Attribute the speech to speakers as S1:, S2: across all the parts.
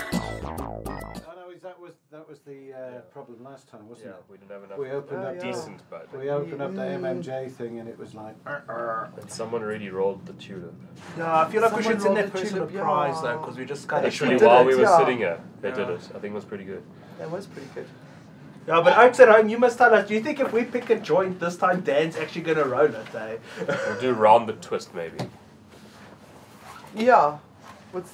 S1: I know Oh, is that was that was the uh, problem last time, wasn't
S2: Yeah,
S1: it?
S2: we didn't have enough
S1: We opened up
S2: decent bud.
S1: We opened up the MMJ thing and it was like,
S2: And someone really rolled the tulip.
S3: No, I feel like we
S4: Someone
S3: should send
S4: rolled
S3: that
S4: the
S3: person a
S4: tulip, yeah.
S3: prize though, because we just kind of
S2: Actually,
S4: did
S2: while
S4: it,
S2: we were
S4: yeah.
S2: sitting here, they did
S3: Yeah.
S2: it. I think it was pretty good.
S4: That was pretty good.
S3: Yeah, but Oaks at home, you must tell us. Do you think if we pick a joint this time, Dan's actually gonna roll it, eh?
S2: We'll do round the twist maybe.
S4: Yeah. What's?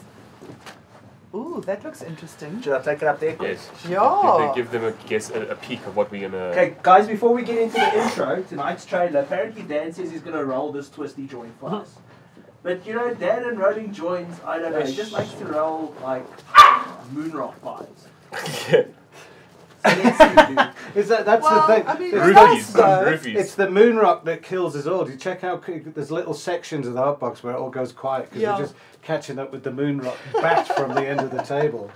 S4: Ooh, that looks interesting.
S3: Should I take it up there? quick?
S2: Yes.
S4: Yeah.
S2: Give them, give them a guess, a, a peek of what we're gonna.
S3: Okay, guys, before we get into the intro, tonight's trailer, apparently Dan says he's gonna roll this twisty joint for us. But you know, Dan and rolling joints, I don't know, he just likes to roll like moon rock vibes. So let's see, dude.
S1: is that that's
S4: Well,
S1: the thing?
S4: I mean,
S1: it's,
S4: Rubies,
S2: Roofies,
S4: though.
S2: roofies.
S1: it's the moon rock that kills us all. Do you check how c- there's little sections of the hot box where it all goes quiet because
S4: Yeah.
S1: we're just catching up with the moon rock bat from the end of the table.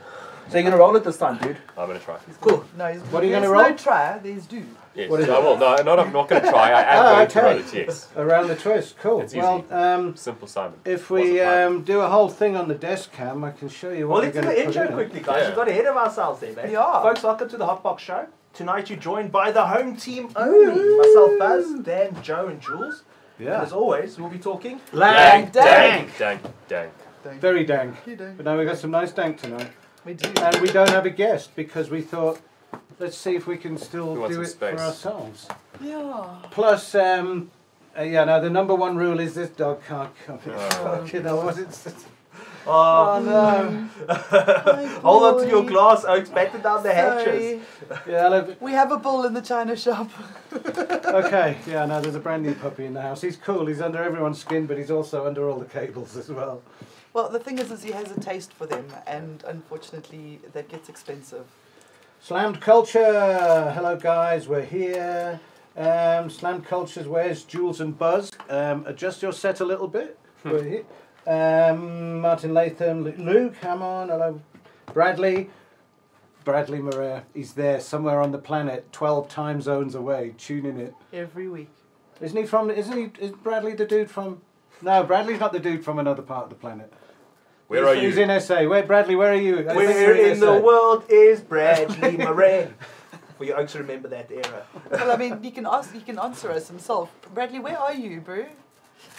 S3: so you're gonna roll it this time, dude?
S2: I'm gonna try.
S3: Cool.
S4: No, he's,
S1: What are you
S4: there's
S1: gonna roll?
S4: no try. There's do.
S2: Yes.
S1: What is
S2: I
S1: it?
S2: will. No, not, I'm not gonna try. I am
S1: Oh,
S2: going to
S1: okay.
S2: roll it. Yes.
S1: Around the twist, cool.
S2: It's
S1: well,
S2: easy.
S1: um,
S2: Simple Simon.
S1: if
S2: Wasn't
S1: we
S2: mine.
S1: um, do a whole thing on the desk cam, I can show you
S3: Well,
S1: what
S3: let's do
S1: we're going to
S3: the
S1: put
S3: intro
S1: in it.
S3: quickly, guys.
S2: Yeah.
S3: We've got ahead of ourselves there, man.
S4: Yeah.
S3: Folks, welcome to the Hot Box Show. Tonight you're joined by the home team only. Myself, Buzz, Dan, Joe, and Jules. And
S1: Yeah,
S3: as always, we'll be talking. uh,
S1: Lang,
S4: Dank,
S1: dank,
S2: dank, dank, dank.
S1: very dank.
S4: You do.
S1: But now we've got some nice dank tonight.
S4: We do.
S1: and we don't have a guest because we thought let's see if we can still
S2: We want
S1: do
S2: some
S1: it
S2: space.
S1: for ourselves
S4: Yeah.
S1: plus um uh, yeah no the number one rule is this dog can't come in
S2: Oh.
S1: you know what it's
S3: Uh,
S1: oh no
S3: hold on to your glass, Oaks. Batten down the hatches.
S4: Sorry.
S1: yeah I love it.
S4: We have a bull in the china shop.
S1: okay yeah no there's a brand new puppy in the house he's cool he's under everyone's skin but he's also under all the cables as well
S4: Well, the thing is, is he has a taste for them, and unfortunately, that gets expensive.
S1: slammed culture hello guys we're here um, slammed cultures where's jules and buzz um, adjust your set a little bit
S2: Hmm.
S1: we're here. Um, Martin Latham, Lu- Luke, come on, hello. Bradley, Bradley Marais, he's there somewhere on the planet, 12 time zones away, tuning it.
S4: Every week.
S1: Isn't he from, isn't he, is Bradley the dude from, no, Bradley's not the dude from another part of the planet.
S2: Where are
S1: he's,
S2: you?
S1: He's in SA. Where, Bradley, where are you? I think you're
S3: Where in the
S1: SA.
S3: world is Bradley Moran? For your Oaks to remember that era.
S4: Well, I mean, he can ask. He can answer us himself. Bradley, where are you, bro?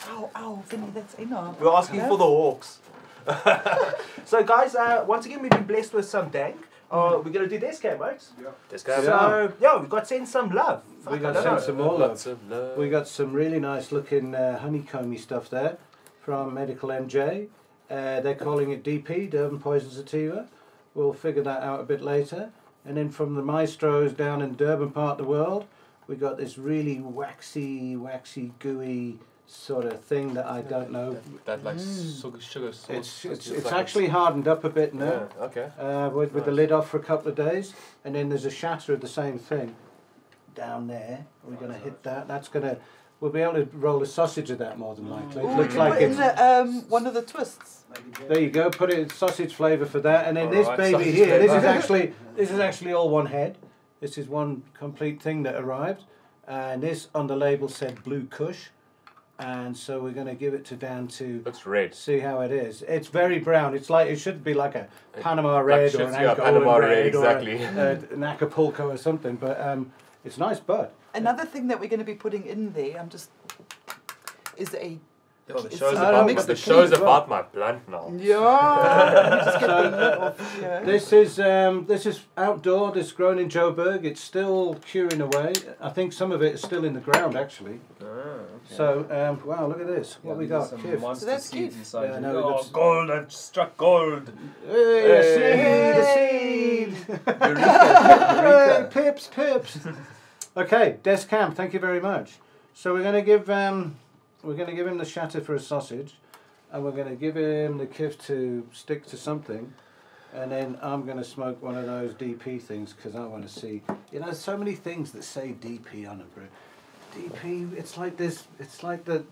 S4: Ow, ow, Vinny, that's enough.
S3: We're asking for the Hawks. so, guys, uh, once again, we've been blessed with some dank. Uh, we're going to do this game, Oaks.
S2: This guy.
S1: Mm. Yeah.
S3: So, yeah, we got sent some love.
S1: We
S3: Fuck,
S1: got
S3: I don't
S1: sent
S3: know.
S1: some more love.
S2: Lots of love.
S1: We got some really nice looking uh, honeycomby stuff there from Medical MJ. Uh, they're calling it DP, Durban Poison Sativa. We'll figure that out a bit later. And then from the maestros down in Durban part of the world, we got this really waxy, waxy, gooey sort of thing that I don't know.
S2: that like sugar, sugar
S1: It's
S2: sauce. that
S1: it's,
S2: just,
S1: it's
S2: like,
S1: actually hardened up a bit now
S2: Yeah. Okay.
S1: uh, with, with the
S2: Nice.
S1: lid off for a couple of days, and then there's a shatter of the same thing down there. We're going to hit that. That's going to. We'll be able to roll a sausage of that more than likely. It
S4: Ooh, we
S1: looks
S4: can
S1: like
S4: put in
S1: it's.
S4: the, um, one of the twists.
S1: There you go. Put it in sausage flavour for that, and then this
S2: Alright,
S1: baby
S2: sausage
S1: here. This is
S2: flavour.
S1: actually this is actually all one head. This is one complete thing that arrived, and this on the label said Blue Kush, and so we're going to give it to down to.
S2: Looks red.
S1: See how it is. It's very brown. It's like it should be like a Panama red
S2: should-
S1: or an
S2: Uh, yeah,
S1: Angolan
S2: Panama
S1: red,
S2: red,
S1: or a-
S2: exactly.
S1: a- an Acapulco or something. But um, it's nice bud.
S4: Another thing that we're going to be putting in there, I'm just, is a
S2: Yeah, the
S4: It's-
S2: show's
S1: I
S2: about,
S1: don't mix
S2: Oh, the
S1: the
S2: show's
S1: clean as well.
S2: about my blunt now.
S4: yeah. Let me just get the lid off here.
S1: This is um, this is outdoor. This grown in Joburg. It's still curing away. I think some of it is still in the ground actually. So um, wow, look at this. What we got? Kiv.
S4: So that's cute.
S1: Yeah, no,
S2: Oh,
S1: we got-
S3: gold, I've struck gold.
S1: Hey, the seed, the seed. Hooray, pips, pips. okay, Des Camp, thank you very much. So we're going to give um, we're going to give him the shatter for a sausage, and we're going to give him the kiff to stick to something, and then I'm going to smoke one of those DP things because I want to see. You know, so many things that say DP on a brew. DP, it's like this. It's like the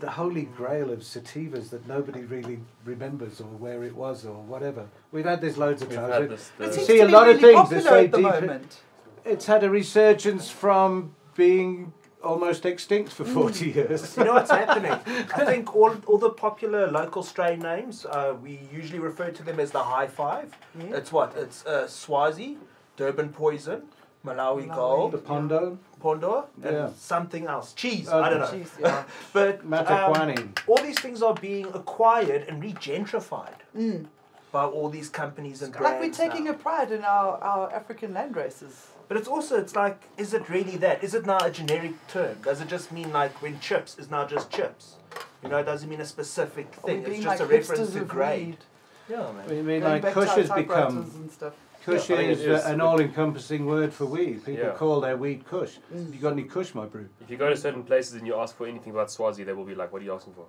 S1: the holy grail of sativas that nobody really remembers or where it was or whatever. We've had this loads of
S2: We've
S1: times.
S2: had this,
S4: It
S2: the-
S4: seems
S1: see
S4: to
S1: a
S4: be
S1: lot of
S4: really
S1: things that
S4: popular
S1: say
S4: at the
S1: deep-
S4: moment.
S1: It's had a resurgence from being almost extinct for 40
S2: Mm.
S1: years.
S3: You know what's happening? I think all, all the popular local stray names, uh, we usually refer to them as the high five.
S4: Yeah.
S3: It's what? It's uh, Swazi, Durban Poison, Malawi,
S4: Malawi.
S1: The
S3: Gold,
S1: Pondo,
S3: Pondor, and
S1: Yeah.
S3: something else. Cheese,
S1: Oh,
S3: I don't know.
S4: Jeez, yeah.
S3: But um,
S1: Mataquani.
S3: all these things are being acquired and regentrified by all these companies and
S4: Hmm. Like we're
S3: brands
S4: taking
S3: now.
S4: a pride in our, our African land races.
S3: But it's also it's like, is it really that? Is it now a generic term? Does it just mean like when chips is now just chips? You know, it doesn't mean a specific
S4: Are we
S3: thing. It's
S4: being
S3: just
S4: like
S3: a reference
S4: hipsters
S3: to
S4: of
S3: grade.
S4: weed?
S3: Yeah,
S1: I
S3: man.
S1: mean,
S4: Going
S1: like
S4: back to our
S1: Kush has
S4: typewriters
S1: become
S4: and stuff.
S1: Kush
S2: Yeah, I think
S1: is,
S2: it is.
S1: uh, an all-encompassing word for weed. People
S2: Yeah.
S1: call their weed Kush.
S3: Mm.
S1: You got any Kush, my brew?
S2: If you go to certain places and you ask for anything about Swazi, they will be like, "What are you asking for?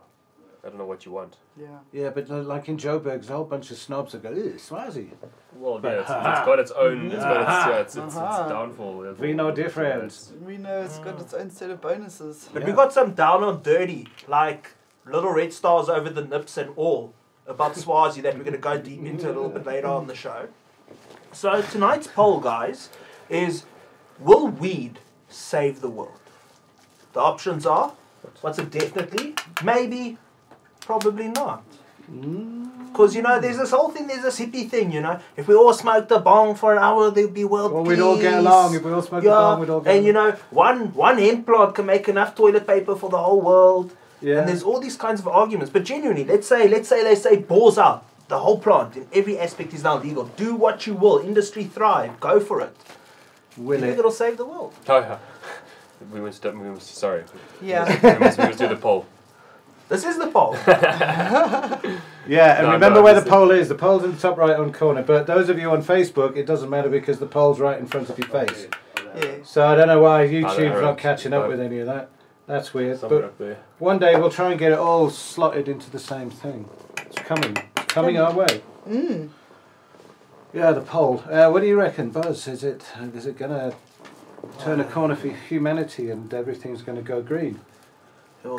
S2: I don't know what you want."
S4: Yeah.
S1: Yeah, but uh, like in Joburg, a whole bunch of snobs that go, "Ew, Swazi."
S2: Well, yeah, it's, it's got its own. It's got its, yeah, it's, it's, it's
S4: Aha.
S2: downfall.
S1: We know difference.
S4: We know it's
S3: Mm.
S4: got its own set of bonuses.
S3: But
S1: Yeah.
S3: we got some down on dirty, like little red stars over the nips and all about Swazi that we're going to go deep into a little bit later on the show. So tonight's poll, guys, is will weed save the world? The options are what's it definitely, maybe, probably not. Because you know, there's this whole thing, there's this hippie thing, you know. If we all smoked a bong for an hour, there'd be world
S1: Well, we'd all get
S3: peace.
S1: along if we all smoked a bong. We'd all get
S3: and you know, one one hemp plant can make enough toilet paper for the whole world.
S1: Yeah.
S3: And there's all these kinds of arguments. But genuinely, let's say let's say they say balls out. The whole plant in every aspect is now legal. Do what you will. Industry thrive. Go for it.
S1: Will
S3: You think
S1: it?
S3: it'll save the world?
S2: Oh, yeah. We must. do- We must. Sorry.
S4: Yeah.
S2: We must, we must do the poll.
S3: This is the poll.
S1: Yeah, and
S2: No,
S1: remember
S2: no,
S1: where the
S2: it's-
S1: poll is. The poll's in the top right-hand corner. But those of you on Facebook, it doesn't matter because the poll's right in front of your face.
S4: yeah.
S1: So I don't know why
S2: I don't
S1: YouTube's
S2: know.
S1: not catching up
S2: No.
S1: with any of that. That's weird.
S2: Somewhere
S1: but
S2: up there.
S1: One day we'll try and get it all slotted into the same thing. It's coming, It's coming our way. Mm. Yeah, the poll. Uh, what do you reckon, Buzz? Is it is it gonna turn a corner for humanity and everything's gonna go green?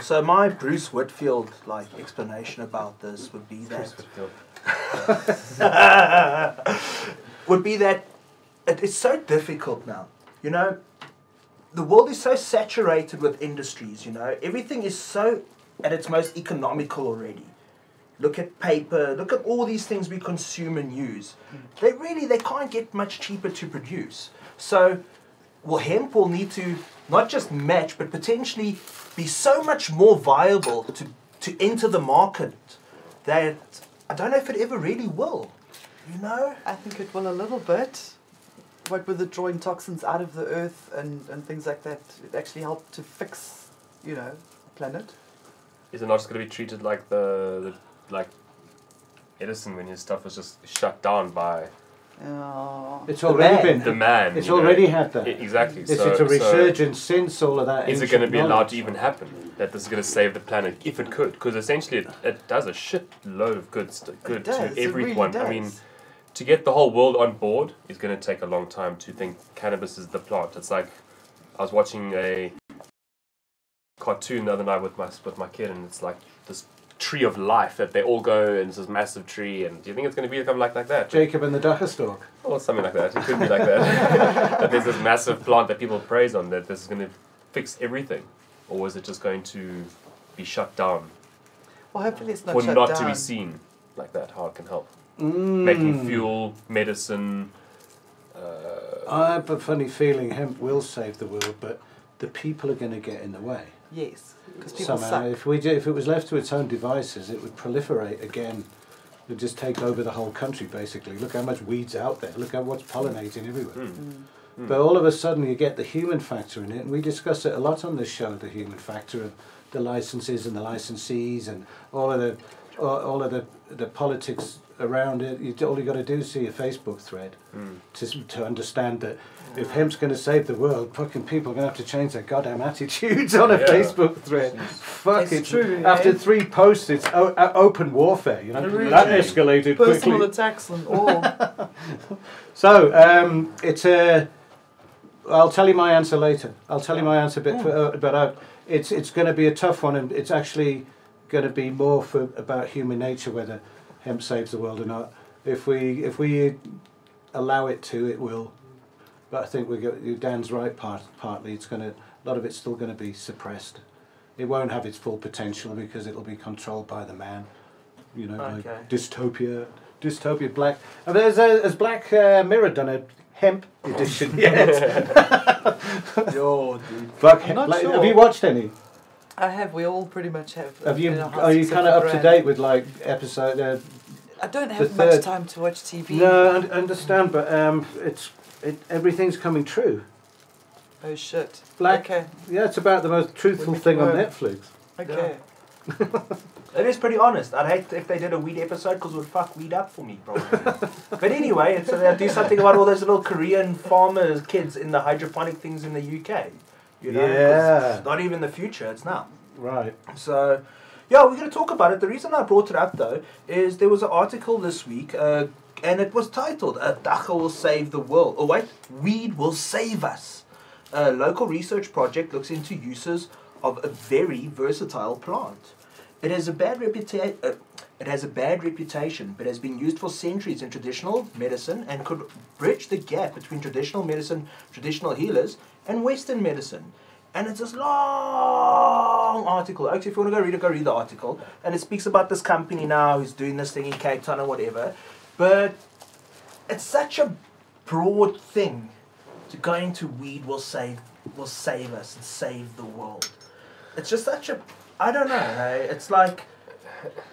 S3: so my Bruce Whitfield like explanation about this would be that would be that it is so difficult now. You know, the world is so saturated with industries, you know, everything is so at its most economical already. Look at paper, look at all these things we consume and use. They really they can't get much cheaper to produce. So well hemp will need to not just match but potentially be so much more viable to, to enter the market that I don't know if it ever really will. You know?
S4: I think it will a little bit. What with the drawing toxins out of the earth and, and things like that, it actually helped to fix, you know, the planet.
S2: Is it not just going to be treated like the, the like Edison when his stuff was just shut down by
S4: Yeah.
S1: It's already
S3: man.
S1: been.
S2: the man?
S1: it's
S2: you know?
S1: already had that.
S2: I- exactly.
S1: it's,
S2: so,
S1: it's a
S2: so
S1: resurgence since all of that.
S2: is it
S1: going to
S2: be allowed to even happen? That this is going to save the planet if it could, because essentially it, it does a shit load of good st- good
S4: it does.
S2: to
S4: it really
S2: everyone.
S4: does.
S2: I mean, to get the whole world on board is going to take a long time to think cannabis is the plant. It's like I was watching a cartoon the other night with my with my kid, and it's like this tree of life that they all go and it's this massive tree. And do you think it's going to become like like that?
S1: Jacob and the Duckerstalk.
S2: Or something like that. It could be like that. that there's this massive plant that people praise on that this is going to fix everything, or is it just going to be shut down
S4: well, hopefully it's not
S2: for
S4: shut
S2: not
S4: down.
S2: to be seen like that? How it can help making fuel, medicine. Uh,
S1: I have a funny feeling hemp will save the world, but the people are going to get in the way.
S4: Yes, because people
S1: somehow.
S4: suck.
S1: If we do, if it was left to its own devices, it would proliferate again. It would just take over the whole country, basically. Look how much weeds out there. Look at what's pollinating everywhere.
S4: Hmm.
S1: But all of a sudden, you get the human factor in it, and we discuss it a lot on this show. The human factor of the licenses and the licensees, and all of the all, all of the the politics around it. You, all you got to do is see a Facebook thread to s- to understand that if hemp's going to save the world, fucking people are going to have to change their goddamn attitudes on a
S2: Yeah.
S1: Facebook thread. Fuck
S4: It's
S1: it.
S4: true,
S1: After
S4: eh?
S1: three posts, it's o- o- open warfare. You know
S2: Really?
S1: that escalated
S4: Personal
S1: quickly.
S4: attacks and all.
S1: So um, it's a. I'll tell you my answer later. I'll tell you my answer a bit, for, uh, but uh, it's it's going to be a tough one, and it's actually going to be more for about human nature whether hemp saves the world or not. If we if we allow it to, it will. But I think we go, Dan's right. Part, partly, it's going to a lot of it's still going to be suppressed. It won't have its full potential because it'll be controlled by the man. You know,
S5: Okay.
S1: like dystopia, dystopia black. And there's a, has Black uh, Mirror done a hemp edition yet?
S4: Yo, dude.
S1: Black,
S6: I'm not
S1: Black-
S6: sure.
S1: Have you watched any?
S4: I have. We all pretty much have.
S1: Have you?
S4: in our
S1: Are you
S4: houses
S1: kind of up to
S4: brand.
S1: date with like episode? Uh,
S4: I don't
S1: the
S4: have much
S1: third-
S4: time to watch TV.
S1: no, I understand, but um, it's it, everything's coming true.
S4: Oh shit.
S1: Black-
S4: Okay.
S1: Yeah, it's about the most truthful
S4: Would it
S1: thing on
S4: work?
S1: Netflix.
S4: Okay.
S3: It is pretty honest. I'd hate if they did a weed episode because it would fuck weed up for me, probably. but anyway, so they'll do something about all those little Korean farmers' kids in the hydroponic things in the UK. You know, 'cause
S1: yeah.
S3: it's not even the future; it's now.
S1: Right.
S3: So, yeah, we're going to talk about it. The reason I brought it up though is there was an article this week, uh, and it was titled "A Dacha Will Save the World." Oh wait, weed will save us. A local research project looks into uses of a very versatile plant. It has a bad reputation. Uh, it has a bad reputation, but has been used for centuries in traditional medicine and could bridge the gap between traditional medicine, traditional healers, and Western medicine. And it's this long article. Actually, if you want to go read it, go read the article. And it speaks about this company now who's doing this thing in Cape Town or whatever. But it's such a broad thing to go into weed will save will save us and save the world. It's just such a I don't know. eh? It's like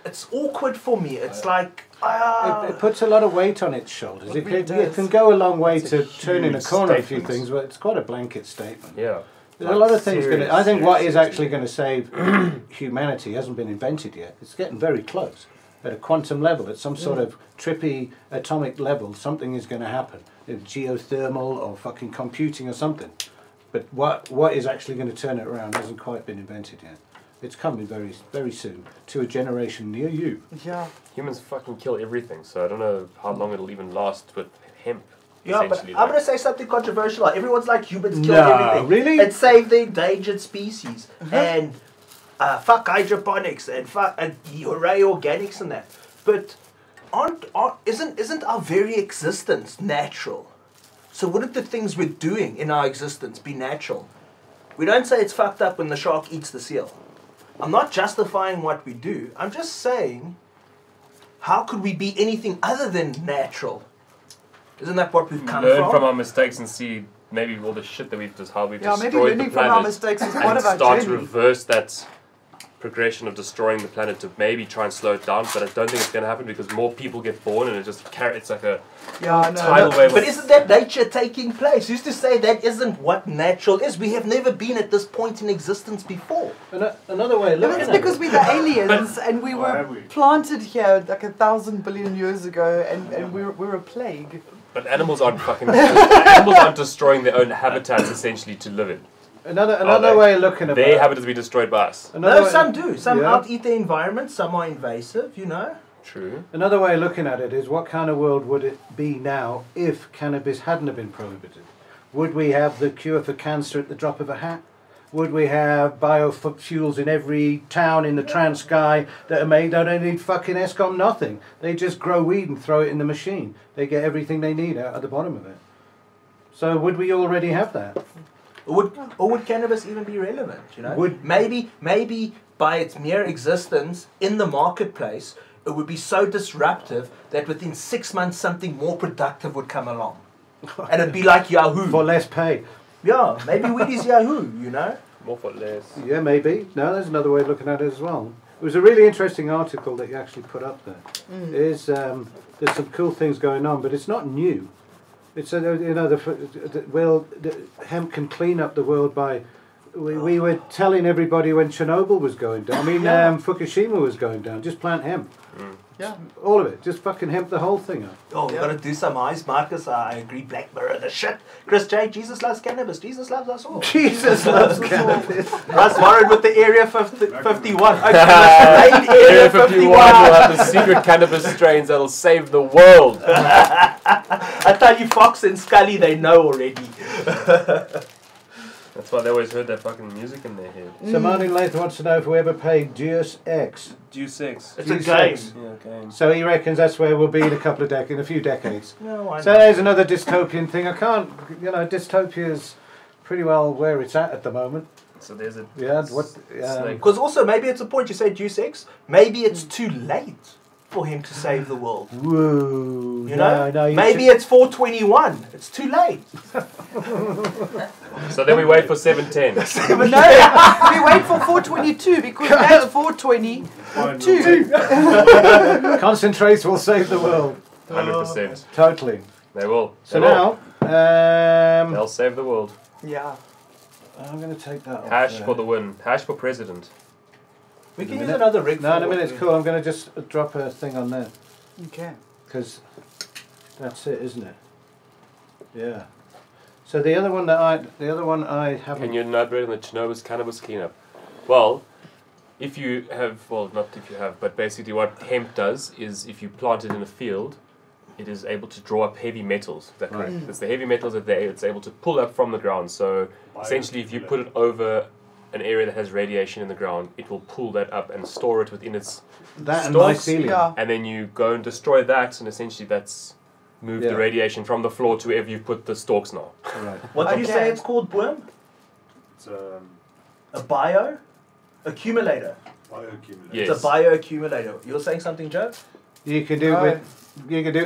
S3: it's awkward for me. It's like ah.
S1: It, it puts a lot of weight on its shoulders.
S4: It
S1: It,
S4: really
S1: can, it
S4: does.
S1: can go a long way
S2: It's a
S1: to turning a
S2: huge
S1: corner a few
S2: statement.
S1: things, but it's quite a blanket statement.
S2: Yeah.
S1: There's a lot of
S2: Like,
S1: things going
S2: serious,
S1: to. I think what
S2: serious,
S1: is actually
S2: serious.
S1: going to save humanity hasn't been invented yet. It's getting very close. At a quantum level, at some sort of trippy atomic level, something is going to happen. If geothermal or fucking computing or something. But what what is actually going to turn it around hasn't quite been invented yet. It's coming very very soon to a generation near you.
S4: Yeah.
S2: Humans fucking kill everything, so I don't know how long it'll even last with hemp.
S3: Yeah, but
S2: essentially,
S3: I'm gonna
S2: like-
S3: say something controversial. Everyone's like humans killed
S1: No,
S3: everything.
S1: really?
S3: And saved the endangered species. And uh, fuck hydroponics and fuck and hooray organics and that. But aren't, aren't isn't isn't our very existence natural? So wouldn't the things we're doing in our existence be natural? We don't say it's fucked up when the shark eats the seal. I'm not justifying what we do. I'm just saying, how could we be anything other than natural? Isn't that what we've come
S2: learn
S3: from?
S2: from our mistakes and see maybe all the shit that we've just how we've
S4: Yeah. Maybe
S2: destroyed
S4: learning
S2: the
S4: from
S2: planet
S4: our mistakes is part
S2: and
S4: of our
S2: start to
S4: journey.
S2: reverse that progression of destroying the planet to maybe try and slow it down. But I don't think it's going to happen because more people get born and it just carry. It's like a
S4: Yeah. I know.
S2: tidal wave.
S3: But
S2: of-
S3: isn't that nature taking place? Who's to say that isn't what natural is? We have never been at this point in existence before.
S1: Ano- another way of
S4: No,
S1: looking
S4: but it's
S1: at it-
S4: because we're the aliens and we
S6: Why
S4: were
S6: are we?
S4: planted here like a thousand billion years ago and, and we're, we're a plague.
S2: But animals aren't fucking. animals aren't destroying their own habitats essentially to live in.
S1: Another
S2: they?
S1: another way of looking at
S2: Their
S1: it.
S2: habitats be destroyed by us.
S1: Another
S3: no,
S1: way,
S3: some do. Some
S1: Yeah.
S3: out eat the environment, some are invasive, you know?
S2: True.
S1: Another way of looking at it is what kind of world would it be now if cannabis hadn't have been prohibited? Would we have the cure for cancer at the drop of a hat? Would we have biofuels in every town in the Transkei that are made? They don't need fucking ESCOM nothing. They just grow weed and throw it in the machine. They get everything they need out at the bottom of it. So would we already have that?
S3: Or would, or would cannabis even be relevant, you know?
S1: Would-
S3: maybe, maybe by its mere existence in the marketplace, it would be so disruptive that within six months something more productive would come along. And it'd be like Yahoo.
S1: For less pay?
S3: yeah, maybe weed is Yahoo, you know?
S2: More for less.
S1: Yeah, maybe. No, there's another way of looking at it as well. It was a really interesting article that you actually put up there.
S4: Mm.
S1: is um, there's some cool things going on, but it's not new. It's uh, you know the, f- the well the hemp can clean up the world by. We, we were telling everybody when Chernobyl was going down. I mean
S4: Yeah.
S1: um, Fukushima was going down. Just plant hemp,
S4: Yeah.
S1: all of it. Just fucking hemp the whole thing up.
S3: Oh, we
S4: Yeah.
S3: got to do some eyes, Marcus. I agree. Black Mirror, the shit. Chris J. Jesus loves cannabis. Jesus loves us all.
S1: Jesus loves cannabis.
S3: Russ Warren with the Area 50, 51. Okay, that's the main
S2: Area
S3: Area
S2: 51 will
S3: 51.
S2: have the secret cannabis strains that'll save the world.
S3: I tell you, Fox and Scully, they know already.
S2: That's why they always heard that fucking music in their head.
S1: So Martin Latham wants to know if we ever played Deus Ex.
S2: Deus Ex.
S3: It's a
S1: Deus
S3: game.
S1: Ex.
S2: Yeah, game.
S1: So he reckons that's where we'll be in a couple of dec- in a few decades.
S3: No, I
S1: So there's another dystopian thing. I can't, you know, dystopia's pretty well where it's at at the moment.
S2: So there's a
S1: Yeah, what? Um,
S2: Snake.
S3: Because also, maybe it's a point you say Deus Ex, maybe
S1: Hmm.
S3: it's too late for him to save the world.
S1: woo.
S3: You
S1: no,
S3: know?
S1: no, you
S3: maybe
S1: should-
S3: it's 421. It's too late.
S2: So then we wait for seven ten. That's
S4: But no, we wait for 422 because that's 420 two.
S1: concentrates will save the world.
S2: hundred percent.
S1: Totally.
S2: They will.
S1: So
S2: They will.
S1: now, um,
S2: they'll save the world.
S4: Yeah.
S1: I'm going to take that. off
S2: Hash
S1: there.
S2: for the win. Hash for president.
S3: We can
S1: In a
S3: use
S1: minute.
S3: another rig.
S1: No, in a
S3: for
S1: minute,
S3: it.
S1: it's cool. I'm going to just drop a thing on there
S4: Okay.
S1: because that's it, isn't it? Yeah. So the other one that I, the other one I haven't.
S2: Can you elaborate on the Chernobyl's cannabis cleanup? Well, if you have, well, not if you have, but basically what hemp does is if you plant it in a field, it is able to draw up heavy metals. Is that correct? It's the heavy metals that they, it's able to pull up from the ground. So essentially, if you put it over an area that has radiation in the ground, it will pull that up and store it within its.
S1: that and
S2: Stocks?
S1: mycelium.
S4: Yeah.
S2: And then you go and destroy that, and essentially that's moved
S1: Yeah.
S2: the radiation from the floor to wherever you put the stalks now.
S1: Right.
S3: What do you
S4: Okay.
S3: say it's called, Boom?
S6: It's um,
S3: A bio? Accumulator.
S6: bioaccumulation.
S2: Yeah.
S3: It's
S2: Yes.
S3: a bioaccumulator. You're saying something, Joe?
S1: You can do
S4: Oh.
S1: with. You can do.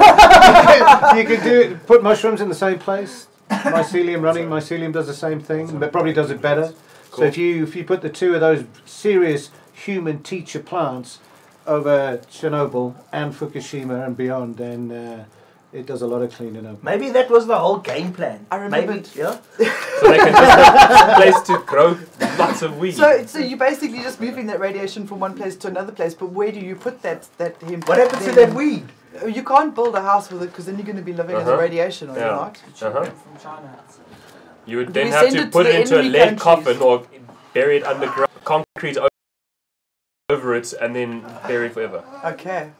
S1: you can do put mushrooms in the same place. Mycelium running. Mycelium does the same thing, but probably does it better. So
S2: Cool.
S1: if you if you put the two of those serious human teacher plants over Chernobyl and Fukushima and beyond, then uh, it does a lot of cleaning up.
S3: Maybe that was the whole game plan.
S4: I
S3: Maybe,
S4: remembered.
S3: yeah?
S2: So they can just have a place to grow lots of weed.
S4: So, so you're basically just moving that radiation from one place to another place, but where do you put that that hemp?
S3: What happens to
S4: then?
S3: that weed?
S4: Oh, You can't build a house with it because then you're going to be living in the
S2: Uh-huh.
S4: radiation, or
S2: Yeah.
S4: you're not.
S2: uh-huh.
S5: From China.
S2: You would
S4: Do
S2: then
S4: we
S2: have
S4: send
S2: to
S4: it to
S2: put
S4: the
S2: it into a
S4: enemy
S2: lead
S4: countries?
S2: coffin or bury it underground, concrete o- over it, and then bury it forever.
S4: Okay.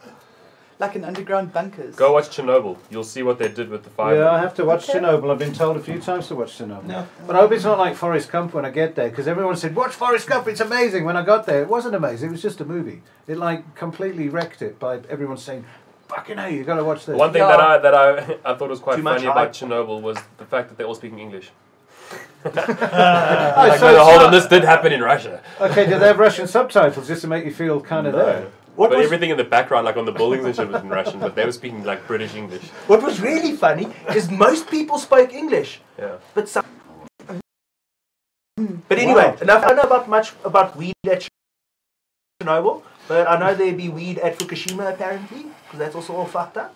S4: Like an underground bunkers.
S2: Go watch Chernobyl. You'll see what they did with the fire.
S1: Yeah, I have to watch
S4: Okay.
S1: Chernobyl. I've been told a few times to watch Chernobyl. But I hope it's not like Forrest Gump when I get there, because everyone said, "Watch Forrest Gump, it's amazing." When I got there, it wasn't amazing. It was just a movie. It like completely wrecked it by everyone saying, "Fucking hell, you got to watch this."
S2: One thing
S4: Yeah.
S2: that I that I, I thought was quite
S3: Too much
S2: funny about
S3: hype.
S2: Chernobyl was the fact that they're all speaking English.
S1: Oh,
S2: like,
S1: so
S2: no, no,
S1: it's
S2: hold
S1: not-
S2: on, this did happen in Russia.
S1: Okay, do they have Russian subtitles just to make you feel kind of there?
S3: What
S2: but
S3: was,
S2: everything in the background, like on the buildings and shit, was in Russian. But they were speaking like British English.
S3: what was really funny is most people spoke English,
S2: Yeah.
S3: but some. But anyway, enough. I don't know about much about weed at Chernobyl, but I know there'd be weed at Fukushima apparently, because that's also all fucked up.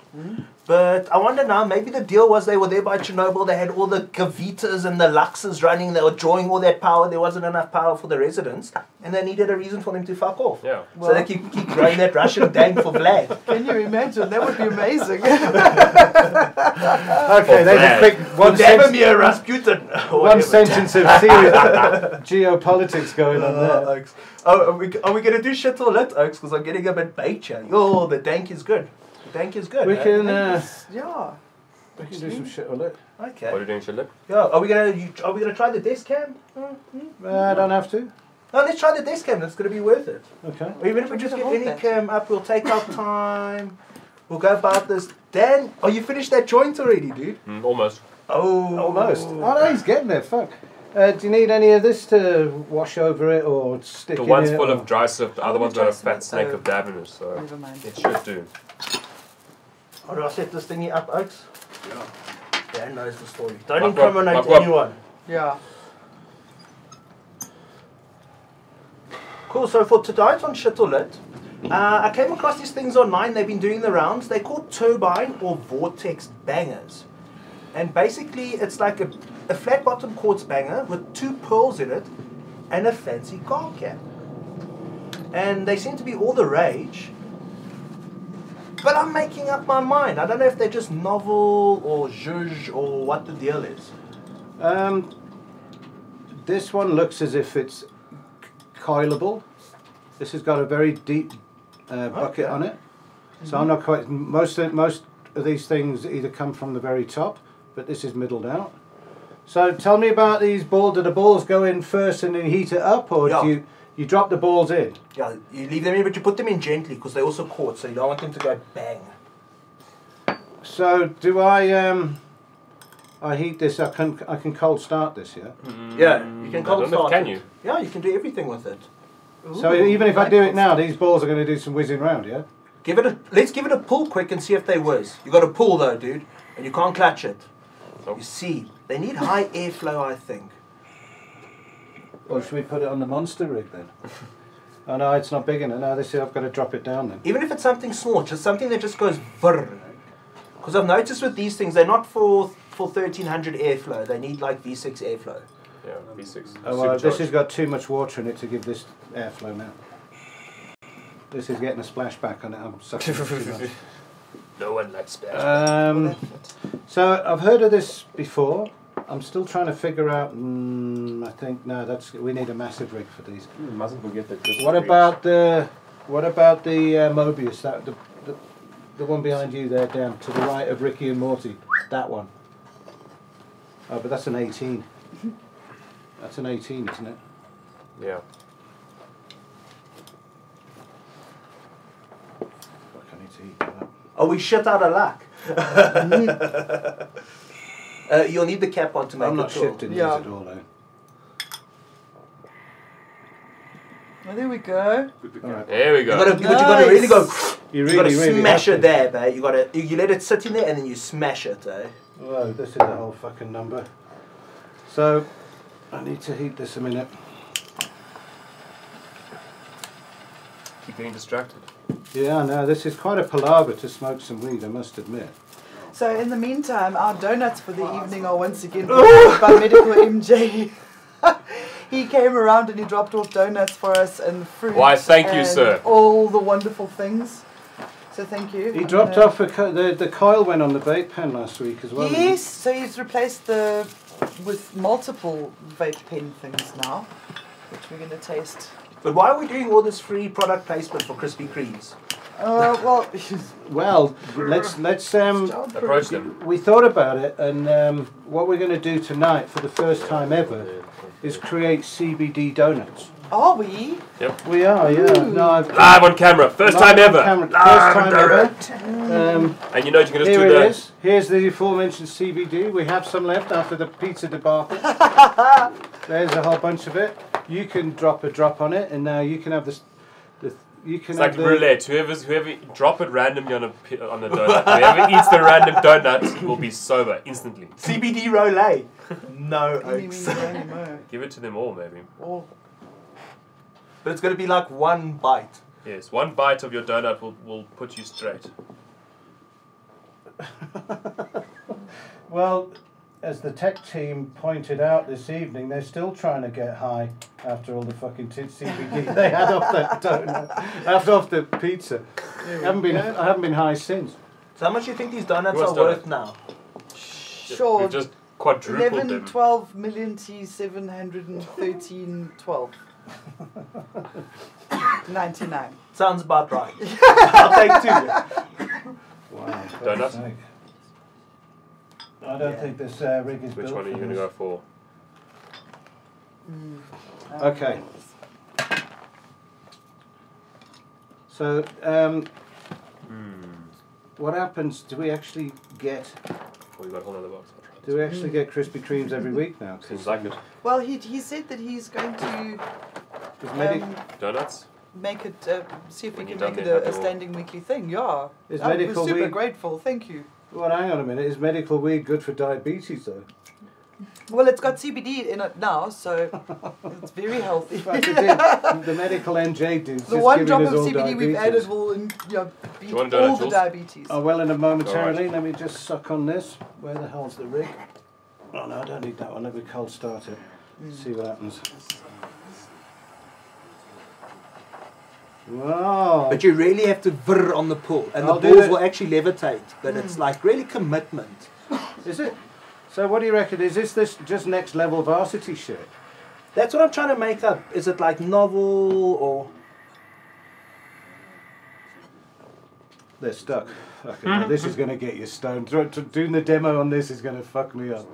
S3: But I wonder now, maybe the deal was they were there by Chernobyl, they had all the Gavitas and the Luxes running, they were drawing all that power, there wasn't enough power for the residents, and they needed a reason for them to fuck off.
S2: Yeah.
S3: So they keep, keep growing that Russian dang for Vlad.
S4: Can you imagine? That would be amazing.
S1: Okay,
S2: Oh,
S1: they just
S2: man.
S1: pick one, sen-
S3: Vladimir Rasputin. or
S1: one
S3: whatever.
S1: sentence of serious geopolitics going on
S3: Uh,
S1: there.
S3: Oaks. Oh, are we, are we gonna do shit or lit, Oaks? Because I'm getting a bit baked here. Oh, the dank is good. The dank is good.
S1: We
S3: eh?
S1: can, uh,
S4: yeah.
S1: we can do some shit on it.
S2: What are
S3: Okay.
S2: you doing, Shilip?
S3: Yeah. Are we gonna? You, are we gonna try the desk cam?
S1: Uh, I don't have to.
S3: No, let's try the desk cam. That's gonna be worth it.
S1: Okay.
S3: Or even if we just get
S4: Hold
S3: any
S4: that.
S3: cam up, we'll take our time. We'll go about this. Dan, oh, you finished that joint already, dude?
S2: Mm, almost.
S3: Oh,
S1: Almost. Oh no, he's getting there. Fuck. Uh, do you need any of this to wash over it or stick
S2: The
S1: in
S2: one's
S1: it
S2: full
S1: or-
S2: of dry stuff, the other
S4: How
S2: one's
S4: dry
S2: got a
S4: stuff,
S2: fat snake
S4: though?
S2: of daveners, so
S4: Never mind.
S2: it should do.
S3: How do I set this thingy up, Oaks?
S6: Yeah.
S3: Dan knows the story. Don't
S2: Wap, wap,
S3: incriminate
S2: wap, wap.
S3: anyone.
S4: Yeah.
S3: Cool. So for tonight on Shitterlit, uh, I came across these things online. They've been doing the rounds. They're called turbine or vortex bangers, and basically it's like a, a flat bottom quartz banger with two pearls in it and a fancy car cap. And they seem to be all the rage. But I'm making up my mind. I don't know if they're just novel or zhuzh or what the deal is.
S1: Um, this one looks as if it's c- coilable. This has got a very deep uh, bucket
S3: Okay.
S1: on it, so I'm not quite. Most of, most of these things either come from the very top, but this is middled out. So tell me about these balls. Do the balls go in first and then heat it up, or
S3: Yeah.
S1: do you you drop the balls in?
S3: Yeah, you leave them in, but you put them in gently because they're also caught, so you don't want them to go bang.
S1: So do I? Um, I heat this. I can I can cold start this. Yeah.
S3: Yeah, you can
S2: Mm, I
S3: cold
S2: don't know if-
S3: start
S2: Can
S3: it.
S2: you?
S3: Yeah, you can do everything with it.
S1: So even if I do it now, these balls are going to do some whizzing round. Yeah.
S3: Give it a let's give it a pull quick and see if they whiz. You got to pull though, dude, and you can't clutch it.
S2: Nope.
S3: You see, they need high airflow, I think.
S1: Or should we put it on the monster rig then? oh no, it's not big enough. No, this is, I've got to drop it down then.
S3: Even if it's something small, just something that just goes brr. Because I've noticed with these things, they're not for for thirteen hundred airflow. They need like V six airflow.
S2: Yeah, V6.
S1: Oh, well, this
S2: Supercharged.
S1: has got too much water in it to give this airflow now. This is getting a splashback on it. I'm sucking it too much.
S2: No one likes that.
S1: Um, so I've heard of this before. I'm still trying to figure out. Mm, I think no, that's we need a massive rig for these.
S2: You mustn't forget that.
S1: What about the what about the uh, Mobius? That the, the the one behind you there, down to the right of Ricky and Morty. That one. Oh, but that's an 18. That's an 18, isn't it?
S2: Yeah.
S1: Fuck, I need to eat that.
S3: Are Oh, we shit out of luck? uh, you'll need the cap on to make
S1: I'm
S3: it
S1: not
S3: cool.
S1: shifting these
S4: Yeah.
S1: at all, though.
S4: Well, there we go.
S6: Put the
S1: All right.
S2: There we
S3: You
S2: go.
S3: gotta, But you gotta really go.
S1: You
S3: You
S1: really,
S3: gotta
S1: really
S3: smash
S1: have
S3: it
S1: to.
S3: there, babe. You gotta you, you let it sit in there and then you smash it, eh?
S1: Whoa, this is a whole fucking number. So, I need to heat this a minute.
S2: Keep getting distracted.
S1: Yeah, no, this is quite a palaver to smoke some weed, I must admit.
S4: So in the meantime, our donuts for the evening are once again
S2: Oh!
S4: provided by Medical MJ. he came around and he dropped off donuts for us and fruit.
S2: Why, thank you,
S4: and
S2: sir.
S4: All the wonderful things. So thank you.
S1: He dropped
S4: Uh,
S1: off a co- the the coil went on the vape pen last week as well. didn't he?
S4: Yes, so he's replaced the with multiple vape pen things now, which we're going to taste.
S3: But why are we doing all this free product placement for Krispy Kremes?
S4: Uh, well,
S1: Well, let's let's um.
S2: Approach them.
S1: We thought about it, and um, what we're going to do tonight for the first time ever is create CBD donuts.
S4: are we?
S1: We are, yeah. No, I've
S2: Live on camera. Ah, First time
S1: Live on
S2: ever.
S1: camera, first time ever. Um,
S2: And you know you can just
S1: Here
S2: do
S1: it
S2: the.
S1: is. Here's the aforementioned CBD. We have some left after the pizza debacle. There's a whole bunch of it. You can drop a drop on it, and now you can have this. The, you can have
S2: It's like
S1: the,
S2: roulette. Whoever's, whoever drop it randomly on a pi- on a donut. Whoever eats the random donut will be sober instantly.
S3: CBD Rolay. No
S4: Eeny, meeny,
S3: oaks.
S4: miny, moe.
S2: Give it to them all, maybe.
S4: Or
S3: But it's gonna be like one bite.
S2: Yes, one bite of your donut will, will put you straight.
S1: Well, as the tech team pointed out this evening, they're still trying to get high after all the fucking t- CBD they had off that donut, after off the pizza. haven't been, I haven't been high since.
S3: So how much do you think these donuts
S2: Who
S3: are
S2: wants donut?
S3: worth now?
S4: Sure.
S2: We've just quadrupled
S4: 11,
S2: them.
S4: 12 million T, 713, 12. 99.
S3: Sounds about right. I'll take two.
S1: Wow. for fuck's
S2: Donuts?
S1: sake. I don't think this uh, rig is
S2: Which
S1: built
S2: one are you
S1: for
S2: going to
S1: this.
S2: go for?
S1: Hmm. Okay. So, um,
S2: Hmm.
S1: what happens? Do we actually get?
S2: Oh, you got a whole other box. I'll try
S1: Do we actually get Krispy Kremes every week now?
S2: this. Seems like it.
S4: Well, he, he said that he's going to
S1: Because Medi-
S4: um,
S2: Donuts?
S4: make it, uh, see if we
S2: When
S4: can
S2: you're done,
S4: make it
S2: then
S4: a, a
S2: happy all.
S4: standing weekly thing. Yeah.
S1: Is
S4: I'm
S1: medical
S4: super
S1: weed-
S4: grateful. Thank you.
S1: well, hang on a minute. Is medical weed good for diabetes though?
S4: Well, it's got CBD in it now, so it's very healthy.
S1: Fuck,
S4: the
S1: the, dude- the medical NJ dudes. just
S4: one
S1: giving
S4: drop of
S1: us all
S4: CBD we've
S1: diabetes.
S4: added will in, you know, beat
S2: you want a donut,
S4: all the
S2: Jules?
S4: diabetes.
S1: Oh well, in a momentarily. Let me just suck on this. Where the hell's the rig? Oh no, I don't need that one. Let me cold start it.
S4: Mm.
S1: See what happens. Wow.
S3: But you really have to brr on the pull, and
S1: I'll
S3: the
S1: do
S3: balls
S1: that.
S3: will actually levitate. But it's like really commitment.
S1: Is it? So what do you reckon? Is this this just next level varsity shit?
S3: That's what I'm trying to make up. Is it like novel or?
S1: They're stuck. Fucking hell, this is going to get you stoned. Dro- dro- Doing the demo on this is going to fuck me up.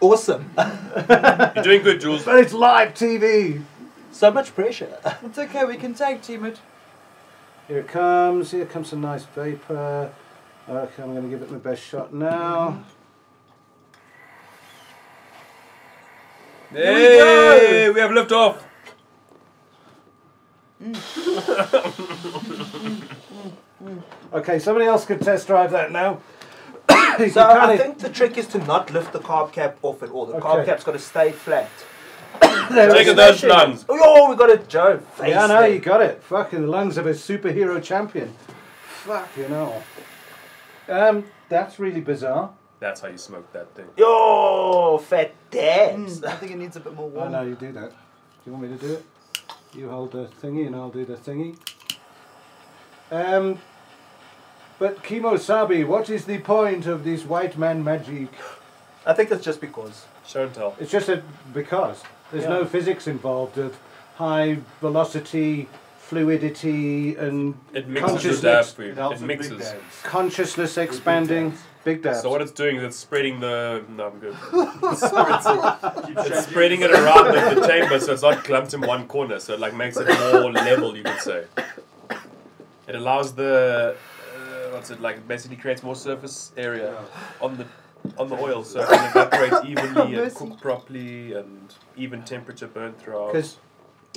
S3: awesome.
S2: You're doing good, Jules.
S1: But it's live TV.
S3: so much pressure.
S4: It's okay, we can tag team it.
S1: Here it comes. Here comes some nice vapor. Okay, I'm going to give it my best shot now.
S2: Hey, we, have liftoff. off.
S1: Okay, somebody else could test drive that now. You
S3: So
S1: can't
S3: I
S1: e-
S3: think the trick is to not lift the carb cap off at all. The carb
S1: Okay.
S3: cap's got to stay flat.
S1: there
S2: Take
S1: it
S2: a
S1: is.
S2: those nuns.
S3: Oh, we got a Joe face.
S1: Yeah, I know,
S3: there.
S1: you got it. Fucking the lungs of a superhero champion. Fucking hell. Um, that's really bizarre.
S2: That's how you smoke that thing.
S3: Yo, fat dabs.
S4: Mm, I think it needs a bit more
S1: I
S4: warm.
S1: know you do that. Do you want me to do it? You hold the thingy and I'll do the thingy. Um, but Kimosabi, what is the point of this white man magic?
S3: I think it's just because.
S2: Show and tell.
S1: It's just a because there's
S3: Yeah.
S1: no physics involved of high velocity, fluidity, and
S2: It mixes with dab
S1: consciousness,
S2: food.
S6: helps
S2: It
S6: with big
S2: mixes.
S6: dads.
S1: consciousness expanding. Big data.
S2: So what it's doing is it's spreading the. No, I'm good.
S6: Keep
S2: It's
S6: shaking.
S2: spreading it around the, the chamber, so it's not clumped in one corner. So it like makes it more level, you could say. It allows the. Uh, what's it like? Basically, creates more surface area
S6: Yeah.
S2: on the on the oil, so it can evaporate evenly and
S4: Mercy.
S2: cook properly, and even temperature burn throughout.
S1: Because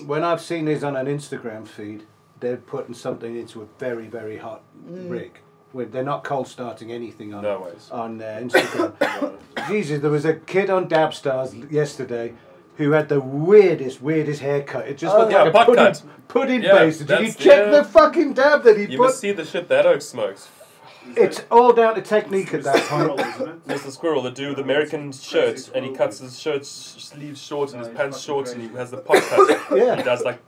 S1: when I've seen these on an Instagram feed, they're putting something into a very, very hot rig. Where they're not cold starting anything on
S2: No ways.
S1: on uh, Instagram. Jesus, there was a kid on Dabstars yesterday who had the weirdest, weirdest haircut. It just looked
S2: yeah,
S1: like a
S2: butt
S1: pudding,
S2: cut.
S1: pudding
S2: Yeah,
S1: base. Did you
S2: that's-
S1: check
S2: yeah.
S1: the fucking dab that he
S2: You
S1: put?
S2: must see the shit that oak smokes.
S1: It's all down to technique at
S6: It's
S1: that
S6: squirrel,
S1: point.
S6: isn't it?
S2: Mr. Squirrel, the dude with American shirts, and he cuts his shirts sleeves short and his
S6: No, he's
S2: pants
S6: fucking
S2: short, and
S6: crazy.
S2: he has the pop cut.
S1: Yeah.
S2: He does like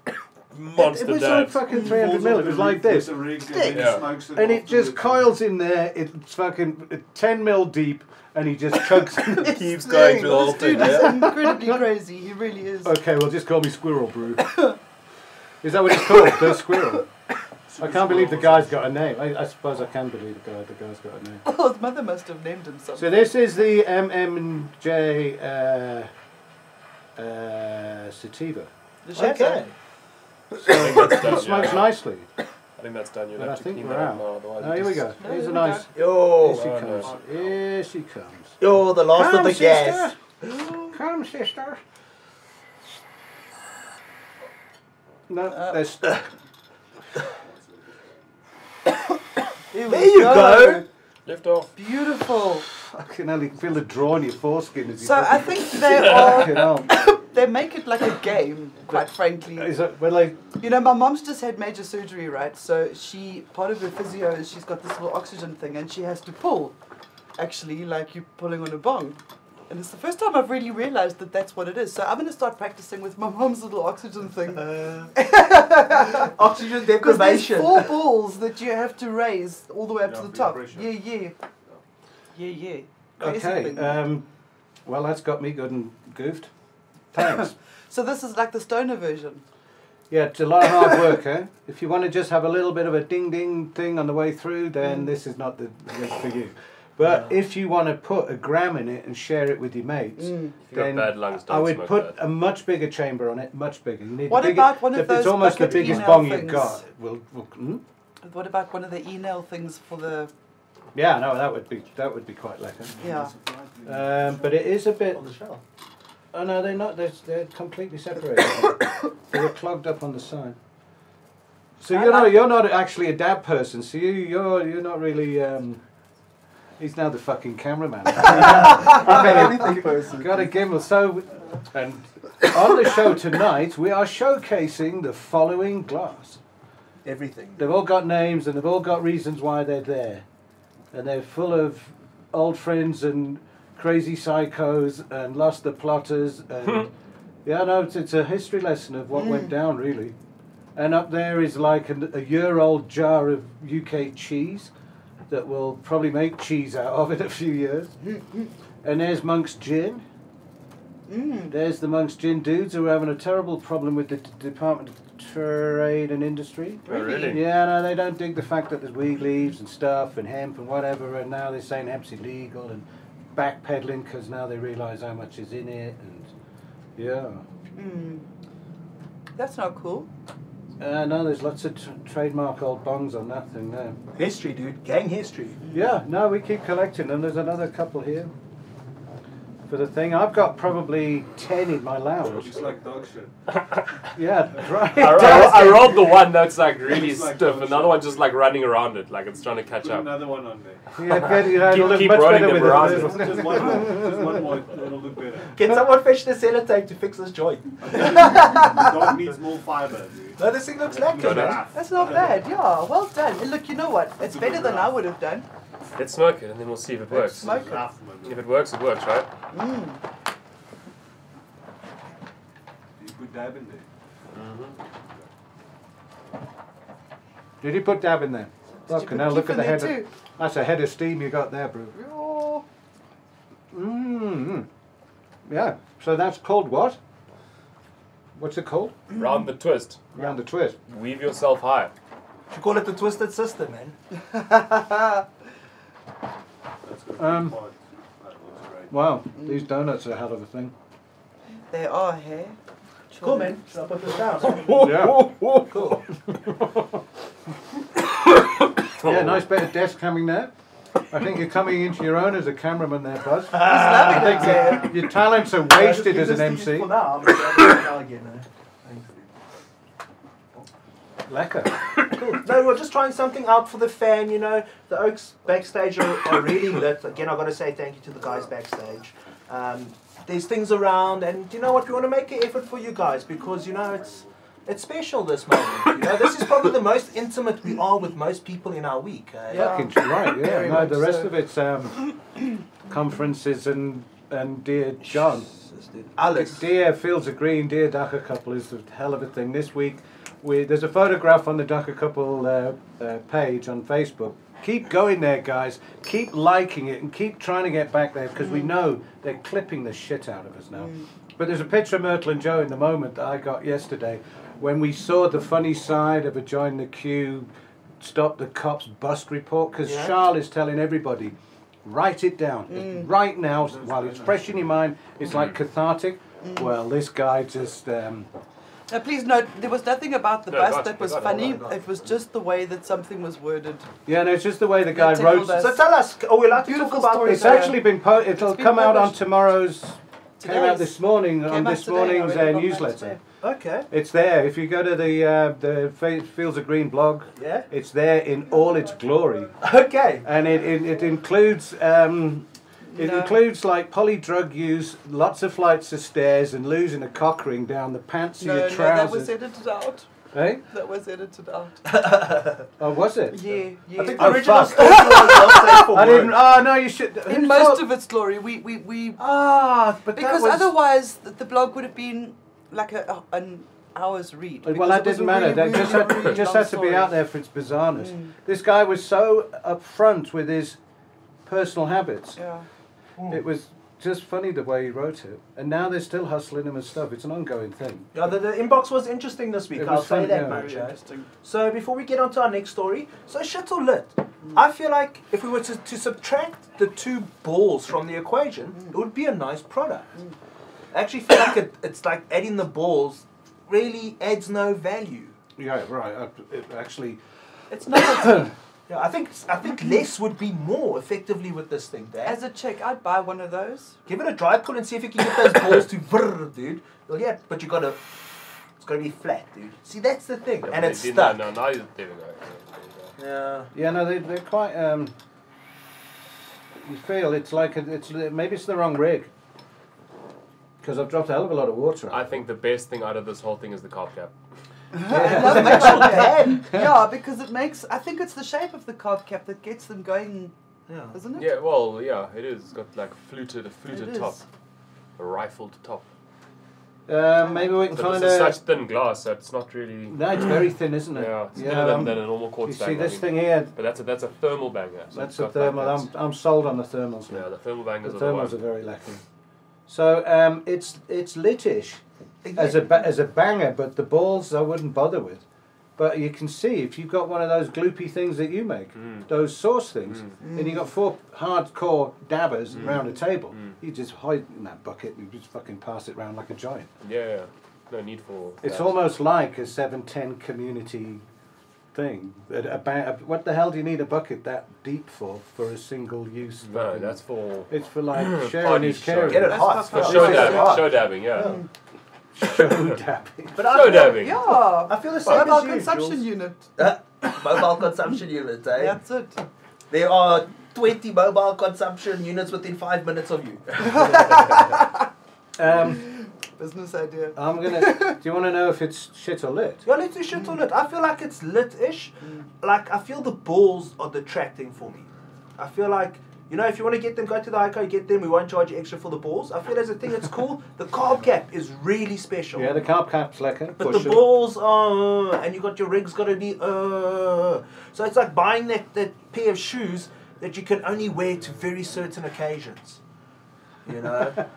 S2: monster
S1: It was like
S2: dabs.
S1: fucking
S6: Falls
S1: 300 mil. It
S6: off
S1: was
S6: the
S1: like
S6: roof with
S1: this.
S6: the rig and
S4: Stick.
S6: then
S2: Yeah.
S6: smokes it
S1: and
S6: off
S1: it just
S6: the-
S1: coils in there. It's fucking ten mil deep, and he just chugs.
S2: Keeps going through the whole
S4: This
S2: thing.
S4: dude
S2: yeah?
S4: is incredibly crazy. He really is.
S1: okay, well, just call me Squirrel Brew. Is that what it's called? The Squirrel. I can't believe the guy's got a name. I, I suppose I can believe the guy. The guy's got a name.
S4: Oh, his mother must have named him
S1: So
S4: something.
S1: this is the MMJ uh, uh, sativa.
S4: The shape
S3: Okay.
S2: I think that's done.
S1: It smokes
S2: yeah.
S1: nicely.
S2: I think that's done. You'll
S1: But
S2: have
S1: I
S2: to
S1: think
S2: clean
S1: we're
S2: that up
S1: out.
S2: now, otherwise
S1: Oh,
S2: it
S1: here we
S2: just-
S1: go. Here's a
S4: No,
S1: nice. Here
S3: Yo,
S1: she
S2: Oh, no.
S1: comes. Here she comes.
S3: yo, the last of the gas.
S1: sister. Come, sister. No,
S4: Uh.
S1: that's
S4: There,
S3: There you go.
S2: Lift off.
S4: Beautiful.
S1: fucking hell. You can feel the draw in your foreskin as you
S4: So I
S1: fucking-
S4: think they are.
S1: Fucking hell.
S4: They make it like a game, quite frankly.
S1: Is that well, like
S4: You know, my mom's just had major surgery, right? So she, part of her physio is she's got this little oxygen thing and she has to pull, actually, like you're pulling on a bong. And it's the first time I've really realized that that's what it is. So I'm going to start practicing with my mom's little oxygen thing.
S3: Oxygen
S4: Because there's
S3: deprivation.
S4: four balls that you have to raise all the way up
S6: Yeah,
S4: to the
S6: big
S4: top.
S6: pressure.
S4: Yeah, yeah. uh, Yeah, yeah. Crazy
S1: okay.
S4: thing.
S1: Um, well, that's got me good and goofed. Thanks.
S4: so this is like the stoner version.
S1: yeah, it's a lot of hard work, eh? If you want to just have a little bit of a ding ding thing on the way through,
S4: Mm.
S1: then this is not the this for you. But if you want to put a gram in it and share it with your mates,
S2: If you've
S1: then
S2: got bad lungs, don't
S1: I would
S2: smoke
S1: put
S2: that.
S1: a much bigger chamber on it, much bigger. You need
S4: What
S1: the bigger-
S4: about one of
S1: the-
S4: those
S1: It's almost the
S4: bucket
S1: biggest
S4: email
S1: bong you've
S4: things?
S1: got. Will, will, hmm?
S4: What about one of the e-nail things for the...
S1: Yeah, no, that would be that would be quite lekker.
S4: Yeah.
S1: Um, but it is a bit.
S3: On the shelf.
S1: Oh no, they're not. They're, they're completely separated. they're clogged up on the side. So
S4: I
S1: you're not
S4: like-
S1: you're not actually a dab person. So you you're you're not really. Um, he's now the fucking cameraman. Got a gimbal. So, and on the show tonight, we are showcasing the following glass.
S3: Everything.
S1: They've all got names and they've all got reasons why they're there. And they're full of old friends and crazy psychos and lost the plotters and yeah, no, it's, it's a history lesson of what went down really. And up there is like an, a year-old jar of UK cheese that we'll probably make cheese out of in a few years. and there's Monk's Gin.
S4: Mm, Oh,
S1: There's the Monk's Gin dudes who are having a terrible problem with the D- Department of Trade and Industry.
S2: Oh, really?
S1: Yeah, no, they don't dig the fact that there's weed leaves and stuff and hemp and whatever, and now they're saying hemp's illegal and backpedaling because now they realise how much is in it, and yeah.
S4: Mm. That's not cool.
S1: Uh, no, there's lots of tr trademark old bongs on that thing there.
S3: History, dude. Gang history.
S1: Yeah, no, we keep collecting them. There's another couple here for the thing. I've got probably 10 in my lounge.
S6: Looks like dog shit.
S1: Yeah, right.
S2: I, ro-
S1: does.
S2: I rolled the one that's like really
S6: It's like
S2: stiff.
S6: dog
S2: Another one just like running around it, like it's trying to catch
S6: Put
S2: up.
S6: another one on there.
S1: Yeah, better, you know,
S2: Keep-
S1: it'll look
S2: keep
S1: much
S2: rolling
S1: better
S2: them
S1: with a
S2: around.
S1: little-
S6: Just, just one more. Just one more. It'll look better.
S3: Can someone fetch the sellotape to fix this joint?
S6: The dog needs more fiber, dude.
S3: No, this thing looks lacking,
S2: No,
S3: man.
S2: no.
S4: That's not bad. Yeah, well done. And look, you know what? It's better than I would have done.
S2: Let's smoke it and then we'll see if it works.
S4: Smoke it.
S6: Rough, man.
S2: If it works, it works, right?
S4: Mm.
S6: You put dab in there.
S1: Did you put dab in there?
S4: Did you
S1: Fucking
S4: put
S1: hell, look
S4: keef
S1: at the
S4: in there
S1: head. Of, that's a head of steam you got there, bro.
S4: Yo.
S1: Mm. Yeah. So that's called what? What's it called?
S2: Round the twist.
S1: Round the twist.
S2: Weave yourself high.
S3: You call it the twisted sister, man.
S6: That's good.
S1: Um,
S6: Fine. That looks great.
S1: Wow, these donuts are a hell of a thing.
S4: They are, hey?
S3: Cool, man. Should I put this down?
S1: Yeah.
S3: cool.
S1: Yeah, nice bit of desk coming there. I think you're coming into your own as a cameraman there, Buzz.
S4: Love it,
S1: I
S4: okay.
S1: think your, your talents are
S3: I'll just
S1: wasted
S3: give
S1: as an
S3: this to
S1: MC.
S3: you For now. I'm gonna do it now again, man. Thanks, dude.
S1: Lecker.
S3: No, we're just trying something out for the fan, you know. The Oaks backstage are, are really lit. Again, I've got to say thank you to the guys backstage. Um, there's things around, and you know what? We want to make an effort for you guys because, you know, it's it's special this moment. You know, this is probably the most intimate we are with most people in our week. Uh,
S4: Yeah.
S1: Fucking right, yeah.
S4: Very
S1: No,
S4: much
S1: the rest
S4: so.
S1: of it's um, conferences and and dear John.
S3: Jesus, dude. Alice.
S1: Dear Fields of Green, Dear Dhaka Couple is a hell of a thing. This week, we, there's a photograph on the Dhaka Couple uh, uh, page on Facebook. Keep going there, guys. Keep liking it and keep trying to get back there because we know they're clipping the shit out of us now. But there's a picture of Myrtle and Joe in the moment that I got yesterday when we saw the funny side of a join the queue, stop the cops bust report because
S3: Yeah.
S1: Charles is telling everybody. Write it down It's
S4: Mm.
S1: right now while it's fresh in your mind. It's like cathartic.
S4: Mm.
S1: Well, this guy just um,
S4: Now, please note, there was nothing about the
S2: No,
S4: bus
S2: gotcha,
S4: that was
S2: gotcha,
S4: funny.
S3: gotcha.
S4: It was just the way that something was worded.
S1: yeah. No, it's just the way the guy
S4: They
S1: wrote.
S4: tickled us.
S3: So tell us, are we allowed to talk
S4: Beautiful
S3: about
S4: story.
S1: It's
S3: this?
S4: Yeah.
S1: actually been po- it'll
S4: been
S1: come out on
S4: published.
S1: tomorrow's came out
S4: Today's.
S1: this morning on
S4: Came out
S1: this
S4: today, I
S1: morning's
S4: read
S1: uh,
S4: it online
S1: newsletter.
S4: today.
S3: Okay.
S1: It's there. If you go to the uh, the Fa- Fields of Green blog,
S3: Yeah.
S1: it's there in all its glory.
S3: Okay.
S1: and it, it, it includes um, it
S4: No.
S1: includes like poly drug use, lots of flights of stairs, and losing a cock ring down the pants of
S4: No,
S1: your
S4: no, that was
S1: trousers.
S4: edited out.
S1: eh?
S4: That was edited out.
S1: Oh, was it?
S4: Yeah, yeah.
S1: Oh,
S3: original
S1: fuck.
S3: story was
S1: I didn't. Oh no, you should.
S4: In most of its glory, we, we, we
S3: Ah, but
S4: because
S3: that was,
S4: otherwise the, the blog would have been like a, a- an hour's read.
S1: well, that doesn't matter. that just had, just has to be out there for its bizarreness.
S4: Mm.
S1: This guy was so upfront with his personal habits.
S4: Yeah. Mm.
S1: It was just funny the way he wrote it. And now they're still hustling him and stuff. It's an ongoing thing.
S3: Yeah, the, the inbox was interesting this week.
S1: It
S3: I'll
S1: was
S3: say
S1: fun,
S3: that
S1: yeah.
S3: much. eh?
S4: interesting.
S3: So before we get on to our next story, so shit's all lit. I feel like if we were to, to subtract the two balls from the equation, it would be a nice product. I actually feel like it, it's like adding the balls really adds no value.
S1: Yeah, right. I- it actually,
S4: It's not
S3: Yeah, I think I think less would be more effectively with this thing. Dad.
S4: Mm-hmm. as a chick. I'd buy one of those.
S3: Give it a dry pull and see if you can get those balls to brrr, dude. Well, yeah, but you gotta. It's gotta be flat, dude. See, that's the thing, and it's
S2: No,
S3: stuck.
S2: no, no, you- there we go.
S3: Yeah.
S1: Yeah, no, they, they're quite. Um, you feel it's like a, it's maybe it's the wrong rig because I've dropped a hell of a lot of water. on
S2: I
S1: it.
S2: think the best thing out of this whole thing is the cop cap.
S4: I love the cob cap. Yeah, because it makes. I think it's the shape of the cob cap that gets them going,
S3: Yeah.
S4: isn't it?
S2: Yeah, well, yeah, it is. It's got like fluted, a fluted
S4: It
S2: top,
S4: is.
S2: a rifled top.
S1: Uh, maybe we can
S2: But
S1: find
S2: this is
S1: a.
S2: such thin glass, so it's not really.
S1: No, it's very thin, isn't it?
S2: Yeah, it's thinner than,
S1: um,
S2: than a normal
S1: you
S2: quartz
S1: see
S2: bang. I
S1: this
S2: mean.
S1: thing here.
S2: But that's a that's a thermal banger. so
S1: That's
S2: it's
S1: a
S2: got like
S1: thermal.
S2: that-
S1: I'm, I'm sold on the thermals.
S2: Yeah,
S1: now.
S2: the thermal bangers
S1: the
S2: are the
S1: thermals are
S2: one.
S1: very lacking. So um, it's it's litish as a ba- as a banger, but the balls I wouldn't bother with But you can see if you've got one of those gloopy things that you make,
S2: Mm.
S1: those sauce things, and you've got four hardcore dabbers
S2: Mm.
S1: around a table, you just hide in that bucket and just fucking pass it round like a giant.
S2: Yeah, yeah. No need for.
S1: It's
S2: that.
S1: almost like a 710 community thing. That about, what the hell do you need a bucket that deep for, for a single use?
S2: No, that's for.
S1: It's for like sharing
S2: Party
S1: is
S2: show.
S1: caring.
S3: Get it
S4: That's
S3: hot.
S4: not
S2: For
S4: Oh,
S2: show
S4: yeah.
S2: dabbing,
S3: Hot.
S2: show dabbing, yeah.
S1: Show dabbing.
S3: But
S2: Show dabbing.
S4: Yeah.
S3: I feel the same
S4: Mobile
S3: as you,
S4: consumption
S3: Jules.
S4: unit.
S3: mobile consumption units, eh?
S4: That's it.
S3: There are 20 mobile consumption units within five minutes of you.
S1: Um,
S4: Business idea.
S1: I'm gonna. do you want to know if it's shit or lit?
S3: You're little shit on it. I feel like it's lit ish. Like, I feel the balls are detracting for me. I feel like, you know, if you want to get them, go to the ICO, get them. We won't charge you extra for the balls. I feel as a thing, it's cool. The carb cap is really special.
S1: Yeah, the carb cap's lekker.
S3: But
S1: for
S3: the
S1: sure.
S3: balls are, and you got your rigs got to be, uh. So it's like buying that, that pair of shoes that you can only wear to very certain occasions. You know?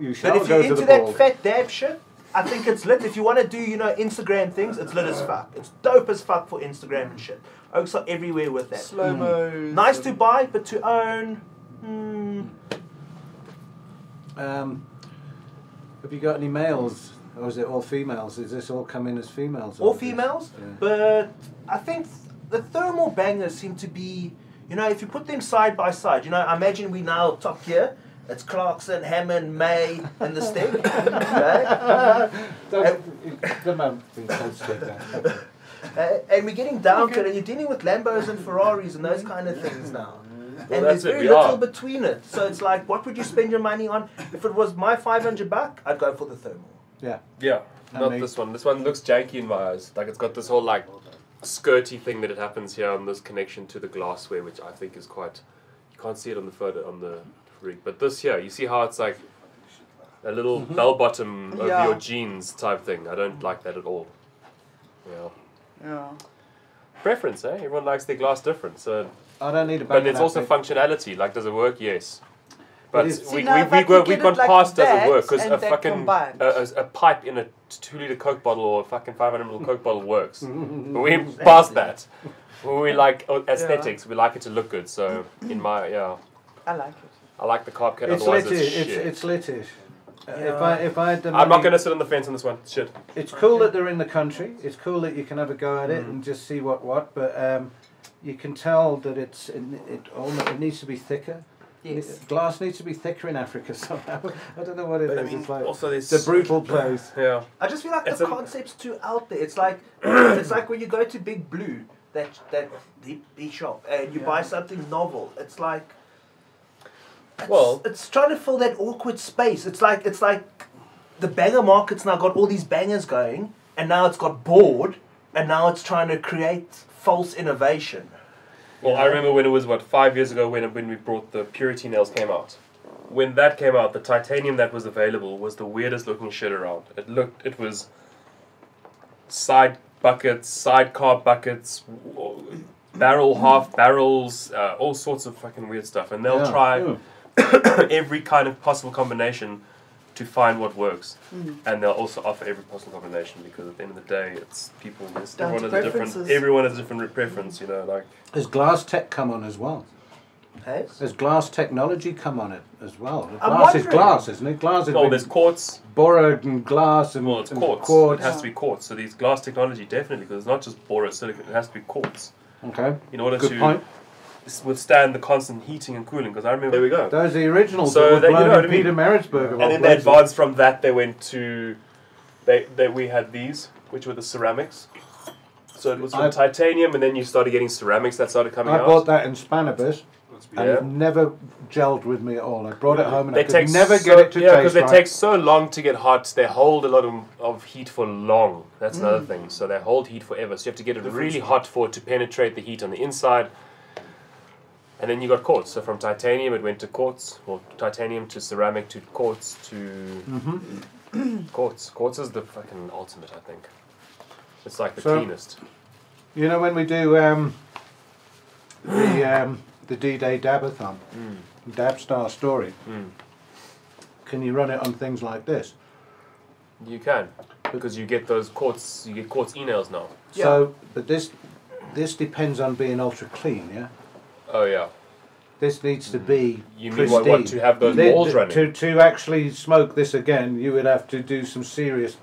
S1: you shall
S3: but if
S1: go
S3: you're
S1: to
S3: into
S1: the
S3: that
S1: ball.
S3: fat dab shit, I think it's lit. If you want to do, you know, Instagram things, it's lit as fuck. It's dope as fuck for Instagram and shit. Oaks are everywhere with that.
S4: Slow mo.
S3: Nice to buy, but to own. Hmm.
S1: Um, have you got any males, or is it all females? Is this all come in as females?
S3: all
S1: or is-
S3: females,
S1: Yeah.
S3: but I think the thermal bangers seem to be, you know, if you put them side by side, you know, I imagine we now top here. It's Clarkson, Hammond, May, and the Stig. okay?
S1: Don't- Don't mind being sensitive there.
S3: Uh, and we're getting down to it, and you're dealing with Lambos and Ferraris and those kind of things now. and
S2: that's
S3: there's
S2: it,
S3: very
S2: we
S3: little
S2: are.
S3: between it. So it's like, what would you spend your money on? If it was my 500 buck, I'd go for the thermal.
S1: Yeah.
S2: Yeah,
S1: And
S2: not
S1: they-
S2: this one. This one looks janky in my eyes. Like it's got this whole like skirty thing that it happens here on this connection to the glassware, which I think is quite. You can't see it on the photo on the rig, but this here, you see how it's like a little bell bottom over
S4: Yeah.
S2: your jeans type thing. I don't like that at all. Yeah.
S4: Yeah.
S2: Preference, eh? Everyone likes their glass different. So,
S1: I don't need a
S2: but
S1: bacon
S2: it's also
S1: outfit.
S2: functionality. Like, does it work? Yes. But
S1: is-
S2: we,
S4: See, now
S2: we,
S4: if I
S2: we,
S4: could
S2: go, we
S4: get
S2: gone
S4: it like
S2: past doesn't
S4: that
S2: work because
S4: and
S2: a
S4: that
S2: fucking a,
S4: combined.
S2: a, a pipe in a two liter Coke bottle or a fucking 500 ml Coke bottle works. but we ain't past that. We like oh, aesthetics. We like it to look good. So in my yeah,
S4: I like it.
S2: I like the carb cat.
S1: It's
S2: otherwise
S1: litish.
S2: it's shit.
S1: It's, it's litish. Uh, If I if I had the
S2: I'm not
S1: money-
S2: gonna sit on the fence on this one. Shit.
S1: It's cool that they're in the country. It's cool that you can have a go at it and just see what what. But um, you can tell that it's it, it almost it needs to be thicker.
S4: Yes.
S1: Glass needs to be thicker in Africa somehow. I don't know what it is.
S3: But I mean,
S1: it's like
S3: also there's-
S1: it's a brutal place.
S2: Yeah.
S3: I just feel like
S2: It's
S3: the
S2: a-
S3: concept's too out there. It's like it's like when you go to Big Blue, that that deep deep shop, and you buy something novel. It's like it's,
S2: Well-
S3: it's trying to fill that awkward space. It's like it's like the banger market's now got all these bangers going, and now it's got bored, and now it's trying to create false innovation.
S2: Well, I remember when it was what five years ago when when we brought the purity nails came out. When that came out, the titanium that was available was the weirdest looking shit around. It looked it was side buckets, sidecar buckets, w- barrel half barrels, uh, all sorts of fucking weird stuff, and they'll
S1: Yeah.
S2: try
S1: Mm.
S2: every kind of possible combination to find what works,
S4: Mm.
S2: and they'll also offer every possible combination because at the end of the day, it's people. It's,
S4: Down
S2: everyone
S4: to
S2: has a different.
S4: preferences.
S2: Everyone has a different preference, you know, like.
S1: Has glass tech come on as well?
S3: Hey?
S1: Has glass technology come on it as well?
S3: I'm
S1: Glass is
S3: wondering.
S1: glass, isn't it? Glass is
S2: Oh, there's quartz.
S1: borrowed and glass and,
S2: Well, it's
S1: and
S2: quartz.
S1: quartz.
S2: It has to be quartz. So these glass technology definitely, because it's not just borate silicon. It has to be quartz
S1: Okay,
S2: in order
S1: good
S2: to
S1: point.
S2: s- withstand the constant heating and cooling. Because I remember there we go.
S1: Those are the originals
S2: So
S1: that were
S2: that- you
S1: blown
S2: know what
S1: in
S2: I mean?
S1: Peter Maritzburg. of all
S2: And then they
S1: places.
S2: advanced from that. They went to they, they we had these, which were the ceramics. So it was from
S1: I-
S2: titanium, and then you started getting ceramics that started coming
S1: I
S2: out.
S1: bought that in Spanibus.
S6: Let's be
S1: and
S2: Yeah.
S1: it never gelled with me at all. I brought it home and
S2: They
S1: I could
S2: take
S1: never
S2: so,
S1: get it to
S2: yeah,
S1: taste
S2: they
S1: right.
S2: take so long to get hot. They hold a lot of, of heat for long. That's
S1: Mm.
S2: another thing. So they hold heat forever. So you have to get it really hot for it to penetrate the heat on the inside. And then you got quartz. So from titanium, it went to quartz. Well, titanium to ceramic to quartz to
S1: Mm-hmm.
S2: quartz. Quartz is the fucking ultimate, I think. It's like the
S1: So-
S2: cleanest.
S1: You know when we do um, the um, the D-Day Dabathon,
S2: Hmm.
S1: Dab Star Story. Can you run it on things like this?
S2: You can. Because you get those quartz, you get quartz emails now.
S1: So, but this this depends on being ultra clean, yeah.
S2: Oh yeah.
S1: This needs to be
S2: Hmm. You mean
S1: pristine.
S2: what, what to have those
S1: The-
S2: walls
S1: the-
S2: running?
S1: To, to actually smoke this again, you would have to do some serious.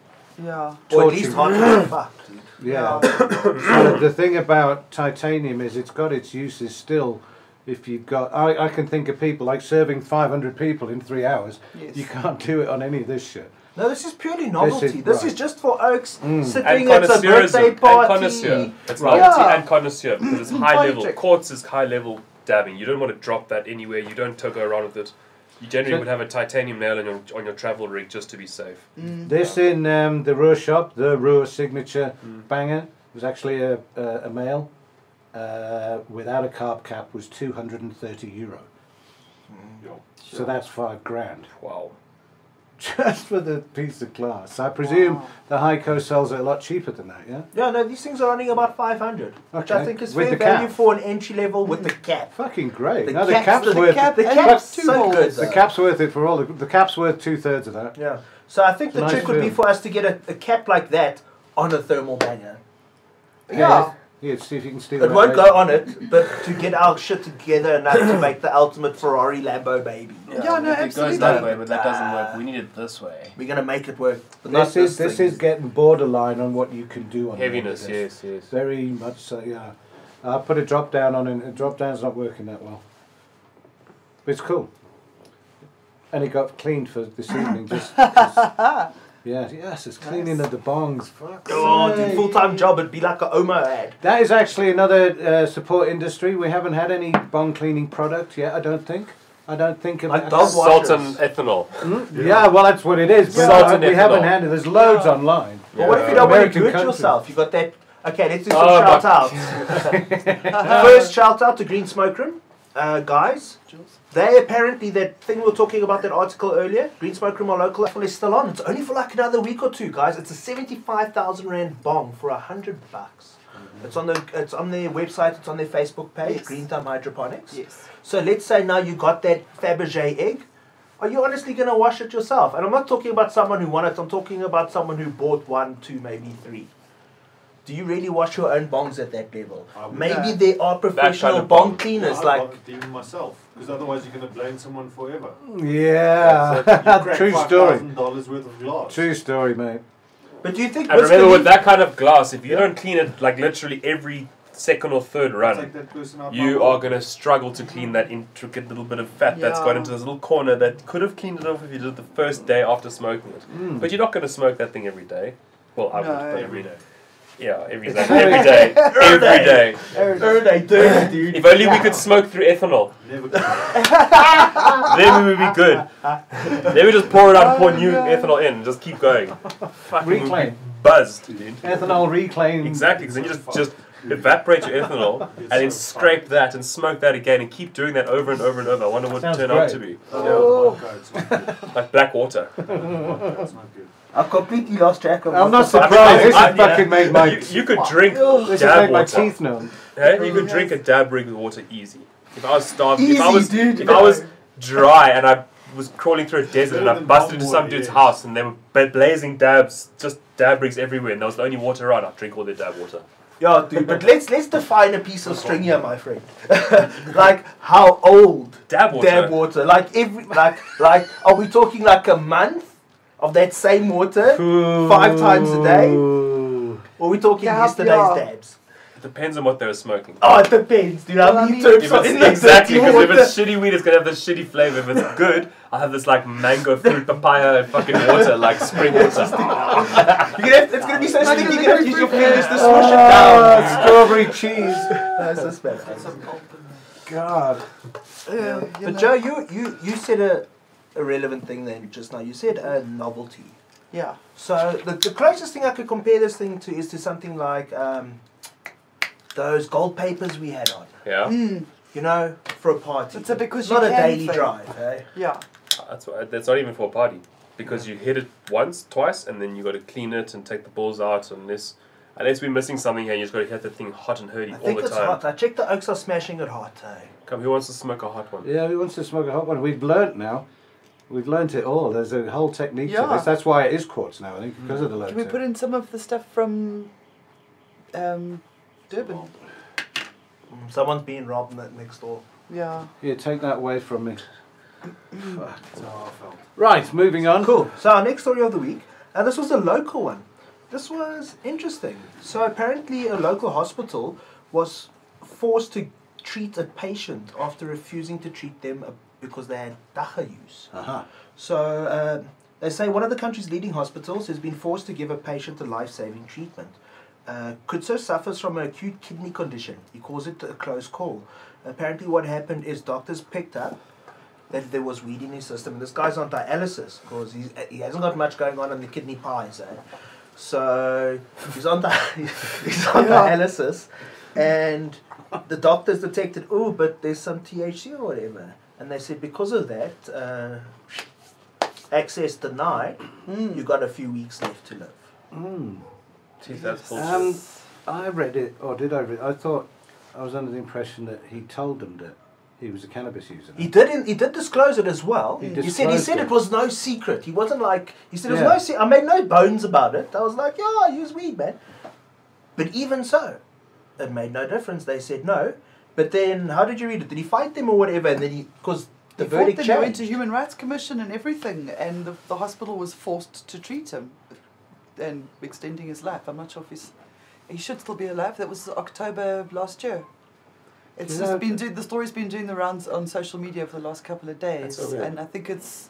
S4: Yeah.
S3: Or at
S1: Torture.
S3: least hard as fuck, dude.
S1: Yeah. So the thing about titanium is it's got its uses still. If you've got, I, I can think of people like serving 500 people in three hours.
S4: Yes.
S1: You can't do it on any of this shit.
S3: No, this is purely novelty. This is,
S1: right.
S3: just for oaks
S2: Mm. And
S3: sitting at a
S2: connoisseurism.
S3: birthday
S2: And
S3: party.
S2: connoisseur. It's novelty
S4: Yeah.
S2: and connoisseur because it's high
S4: Party
S2: level.
S4: trick.
S2: Quartz is high level dabbing. You don't want to drop that anywhere. You don't to- go around with it. You generally
S1: So-
S2: would have a titanium nail on your on your travel rig just to be safe.
S4: Mm.
S1: This in um, the Ruhr shop, the Ruhr signature banger, was actually a, a, a male uh, without a carb cap was 230 euro.
S6: Yo.
S1: So that's five grand
S2: Wow.
S1: just for the piece of glass. I presume
S4: Wow.
S1: the Heiko sells it a lot cheaper than that, yeah?
S3: Yeah, no, these things are only about 500, which I
S1: Okay.
S3: think is
S1: With
S3: fair
S1: the cap. Mm.
S3: value for an entry level with the cap.
S1: Fucking great.
S3: The
S1: no, the
S3: cap's-
S1: cap's
S3: the
S1: worth
S3: cap-
S1: it.
S3: the cap's
S1: Fuck,
S3: too good,
S1: The
S3: though.
S1: cap's worth it for all. The, the cap's worth two thirds of that.
S3: Yeah. So I think
S1: It's a
S3: the
S1: nice
S3: trick would be
S1: film.
S3: for us to get a, a cap like that on a thermal banger.
S4: Yeah.
S1: Yeah, see if you can steal
S3: It
S1: that
S3: won't
S1: later.
S3: go on it, but to get our shit together enough to make the ultimate Ferrari Lambo baby.
S4: Yeah, no, absolutely.
S3: but that doesn't work. We
S7: need it this way.
S3: We're gonna make it work. But not
S1: This is this
S3: thing.
S1: is getting borderline on what you can do on the end of
S2: Heaviness.
S1: this.
S2: Yes. Yes.
S1: Very much so, yeah. I put a drop down on it, and drop down's not working that well. But it's cool. And it got cleaned for this evening. Just, just- yeah, yes, it's cleaning of the bongs. Fuck's
S3: Oh, dude,
S1: sake.
S3: full time job. It'd be like a Omo ad.
S1: That is actually another uh, support industry. We haven't had any bong cleaning product yet. I don't think. I don't think. of-
S3: Like dog
S2: Salt
S3: washers.
S2: and ethanol.
S1: Hmm? Yeah, well, that's what it is. But
S2: Salt
S1: uh,
S2: and
S1: we haven't
S2: ethanol.
S1: had it. There's loads
S4: Yeah.
S1: online.
S3: But what if you don't want to
S1: American
S3: do it
S1: country.
S3: yourself? You got that. Okay, let's do some
S2: Oh,
S3: shout
S2: but-
S3: outs. First shout out to Green Smoke Room, uh, guys.
S4: Jules?
S3: They apparently that thing we were talking about that article earlier. Green Smoke Room, our local raffle is still on. It's only for like another week or two, guys. It's a seventy-five thousand rand bomb for a hundred bucks. It's on the it's on their website. It's on their Facebook page,
S4: Mm-hmm. Yes.
S3: Green Thumb Hydroponics.
S4: Yes.
S3: So let's say now you got that Fabergé egg. Are you honestly going to wash it yourself? And I'm not talking about someone who won it. I'm talking about someone who bought one, two, maybe three. Do you really wash your own bongs at that level?
S6: I would-
S3: Maybe
S4: Yeah.
S3: there are professional
S2: kind of
S3: bong,
S2: bong.
S3: cleaners
S6: I'd
S3: like.
S6: rather deal with myself because otherwise you're going to blame someone forever.
S1: Yeah,
S6: You crack
S1: true story.
S6: $5,000 worth of glass.
S1: True story, mate.
S3: But do you think?
S2: And
S3: Mr.
S2: remember, with
S3: Lee-
S2: that kind of glass, if you don't clean it like literally every second or third
S6: Take
S2: run,
S6: that person out my
S2: you
S6: world.
S2: are going to struggle to clean that intricate little bit of fat that's
S4: Yeah.
S2: got into this little corner that could have cleaned it off if you did it the first day after smoking it. But you're not going to smoke that thing every day. Well, I would,
S4: No.
S2: but every day. Yeah, every day.
S1: It's
S2: Every day. Every day.
S3: Oh, they do, dude.
S2: If only we could smoke through ethanol.
S6: Never gonna-
S2: Then we would be good. then we just pour it out and
S4: Oh,
S2: pour new ethanol in and just keep going. Fucking we'd be
S1: Reclaim.
S2: Buzzed, dude.
S1: Ethanol reclaim.
S2: Exactly, because then you just, just evaporate your ethanol and then
S6: so
S2: scrape that and smoke that again and keep doing that over and over and over. I wonder what
S1: Sounds
S2: it turned out to be.
S6: Oh, vodka, it's not good.
S2: Like black water.
S1: Oh.
S6: Vodka, it's not good.
S3: I completely lost track of.
S1: I'm
S3: what
S1: not
S3: the fuck-
S1: surprised. This
S2: I-
S1: has fucking made my
S2: you, you could drink
S1: this has
S2: dab
S1: made my
S2: water.
S1: teeth numb.
S2: Hey, you could drink a dab rig of water easy. If I was starving, if I
S3: Easy,
S2: was
S3: dude.
S2: if I was dry and I was crawling through a desert and I
S6: Better than
S2: busted into
S6: Baltimore,
S2: some dude's
S6: yeah.
S2: house and they were ba- blazing dabs, just dab rigs everywhere, and there was the only water around. I'd drink all their dab water.
S3: Yeah, dude. But let's let's define a piece of string here, my friend. like how old
S2: Dab water.
S3: Dab water. Like every like like are we talking like a month of that same water? Five times a day?
S1: Ooh.
S3: Or are we talking
S4: Yeah,
S3: yesterday's
S4: yeah.
S3: dabs?
S2: It depends on what they were smoking.
S3: Oh it depends, dude.
S4: Well, I
S3: How many
S4: mean-
S3: turns
S2: If
S3: are in
S2: it's,
S3: the
S2: exactly,
S3: dirty
S2: because if
S3: water?
S2: it's shitty weed, it's gonna have this shitty flavor. If it's good, I'll have this like mango fruit papaya and fucking water, like spring water.
S3: You're gonna have, it's gonna be so
S4: Like, uh,
S3: sticky
S4: you're
S3: you're gonna have to
S4: gonna
S3: use your
S4: freak
S3: fingers
S4: out.
S3: to smush it down.
S1: Ah, strawberry cheese.
S3: That's just bad.
S1: God.
S4: Yeah, you
S3: But
S4: know.
S3: Joe, you you you said a, a relevant thing then just now. You said a novelty.
S4: Yeah.
S3: So the, the closest thing I could compare this thing to is to something like um, those gold papers we had on.
S2: Yeah,
S4: Mm,
S3: You know, for a party.
S4: It's a because you
S3: not a
S4: can
S3: daily
S4: thing.
S3: drive, eh? hey.
S4: yeah.
S2: that's why, that's not even for a party because you hit it once, twice, and then you got to clean it and take the balls out. Unless unless we're missing something here, you just got to hit the thing hot and hurdy
S3: I
S2: all
S3: think
S2: the
S3: it's
S2: time.
S3: hot. I checked the oaks are smashing eh? it hot, hey.
S2: Come, who wants to smoke a hot one?
S1: Yeah, who wants to smoke a hot one? We've learnt now We've learnt it all. There's a whole technique to
S4: Yeah. Mm.
S1: this. That's why it is quartz now, I think, because of the low
S4: Can we put in some of the stuff from um, Durban?
S3: Mm, Someone's being robbed ne- next door.
S4: Yeah.
S1: Here, take that away from me.
S6: It's how I felt.
S1: Right, moving on.
S3: Cool. So our next story of the week, and this was a local one. This was interesting. So apparently, a local hospital was forced to treat a patient after refusing to treat them uh, because they had dacha use.
S1: Uh-huh.
S3: So uh, they say one of the country's leading hospitals has been forced to give a patient a life-saving treatment. Uh, Kutso suffers from an acute kidney condition. He calls it a close call. Apparently, what happened is doctors picked up that there was weed in his system, and this guy's on dialysis because he hasn't got much going on in the kidney pies. Eh? So he's on di- he's on dialysis, and the doctors detected, oh, but there's some THC or whatever, and they said because of that, uh, access denied.
S4: Hmm.
S3: You got a few weeks left to live.
S1: Mm.
S2: Jeez, that's bullshit.
S1: Um, I read it, or did I read I thought, I was under the impression that he told them that he was a cannabis user.
S3: He did. In, he did disclose it as well.
S1: He
S3: He, said. He
S1: disclosed
S3: said
S1: it.
S3: it. was no secret. He wasn't like. He said it was
S1: Yeah.
S3: no. Se- I made no bones about it. I was like, yeah, I use weed, man. But even so, it made no difference. They said no. But then, how did you read it? Did he fight them or whatever? And then he, because the
S4: He fought
S3: verdict
S4: them, he went
S3: changed.
S4: to Human Rights Commission and everything, and the, the hospital was forced to treat him and extending his life. I'm not sure if he's. He should still be alive. That was October of last year. It's
S1: You know,
S4: just been do, the story's been doing the rounds on social media for the last couple of days,
S1: That's so weird.
S4: and I think it's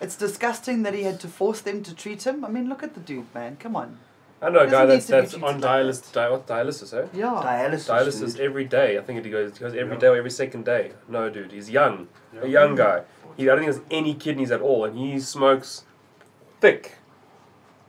S4: it's disgusting that he had to force them to treat him. I mean, look at the dude, man. Come on.
S2: I know a guy
S4: doesn't need
S2: that's,
S4: to be
S2: that's
S4: treated
S2: on
S4: like
S2: dialysis, dial- dialysis, eh?
S4: Yeah.
S3: Dialysis.
S2: Dialysis
S3: dude.
S2: every day. I think he goes, he goes every
S6: Yeah.
S2: day or every second day. No, dude, he's young. A
S6: Yeah.
S2: young guy. He, I don't think he has any kidneys at all, and he smokes thick.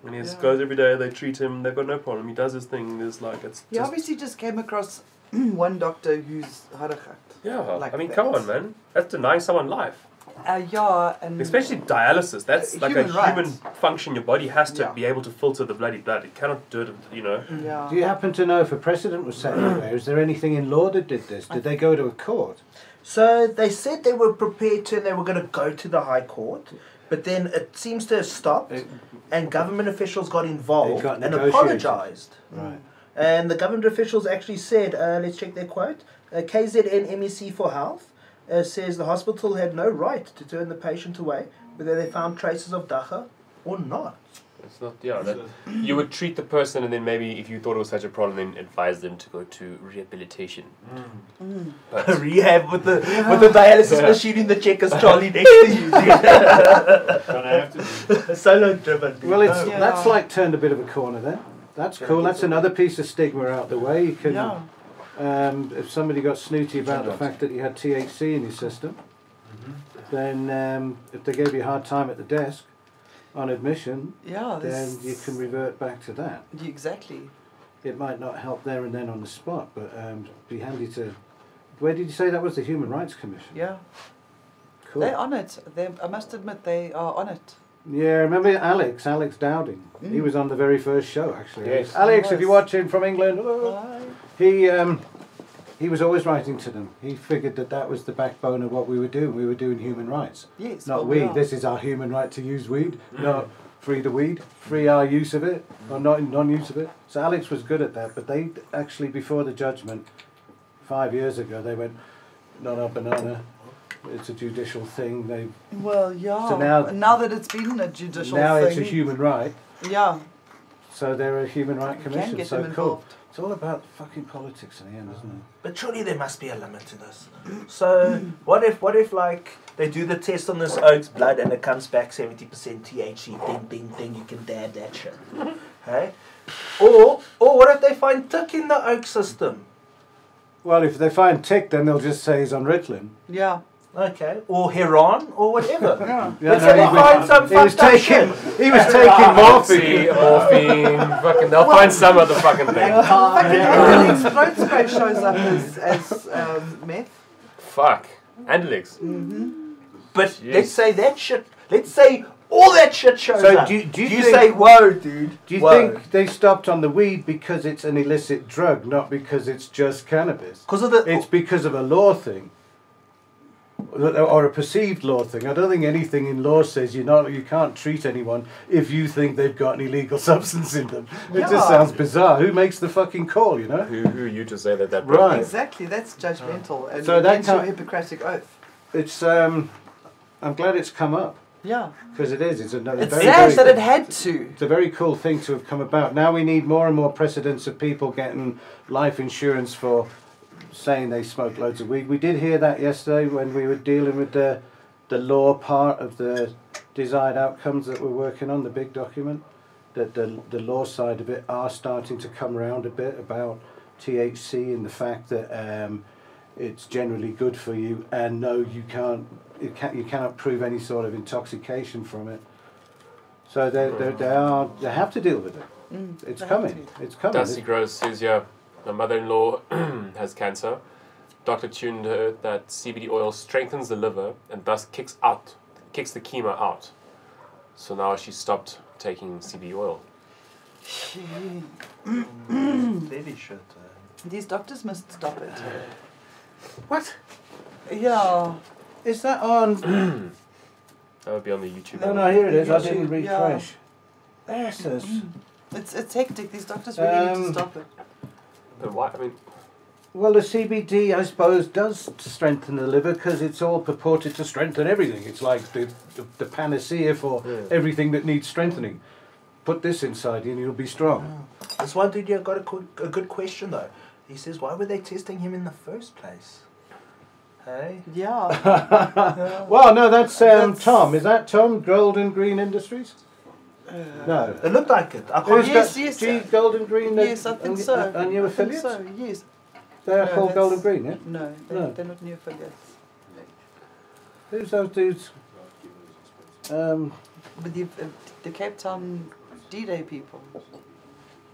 S2: And he just
S4: Yeah.
S2: goes every day. They treat him. They've got no problem. He does his thing. There's like it's
S4: He
S2: just
S4: obviously just came across one doctor who's harakat.
S2: yeah.
S4: like
S2: I mean,
S4: that.
S2: come on, man. That's denying someone life,
S4: Uh, yeah, and
S2: especially dialysis. That's
S4: Uh,
S2: like a
S4: human rights.
S2: human function. Your body has to
S4: Yeah.
S2: be able to filter the bloody blood. It cannot do it. You know.
S4: yeah.
S1: Do you happen to know if a precedent was set anywhere? Is there anything in law that did this? Did they go to a court?
S3: So they said they were prepared to, and they were going to go to the High Court, but then it seems to have stopped,
S1: It-
S3: and government officials got involved
S1: It got
S3: and
S1: negotiated.
S3: apologized.
S4: Mm.
S1: Right.
S3: And the government officials actually said, uh, let's check their quote uh, KZN MEC for Health uh, says the hospital had no right to turn the patient away, whether they found traces of Dacha or not.
S2: It's not. Yeah. That,
S6: So-
S2: you would treat the person, and then maybe if you thought it was such a problem, then advise them to go to rehabilitation.
S6: mm.
S4: Mm.
S2: But
S3: Rehab with the with the dialysis
S2: Yeah.
S3: machine in the checkers trolley next to
S6: Gonna have to do.
S3: you. Solo driven. dude.
S1: Well, it's
S3: No.
S4: Yeah.
S1: that's like turned a bit of a corner then. That's cool. That's another piece of stigma out the way. You can,
S4: Yeah.
S1: um, if somebody got snooty about the fact that you had THC in your system,
S6: Mm-hmm.
S1: then um, if they gave you a hard time at the desk on admission, then
S4: Yeah. Oh, this-
S1: you can revert back to that.
S4: Yeah, Exactly.
S1: It might not help there and then on the spot, but um, be handy to. Where did you say that was? The Human Rights Commission.
S4: Yeah.
S1: Cool.
S4: They're on it. They, I must admit, they are on it.
S1: Yeah, remember Alex, Alex Dowding.
S4: Mm.
S1: He was on the very first show, actually.
S2: Yes.
S1: Alex, if
S4: He
S1: you're
S4: was.
S1: watching from England,
S4: Uh-huh.
S1: oh. he um, he was always writing to them. He figured that that was the backbone of what we were doing. We were doing human rights,
S4: Yes. oh,
S1: not
S4: well,
S1: weed.
S4: are.
S1: This is our human right to use weed. No, free the weed, free our use of it, or not non-use of it. So Alex was good at that. But they actually, before the judgment, five years ago, they went, not our banana. It's a judicial thing. They
S4: Well, yeah.
S1: So now-
S4: that it's been a judicial
S1: now
S4: thing.
S1: it's a human right.
S4: Yeah.
S1: So they're a human rights
S4: you
S1: commission.
S4: Can get
S1: so
S4: them
S1: cool.
S4: involved.
S1: It's all about fucking politics in the end, isn't it?
S3: But surely there must be a limit to this. So what if what if like they do the test on this oak's blood and it comes back seventy percent THC? Ding ding ding! You can dab that shit. Hey, or or what if they find tick in the oak system?
S1: Well, if they find tick, then they'll just say he's on Ritalin.
S4: Yeah.
S3: Okay, or heron or whatever.
S4: Yeah.
S1: Yeah,
S3: Let's
S1: no,
S3: say they
S1: he was-
S3: find some
S1: he was
S3: fucked up
S1: taking,
S3: shit.
S1: he was taking morphine.
S2: morphine, Ah, morphine, fucking. They'll find some other fucking thing.
S4: Fucking Alex throat spray shows up as, as um, meth.
S2: Fuck. Andelix.
S3: But
S2: Jeez.
S3: let's say that shit. Let's say all that shit shows
S1: So
S3: up.
S1: do you- do you think-
S3: say whoa, dude?
S1: Do you
S3: whoa.
S1: think they stopped on the weed because it's an illicit drug, not because it's just cannabis?
S3: Because of the
S1: It's because of a law thing. or a perceived law thing. I don't think anything in law says you're not you can't treat anyone if you think they've got an illegal substance in them. It
S4: Yeah.
S1: just sounds bizarre. Who makes the fucking call? You know,
S2: Who, who are you to say that that
S1: Right.
S4: Exactly, that's judgmental and
S1: Uh-huh. So
S4: so
S1: that
S4: that's your
S1: can't-
S4: Hippocratic oath.
S1: it's. um I'm glad it's come up
S4: Yeah.
S1: because it is. It's another.
S4: It's
S1: very,
S4: sad
S1: very
S4: that
S1: good-
S4: it had to.
S1: It's a very cool thing to have come about. Now we need more and more precedents of people getting life insurance for saying they smoke loads of weed. We did hear that yesterday when we were dealing with the the law part of the desired outcomes that we're working on, the big document. That the the law side of it are starting to come around a bit about THC and the fact that um, it's generally good for you, and no, you can't, you, can, you cannot prove any sort of intoxication from it. So they they they are they have to deal with it.
S4: Mm,
S1: It's
S4: they have
S1: coming. It's coming.
S2: Dusty Gross says, yeah, my mother-in-law has cancer. Doctor tuned her that CBD oil strengthens the liver and thus kicks out, kicks the chemo out. So now she stopped taking CBD oil.
S4: Gee,
S3: Lady shirt.
S4: These doctors must stop it.
S1: What
S4: Yeah.
S1: is that on?
S2: That would be on the YouTube.
S1: no, no, here it is. I
S4: YouTube,
S1: didn't refresh.
S4: yeah.
S1: This is
S4: It's, it's hectic. These doctors really need
S1: Um,
S4: to stop it.
S2: But why? I mean,
S1: well, the CBD, I suppose, does strengthen the liver because it's all purported to strengthen everything. It's like the the, the panacea for
S2: Yeah.
S1: everything that needs strengthening. Put this inside you and you'll be strong.
S3: This one dude here got a, qu- a good question though. He says, why were they testing him in the first place? Hey?
S4: Yeah.
S1: Well, no, that's, um,
S4: That's-
S1: Tom. Is that Tom Golden Green Industries? no.
S3: It looked like it. I can't
S1: Who's
S4: Oh, yes,
S1: that?
S4: yes,
S1: G
S4: sir.
S1: Golden Green. uh, that-
S4: yes, I think
S1: and-
S4: so.
S1: And your
S4: I think
S1: affiliates?
S4: So, yes.
S1: They are
S4: No,
S1: called Golden
S4: that's-
S1: Green, yeah?
S4: No, they,
S1: No.
S4: they're not new affiliates.
S1: Who's those dudes? Um,
S4: But the, uh, the Cape Town D-Day people.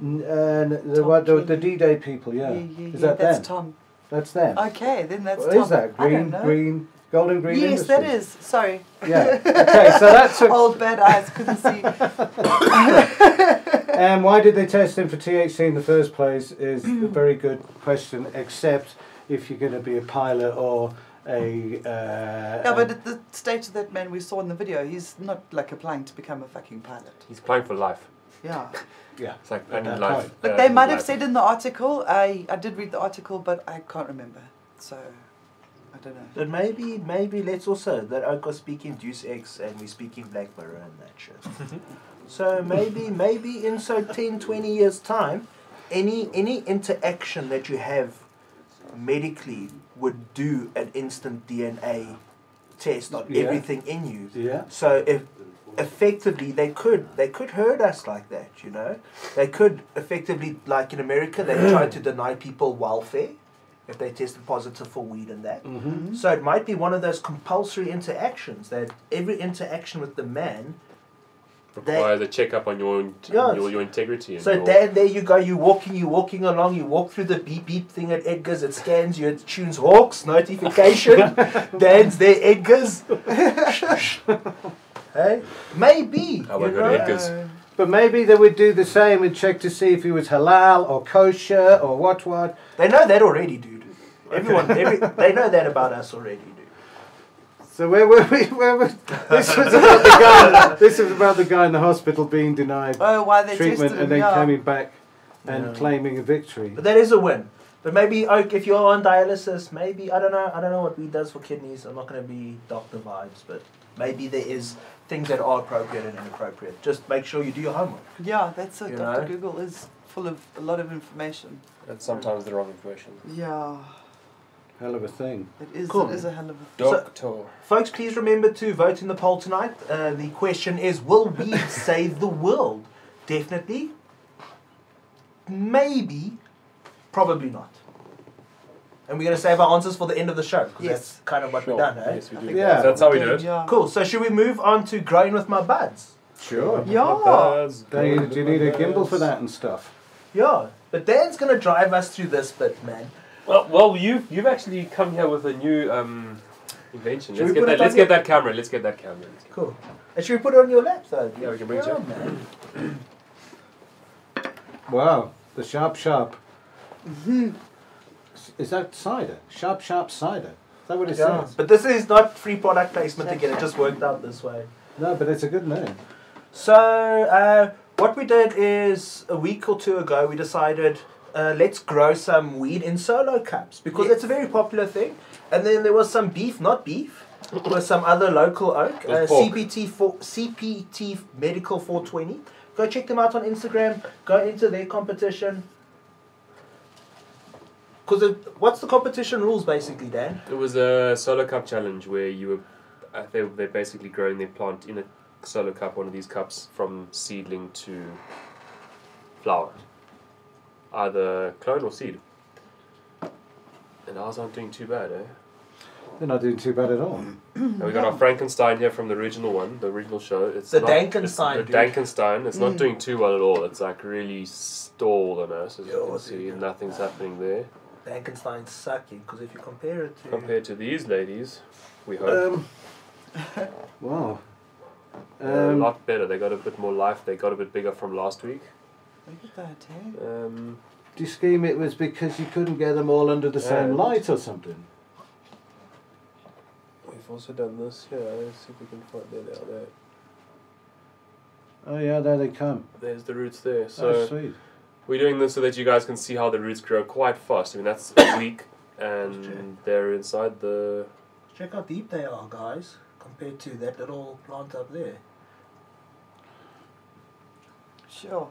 S1: n- uh, n- the,
S4: Tom
S1: what, the, the
S4: Kenny.
S1: D-Day people, yeah.
S4: yeah, yeah,
S1: Is
S4: yeah,
S1: that
S4: that's
S1: them?
S4: Tom.
S1: That's them.
S4: Okay, then that's
S1: What
S4: Tom.
S1: is that?
S4: I
S1: Green,
S4: don't know.
S1: green, golden green
S4: yes,
S1: industry.
S4: that is. Sorry.
S1: Yeah. Okay, so that's a,
S4: Old bad eyes couldn't see.
S1: um, why did they test him for THC in the first place is a very good question, except if you're going to be a pilot or a... Uh,
S4: No, but at the stage of that man we saw in the video, he's not like applying to become a fucking pilot.
S2: he's playing for life.
S4: Yeah.
S1: yeah.
S2: It's like planning
S1: that
S2: life.
S1: point.
S4: But
S2: uh,
S4: they might have
S2: life.
S4: said in the article, I, I did read the article, but I can't remember. So, I don't know.
S3: But maybe, maybe let's also that Oak are speaking Deuce X and we're speaking Black Mirror and that shit. so maybe, maybe in so 10, 20 years time, any any interaction that you have medically would do an instant DNA test on
S1: Yeah.
S3: everything in you.
S1: Yeah.
S3: So if effectively they could they could hurt us like that, you know. They could effectively like in America they tried to deny people welfare if they tested positive for weed and that.
S1: Mm-hmm.
S3: So it might be one of those compulsory interactions that every interaction with the man.
S2: requires a checkup on your in-
S3: Yes.
S2: your, your integrity. And
S3: So
S2: your,
S3: then there you go, you're walking, you're walking along, you walk through the beep beep thing at Edgar's, it scans you, it tunes hawks, notification, Dan's there, Edgar's. hey? Maybe.
S2: I
S3: you
S2: won't go
S3: know?
S2: to Edgar's.
S1: But maybe they would do the same and check to see if he was halal or kosher or what what.
S3: They know that already, dude. Everyone, every, they know that about us already, dude.
S1: So where were we? Where were, this was about the guy. This was about the guy in the hospital being denied
S4: Oh, why they
S1: treatment
S4: tested him,
S1: and then
S4: yeah.
S1: coming back and
S3: Yeah.
S1: claiming a victory.
S3: But that is a win. But maybe Oak, if you're on dialysis, maybe I don't know. I don't know what weed does for kidneys. I'm not going to be doctor vibes, but maybe there is things that are appropriate and inappropriate. Just make sure you do your homework.
S4: Yeah, that's it.
S3: You
S4: Dr.
S3: know?
S4: Google is full of a lot of information.
S2: That's sometimes the wrong impression.
S4: Yeah,
S1: Hell of a thing.
S4: it is,
S3: Cool.
S4: it is a hell of a
S2: Doctor.
S3: Folks, please remember to vote in the poll tonight. Uh, the question is: Will weed save the world? Definitely. Maybe. Probably not. And we're going to save our answers for the end of the show because
S4: Yes.
S3: that's kind of what
S2: Sure.
S3: we've done, eh?
S2: Yes, we
S4: I
S2: do.
S4: think
S1: Yeah.
S2: That's how we do it.
S4: Yeah.
S3: Cool. So should we move on to growing with my buds?
S1: Sure.
S4: Yeah.
S1: They, do you need a gimbal for that and stuff?
S3: Yeah, but Dan's gonna drive us through this bit, man.
S2: Well, well, you've you've actually come here with a new um, invention.
S3: Should
S2: Let's
S3: we
S2: get
S3: put
S2: that.
S3: it
S2: Let's
S3: on
S2: get that camera. Let's get that camera. Let's get-
S3: Cool. And should we put it on your lap, though?
S2: Yeah, we can bring it
S3: yeah,
S2: up.
S3: man.
S1: Wow. The Mm-hmm. sharp sharp. Is that cider? Sharp sharp cider. Is Nobody
S3: Yeah.
S1: says.
S3: But this is not free product placement again. It just worked out this way.
S1: No, but it's a good name.
S3: So uh, what we did is a week or two ago we decided uh, let's grow some weed in solo cups because
S4: Yes.
S3: it's a very popular thing. And then there was some beef, not beef, it was some other local oak,
S2: It was
S3: uh,
S2: pork.
S3: CPT for CPT Medical 420. Go check them out on Instagram. Go into their competition. Because what's the competition rules basically, Dan?
S2: It was a solo cup challenge where you were, uh, they they basically growing their plant in a solo cup, one of these cups, from seedling to flower, either clone or seed. And ours aren't doing too bad, eh?
S1: They're not doing too bad at all.
S2: And we got our Frankenstein here from the original one, the original show. It's
S3: The
S2: not-
S3: Dankenstein,
S2: It's, the
S3: dude. Mm.
S2: Dankenstein. It's not doing too well at all. It's like really stalled on us, as
S3: Yeah,
S2: you can
S3: what's it
S2: see.
S3: doing?
S2: Nothing's happening there
S3: Dankenstein's sucking because if you compare it to
S2: compared to these ladies. We hope.
S1: Um, wow.
S2: They're a
S1: Um,
S2: lot better. They got a bit more life. They got a bit bigger from last week.
S4: Look at that, eh? hey?
S2: Um,
S1: do you scheme it was because you couldn't get them all under the same
S2: Yeah.
S1: light or something?
S2: we've also done this here. Let's see if we can find that out there.
S1: Oh yeah, there they come.
S2: There's the roots there.
S1: oh
S2: So
S1: sweet.
S2: we're doing this so that you guys can see how the roots grow quite fast. I mean that's a week, and they're inside the.
S3: Check how deep they are, guys, compared to that little plant up there.
S4: Sure.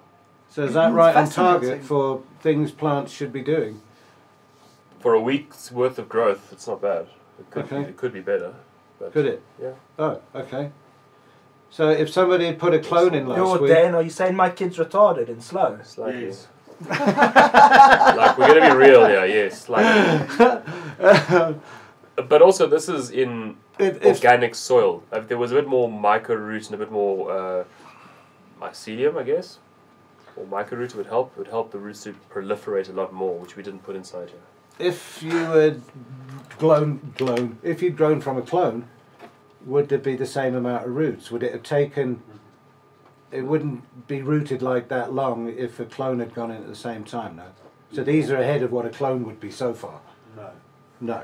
S1: So is that right on
S4: Fascinating.
S1: target for things plants should be doing?
S2: For a week's worth of growth, it's not bad. It could
S1: Okay.
S2: be, it could be better. But
S1: Could it?
S2: Yeah.
S1: Oh, okay. So if somebody had put a clone in last
S3: Yo,
S1: week,
S3: Dan, are you saying my kid's retarded and slow?
S2: Slightly.
S6: Yes.
S2: like we're gonna be real here. Yes, slightly. but also, this is in
S1: if, if,
S2: organic soil. Like, there was a bit more micro root and a bit more uh, mycelium, I guess. Or micro root would help. Would help the roots to proliferate a lot more, which we didn't put inside here.
S1: if you had grown, grown, if you'd grown from a clone, would there be the same amount of roots? Would it have taken? It wouldn't be rooted like that long if a clone had gone in at the same time, no. So these are ahead of what a clone would be so far.
S6: No.
S1: No,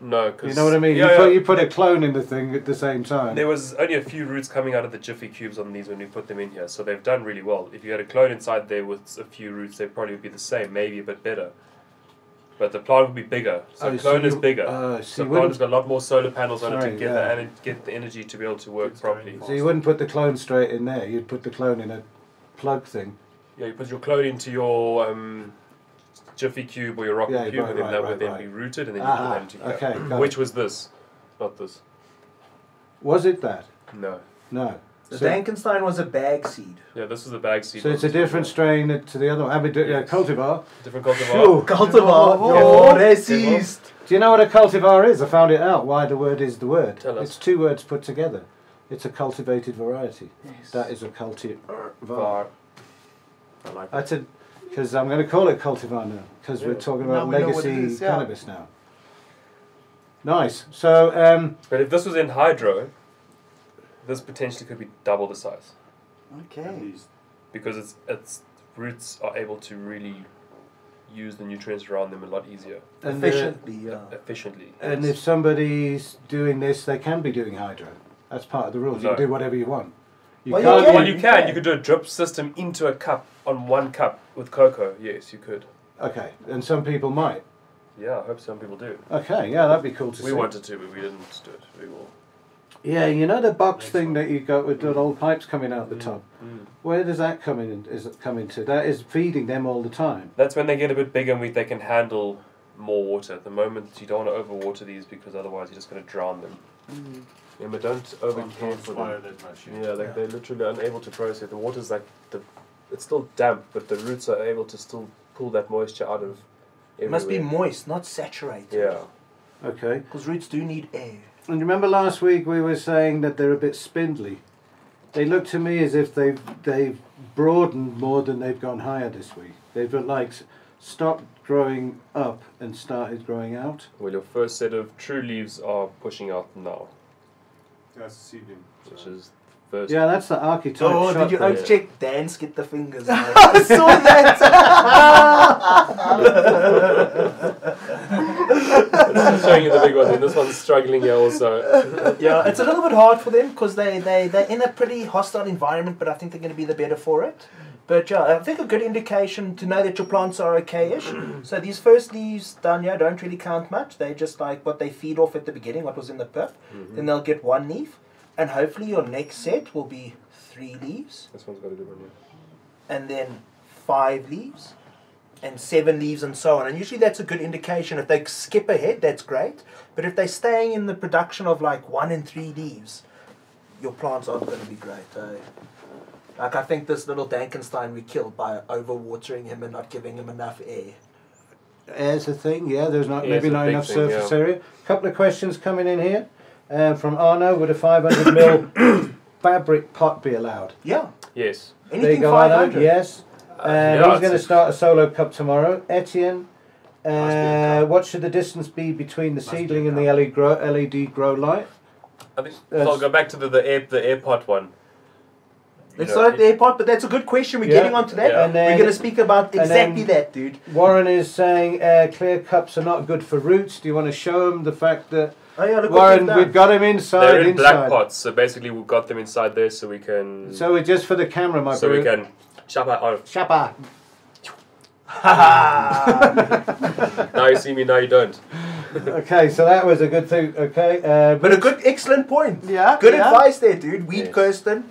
S2: No, because
S1: you know what I mean.
S2: Yeah,
S1: you,
S2: yeah.
S1: Put, you put a clone in the thing at the same time.
S2: There was only a few roots coming out of the Jiffy cubes on these when we put them in here, so they've done really well. If you had a clone inside there with a few roots, they probably would be the same, maybe a bit better. But the plant would be bigger, so
S1: Oh, so
S2: clone is
S1: you-
S2: bigger.
S1: oh, so
S2: so
S1: you
S2: the plant
S1: wouldn't-
S2: has got a lot more solar panels on it
S1: Sorry,
S2: to get
S1: yeah.
S2: the and get the energy to be able to work
S6: It's very
S2: properly.
S6: fast.
S1: So you wouldn't put the clone straight in there. You'd put the clone in a plug thing.
S2: Yeah, you put your clone into your um, Jiffy cube or your rocket
S1: Yeah,
S2: cube,
S1: right,
S2: and then
S1: right,
S2: that
S1: right,
S2: would then
S1: right.
S2: be rooted, and then
S1: Ah,
S2: you put that into
S1: okay,
S2: here.
S1: got
S2: Which
S1: it.
S2: was this, not this.
S1: Was it that?
S2: No.
S1: No.
S3: The
S1: So-
S3: Dankenstein was a bag seed.
S2: Yeah, this was the bag seed.
S1: So
S2: one.
S1: it's a different strain to the other one. I mean, yeah,
S2: Yes.
S1: cultivar.
S2: Different cultivar.
S1: Phew.
S3: Cultivar,
S1: Oh,
S3: no, racist.
S1: Do you know what a cultivar is? I found it out why the word is the word.
S2: Tell us.
S1: It's two words put together. It's a cultivated variety. That is a cultivar.
S2: Var. I like
S1: That's a because I'm going to call it cultivar now because we're
S2: Yeah.
S1: talking
S4: Now
S1: about
S4: we know what
S1: legacy
S4: it is, yeah.
S1: cannabis now. Nice. So um,
S2: But if this was in hydro, this potentially could be double the size
S6: At
S4: Okay.
S6: least.
S2: because its its roots are able to really use the nutrients around them a lot easier,
S1: and the-
S3: Efficiently, yeah.
S2: efficiently.
S1: and if somebody's doing this, they can be doing hydro. That's part of the rules. You
S2: No.
S1: can do whatever you want. You
S3: Well, you
S1: can't
S3: can.
S2: well, you can. You could do a drip system into a cup on one cup with cocoa. Yes, you could.
S1: Okay, and some people might.
S2: Yeah, I hope some people do.
S1: Okay, yeah, that'd be cool to
S2: We
S1: see.
S2: wanted to, but we didn't do it. We will.
S1: Yeah, you know the box
S6: Next
S1: thing
S6: one.
S1: that you got with the old pipes coming out the top.
S2: Mm.
S1: Where does that come in? Is it coming to? That is feeding them all the time.
S2: That's when they get a bit bigger and we, they can handle more water. At the moment, you don't want to overwater these because otherwise you're just going to drown them.
S3: Mm.
S2: Yeah, but don't
S6: Can't
S2: overcare for them.
S6: transpire that much.
S2: Yeah, like they're literally unable to process. The water's like the, it's still damp, but the roots are able to still pull that moisture out of.
S3: It must be
S2: everywhere.
S3: moist, not saturated.
S2: Yeah,
S1: Okay.
S3: Because roots do need air.
S1: And remember last week we were saying that they're a bit spindly. They look to me as if they've they've broadened more than they've gone higher this week. They've like s- stopped growing up and started growing out.
S2: well, your first set of true leaves are pushing out now,
S6: That's seeding.
S2: which
S6: so.
S2: is first.
S1: Yeah, that's the archetype.
S3: Oh,
S1: shot
S3: did you
S1: there.
S3: oh, check Dan's get the fingers? man.
S4: I saw that!
S2: showing you the big one. Then this one's struggling here also.
S3: yeah, it's a little bit hard for them because they, they, they're in a pretty hostile environment, but I think they're going to be the better for it. But yeah, I think a good indication to know that your plants are okay ish. so these first leaves down here don't really count much. They just like what they feed off at the beginning, what was in the pip. Then they'll get one leaf, and hopefully your next set will be three leaves,
S2: This one's got a different one.
S3: and then five leaves, and seven leaves, and so on. And usually that's a good indication. If they skip ahead, that's great. But if they're staying in the production of like one and three leaves, your plants aren't going to be great. Eh? Like I think this little Dankenstein we killed by overwatering him and not giving him enough air.
S1: Air's a thing, yeah. There's not
S2: Air's
S1: maybe
S2: a
S1: not
S2: big
S1: enough
S2: thing,
S1: surface
S2: yeah.
S1: area. Couple of questions coming in here um, from Arno. Would a 500 mil fabric pot be allowed?
S3: Yeah.
S2: Yes.
S1: there you
S3: Anything
S1: go,
S3: five
S1: Arno.
S3: hundred.
S1: Yes. Uh,
S2: yeah,
S1: he's
S2: it's-
S1: going to start a solo cup tomorrow. Etienne,
S6: a
S1: uh, what should the distance be between the
S6: Must be a
S1: seedling and the LED grow, LED grow light?
S2: I think so
S1: That's-
S2: I'll go back to the the air the airpod one. You
S3: It's
S2: know,
S3: not at
S2: it-
S3: the airport, but that's a good question. We're
S1: Yeah.
S3: getting onto that.
S2: Yeah.
S1: And then-
S3: We're going to speak about
S1: and
S3: exactly
S1: then-
S3: that, dude.
S1: Warren is saying uh, clear cups are not good for roots. Do you want to show him the fact that
S3: Oh yeah, look what
S1: Warren,
S3: we've done.
S1: we've got him inside,
S2: They're in black
S1: inside.
S2: pots, so basically we've got them inside there so we can so,
S1: So we're just for the camera, my
S2: we
S1: bro.
S2: can chop out oh,
S1: Shabba.
S2: now you see me, now you don't.
S1: Okay, so that was a good thing. Okay, uh,
S3: But a good, excellent point.
S4: Yeah.
S3: Good
S4: yeah.
S3: advice there, dude. Weed
S2: Yes.
S3: Kirsten.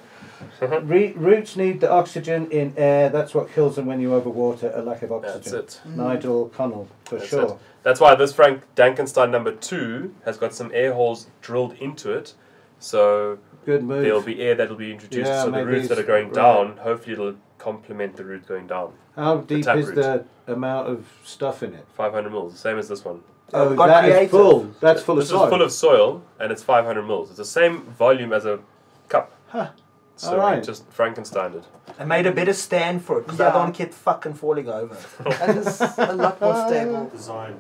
S1: re- roots need the oxygen in air. That's what kills them when you overwater. A lack of oxygen.
S2: That's it.
S1: Nigel Connell, for
S2: That's
S1: sure.
S2: it. That's why this Frank Dankenstein number two has got some air holes drilled into it. So
S1: Good move.
S2: there'll be air that'll be introduced.
S1: Yeah,
S2: so the
S1: maybe
S2: roots that
S1: it's-
S2: are going
S1: right.
S2: down, hopefully it'll complement the root going down.
S1: How deep
S2: tap
S1: is
S2: root.
S1: the amount of stuff in it?
S2: Five hundred mils, same as this one.
S1: Oh,
S3: Got
S1: that is
S3: creative.
S1: full. That's full
S2: this
S1: of soil.
S2: is full of soil and it's five hundred mils. It's the same volume as a cup.
S1: Huh.
S2: So
S1: All right.
S2: we just Frankenstein it.
S3: I made a better stand for it because
S4: Yeah.
S3: I don't keep fucking falling over.
S4: And it's a lot more stable.
S6: Design.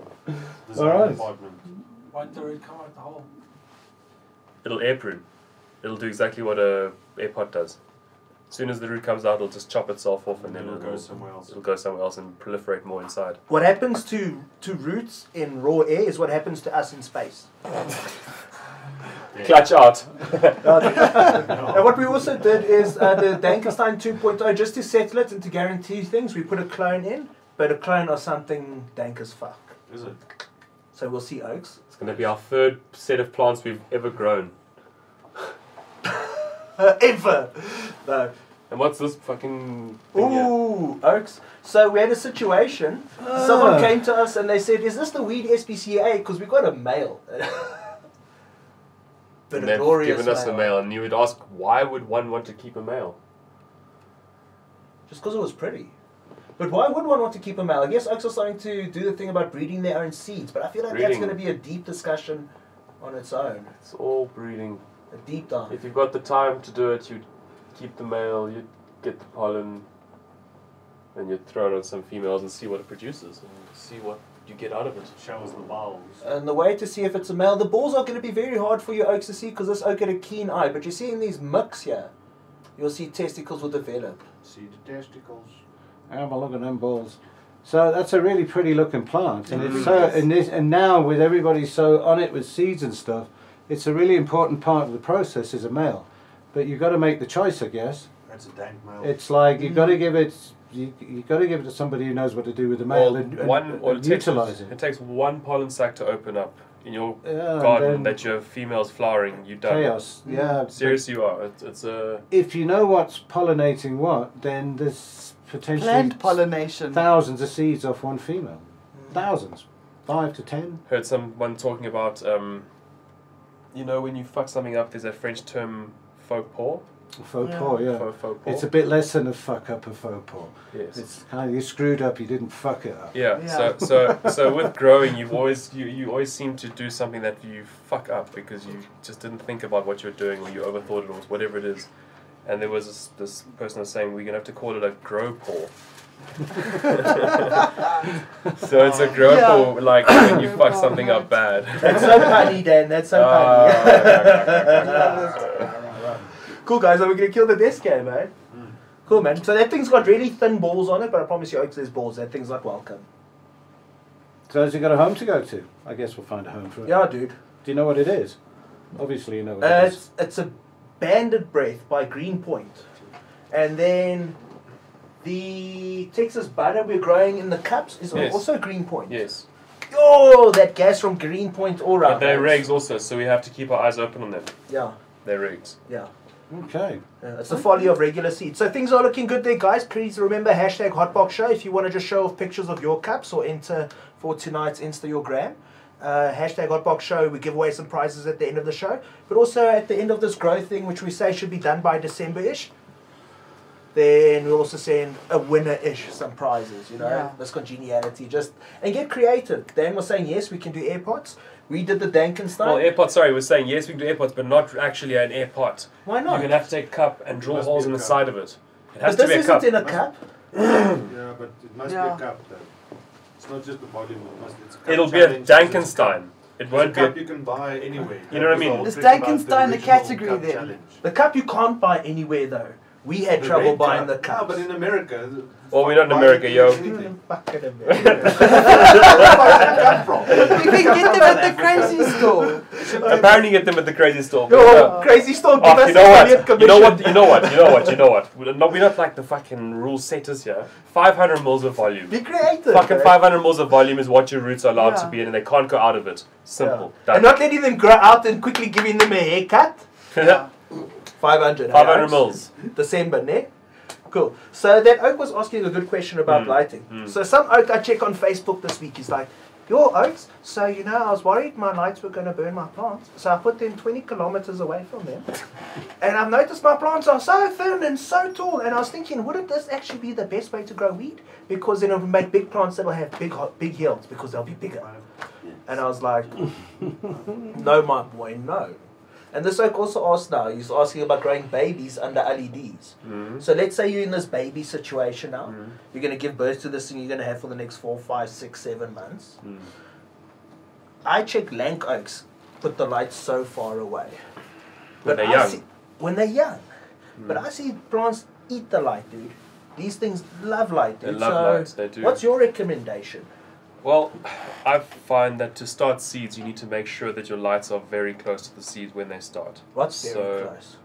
S6: Design
S1: Alright.
S6: department.
S5: One third come out the hole.
S2: It'll air prune. It'll do exactly what a airpod does. As soon as the root comes out, it'll just chop itself off and then
S6: it'll
S2: it'll,
S6: go somewhere else.
S2: it'll go somewhere else and proliferate more inside.
S3: what happens to, to roots in raw air is what happens to us in space.
S2: Clutch out.
S3: And what we also did is uh, the Dankenstein 2.0, just to settle it and to guarantee things, we put a clone in, but a clone of something dank as fuck.
S6: Is it?
S3: So we'll see oaks.
S2: It's going to be our third set of plants we've ever grown.
S3: Uh, Ever! No.
S2: And what's this fucking thing here?
S3: Ooh, oaks. So we had a situation. Someone
S1: Ah.
S3: came to us and they said, "Is this the weed SPCA?" Because we got a mail. but
S2: And
S3: a
S2: they've
S3: glorious
S2: given us a mail, and you would ask, why would one want to keep a mail?
S3: Just because it was pretty. But why would one want to keep a mail? I guess oaks are starting to do the thing about breeding their own seeds. But I feel like that's
S2: Breeding.
S3: going to be a deep discussion on its own,
S2: It's all breeding.
S3: a deep dive.
S2: If you've got the time to do it, you'd keep the male, you'd get the pollen, and you'd throw it on some females and see what it produces and see what you get out of it.
S6: Shells the bowels.
S3: And the way to see if it's a male, the balls are going to be very hard for your oaks to see because this oak had a keen eye. But you're seeing these mix here. You'll see testicles will develop.
S6: See the testicles.
S1: Have a look at them balls. So that's a really pretty looking plant, and
S2: Mm.
S1: it's so and this and now with everybody so on it with seeds and stuff, it's a really important part of the process as a male. But you've got to make the choice, I guess.
S6: That's a dank male.
S1: It's like you've
S3: Mm.
S1: got to give it. You you got to give it to somebody who knows what to do with the male
S2: Well,
S1: and, and,
S2: one, well, it
S1: and
S2: takes-
S1: utilize
S2: It
S1: it.
S2: takes one pollen sac to open up in your
S1: Yeah, Uh, and
S2: garden
S1: then
S2: that your female's flowering. You don't.
S1: chaos.
S3: Mm.
S1: Yeah. but
S2: Seriously, you are. It's, it's a.
S1: If you know what's pollinating what, then there's potentially
S4: Plant pollination.
S1: thousands of seeds off one female.
S3: Mm.
S1: Thousands, five to ten.
S2: Heard someone talking about, um, you know, when you fuck something up, there's that French term faux pas.
S1: Faux
S4: Yeah.
S1: pas, yeah.
S2: Faux, faux pas.
S1: It's a bit less than a fuck up, a faux pas.
S2: Yes.
S1: It's kind of you screwed up. You didn't fuck it up.
S2: Yeah,
S4: Yeah.
S2: So, so so with growing, you always you, you always seem to do something that you fuck up because you just didn't think about what you were doing or you overthought it or whatever it is. And there was this, this person was saying we're gonna have to call it a grow paw. so it's a grow
S4: Yeah.
S2: paw, like when you
S4: Grow
S2: fuck
S4: paw,
S2: something up bad. Oh,
S3: That's so funny, Dan. That's so funny. Cool guys, are we gonna kill the desk game, man? Cool man. So that thing's got really thin balls on it, but I promise you, Oaks, there's balls. That thing's not welcome.
S1: So has he got a home to go to? I guess we'll find a home for it.
S3: Yeah, dude.
S1: Do you know what it is? Obviously, you know what
S3: Uh,
S1: it is.
S3: it's, it's a Banded Breath by Greenpoint. And then the Texas butter we're growing in the cups is
S2: Yes.
S3: also Greenpoint.
S2: Yes.
S3: Oh, that gas from Greenpoint all
S2: But
S3: around.
S2: they're
S3: mate.
S2: regs also, so we have to keep our eyes open on them.
S3: Yeah,
S2: They're regs.
S3: yeah.
S1: Okay.
S3: Yeah, Uh, it's the folly of regular seed. So things are looking good there, guys. Please remember hashtag Hotbox Show if you want to just show off pictures of your cups or enter for tonight's Insta your gram. Uh, hashtag Hotbox Show. We give away some prizes at the end of the show, but also at the end of this growth thing, which we say should be done by December ish. Then we'll also send a winner ish some prizes. You know,
S4: Yeah.
S3: this congeniality just and get creative. Dan was saying yes, we can do AirPods. We did the Dankenstein.
S2: Well, AirPods, sorry, we're saying yes, we can do AirPods, but not actually an AirPod.
S3: Why
S2: You're
S3: not?
S2: going to have to take a cup and drill
S6: Must be
S2: holes
S6: a
S2: in the
S6: cup.
S2: side of it. It has
S3: but
S2: to
S3: this
S2: be a
S3: isn't
S2: cup.
S3: in a cup.
S6: Yeah, but it must
S4: Yeah.
S6: be a cup though. It's not just the volume. It must, it's a cup
S2: It'll be a
S6: challenge, it's a cup-
S2: Dankenstein. It won't
S6: it's
S2: be a
S6: a cup you can buy anyway.
S2: You know what I mean?
S4: Is Dankenstein
S6: Dankenstein
S4: a category then?
S3: The cup you can't buy anywhere though. We had trouble buying the
S6: No,
S3: cup.
S6: but in America. the-
S2: Well, we're not in
S6: why
S2: America,
S6: do
S2: yo.
S6: you use
S3: Hmm, Mm-hmm.
S6: anything?
S4: We can get them at the crazy store.
S2: Apparently, you get them at the crazy store. but,
S3: Yo,
S2: uh,
S3: crazy store, give
S2: oh,
S3: us
S2: you
S3: a
S2: know
S3: million
S2: what? You know what?
S3: commission.
S2: You know what? You know what? You know what? We're not, we're not like the fucking rule setters here. 500 mils of volume.
S3: Be eh? creative.
S2: Fucking
S3: man.
S2: 500 mils of volume is what your roots are allowed to
S4: Yeah.
S2: be in, and they can't go out of it. Simple.
S3: Yeah.
S2: Done.
S3: And not letting them grow out and quickly giving them a haircut.
S4: Yeah.
S2: 500
S3: 500. alright?
S2: mils.
S3: December, ne? Cool. So that Oak was asking a good question about
S2: Mm,
S3: lighting.
S2: mm.
S3: So some Oak I check on Facebook this week is like, your Oaks, so you know, I was worried my lights were going to burn my plants. So I put them 20 kilometers away from them. and I've noticed my plants are so thin and so tall. And I was thinking, wouldn't this actually be the best way to grow weed? Because then it would make big plants that will have big, ho- big yields because they'll be bigger. And I was like, no, my boy, no. And this oak also asked now, he's asking about growing babies under LEDs.
S2: Mm.
S3: So let's say you're in this baby situation now. You're going to give birth to this thing you're going to have for the next four, five, six, seven months.
S2: Mm.
S3: I check lank oaks, put the lights so far away.
S2: When they're
S3: I
S2: young. Mm.
S3: See, when they're young. But I see plants eat the light, dude. These things love light,
S2: They
S3: dude.
S2: love
S3: so
S2: lights, they do.
S3: What's your recommendation?
S2: Well, I find that to start seeds, you need to make sure that your lights are very close to the seeds when they start.
S3: What's very
S2: So-
S3: close?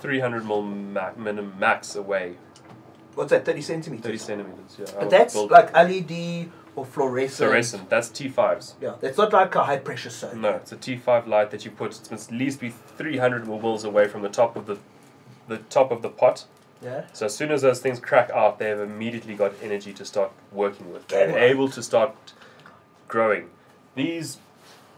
S2: 300 mil ma- minim max away,
S3: What's that, 30 centimeters?
S2: 30 centimeters. Yeah, I
S3: But
S2: would
S3: that's
S2: build-
S3: like LED or fluorescent.
S2: fluorescent. That's T5s.
S3: Yeah, that's not like a high pressure soap.
S2: No, it's a T5 light that you put. It must at least be 300 mils away from the top of the, the top of the pot.
S3: Yeah.
S2: So as soon as those things crack out, they have immediately got energy to start working with. They're
S3: Get it.
S2: able to start growing. These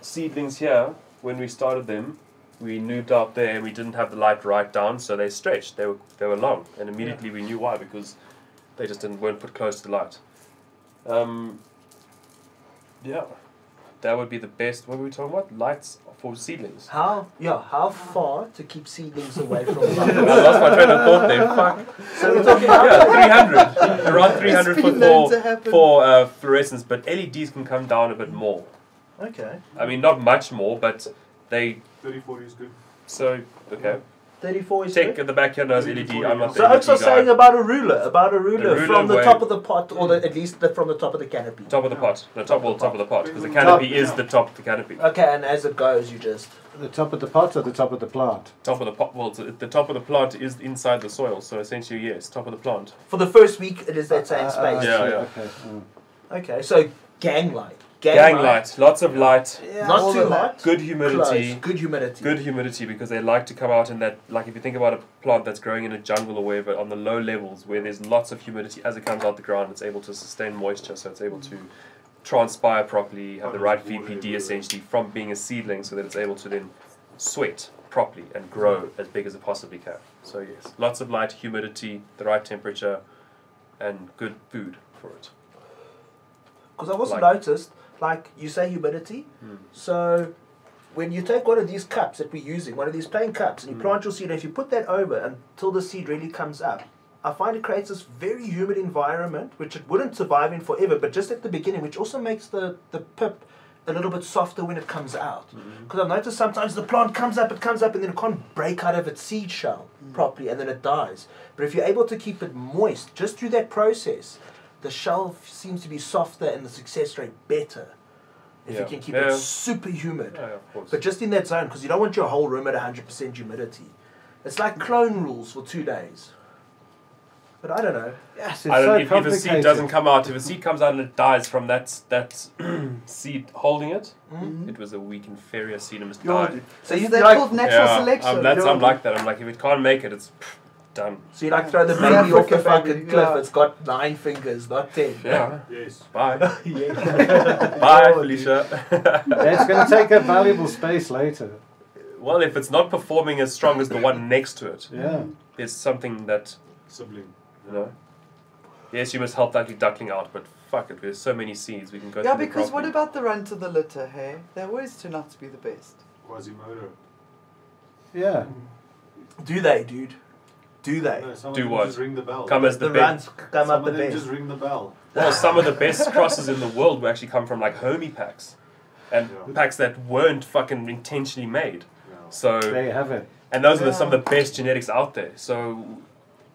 S2: seedlings here, when we started them, we looped out there and we didn't have the light right down, so they stretched. They were they were long, and immediately we knew why because they just didn't weren't put close to the light. Um, yeah, that would be the best. What were we talking about? Lights for seedlings.
S3: How? Yeah. How far to keep seedlings away from
S2: I
S3: light?
S2: lost my train of thought there. Fuck.
S3: so we're talking about
S2: Yeah, 300. Around 300
S4: It's
S2: for,
S4: been known to
S2: for,
S4: happen.
S2: for uh, fluorescence, but LEDs can come down a bit more.
S3: okay,
S2: I mean, not much more, but they.
S6: 34 is good.
S2: So, okay.
S3: thirty-four is
S2: Tech
S3: good.
S2: at the back here knows LED. I'm not the
S3: So Oaks are
S2: LED
S3: saying
S2: guy.
S3: about a ruler, about a ruler,
S2: ruler
S3: from the
S2: way-
S3: top of the pot, or the, at least the, from the top of the canopy.
S2: Top of the pot. The top, well, top of the pot. Because the
S6: Top,
S2: canopy is
S6: yeah.
S2: the top of the canopy.
S3: Okay, and as it goes, you just
S1: The top of the pot or the top of the plant?
S2: Top of the pot. Well, the the top of the plant is inside the soil. So essentially, yes, top of the plant.
S3: for the first week it is that same
S1: Uh,
S3: space.
S2: Yeah,
S1: okay,
S2: yeah.
S1: Okay. mm.
S3: Okay, so gang light, gang,
S2: Gang light. Lots of light.
S4: Yeah, all
S3: not too
S4: of that.
S3: hot,
S2: Good
S3: close,
S2: humidity.
S3: good humidity.
S2: good humidity because they like to come out in that like if you think about a plant that's growing in a jungle or wherever on the low levels where there's lots of humidity as it comes out the ground it's able to sustain moisture so it's able to transpire properly have the right VPD essentially from being a seedling so that it's able to then sweat properly and grow as big as it possibly can so yes lots of light humidity the right temperature and good food for it
S3: Because I've also
S2: Like-
S3: noticed, like you say, humidity. So when you take one of these cups that we're using, one of these plain cups,
S2: Mm.
S3: and you plant your seed, and if you put that over until the seed really comes up, I find it creates this very humid environment, which it wouldn't survive in forever, but just at the beginning, which also makes the, the pip a little bit softer when it comes out.
S2: Mm-hmm.
S3: Because I've noticed sometimes the plant comes up, it comes up, and then it can't break out of its seed
S2: Mm.
S3: shell properly, and then it dies. But if you're able to keep it moist just through that process, the shell f- seems to be softer and the success rate better if
S2: Yeah.
S3: you can keep
S2: Yeah.
S3: it super humid.
S2: Yeah, of course.
S3: But just in that zone, because you don't want your whole room at 100% humidity. It's like clone rules for two days. But I don't know.
S1: Yes, it's
S2: I
S1: so
S2: don't, if, if a
S1: complicated.
S2: seed doesn't come out, if a seed comes out and it dies from that that seed holding it,
S4: Mm-hmm.
S2: it was a weak inferior seed and must die.
S3: So
S4: Is
S3: you
S4: that
S3: like,
S4: called natural
S2: yeah,
S4: selection?
S2: I'm, that's, I'm
S4: Yeah.
S2: like that. I'm like if it can't make it, it's pff, done.
S3: so you like throw the
S4: Yeah.
S3: baby off the
S4: Africa
S3: fucking
S4: baby,
S3: cliff.
S4: yeah.
S3: It's got nine fingers, not ten.
S2: Yeah.
S6: Yes.
S2: Bye.
S3: Yeah.
S2: Bye, Felicia.
S1: It's going to take up valuable space later.
S2: Well, if it's not performing as strong as the one next to it,
S1: Yeah.
S2: there's something that
S6: Sibling.
S2: you know. Yes, you must help that duckling out, but fuck it, there's so many seeds we can go.
S4: Yeah,
S2: through the
S4: because what
S2: problem.
S4: about the run to the litter, hey? They always turn out to be the best.
S6: Quasimodo.
S1: Yeah.
S2: Mm.
S3: Do they, dude? Do they?
S6: No, some
S2: Do
S6: of them
S2: what?
S6: Just ring the bell.
S2: come as
S3: The,
S2: the,
S3: the
S2: best?
S3: runs come
S6: some
S3: up the
S6: of them
S3: best.
S6: just ring the bell.
S2: Well, some of the best crosses in the world were actually come from like homie packs, and
S6: Yeah.
S2: packs that weren't fucking intentionally made.
S6: No.
S2: So,
S1: There you have it.
S2: and those are the, some of the best genetics out there. So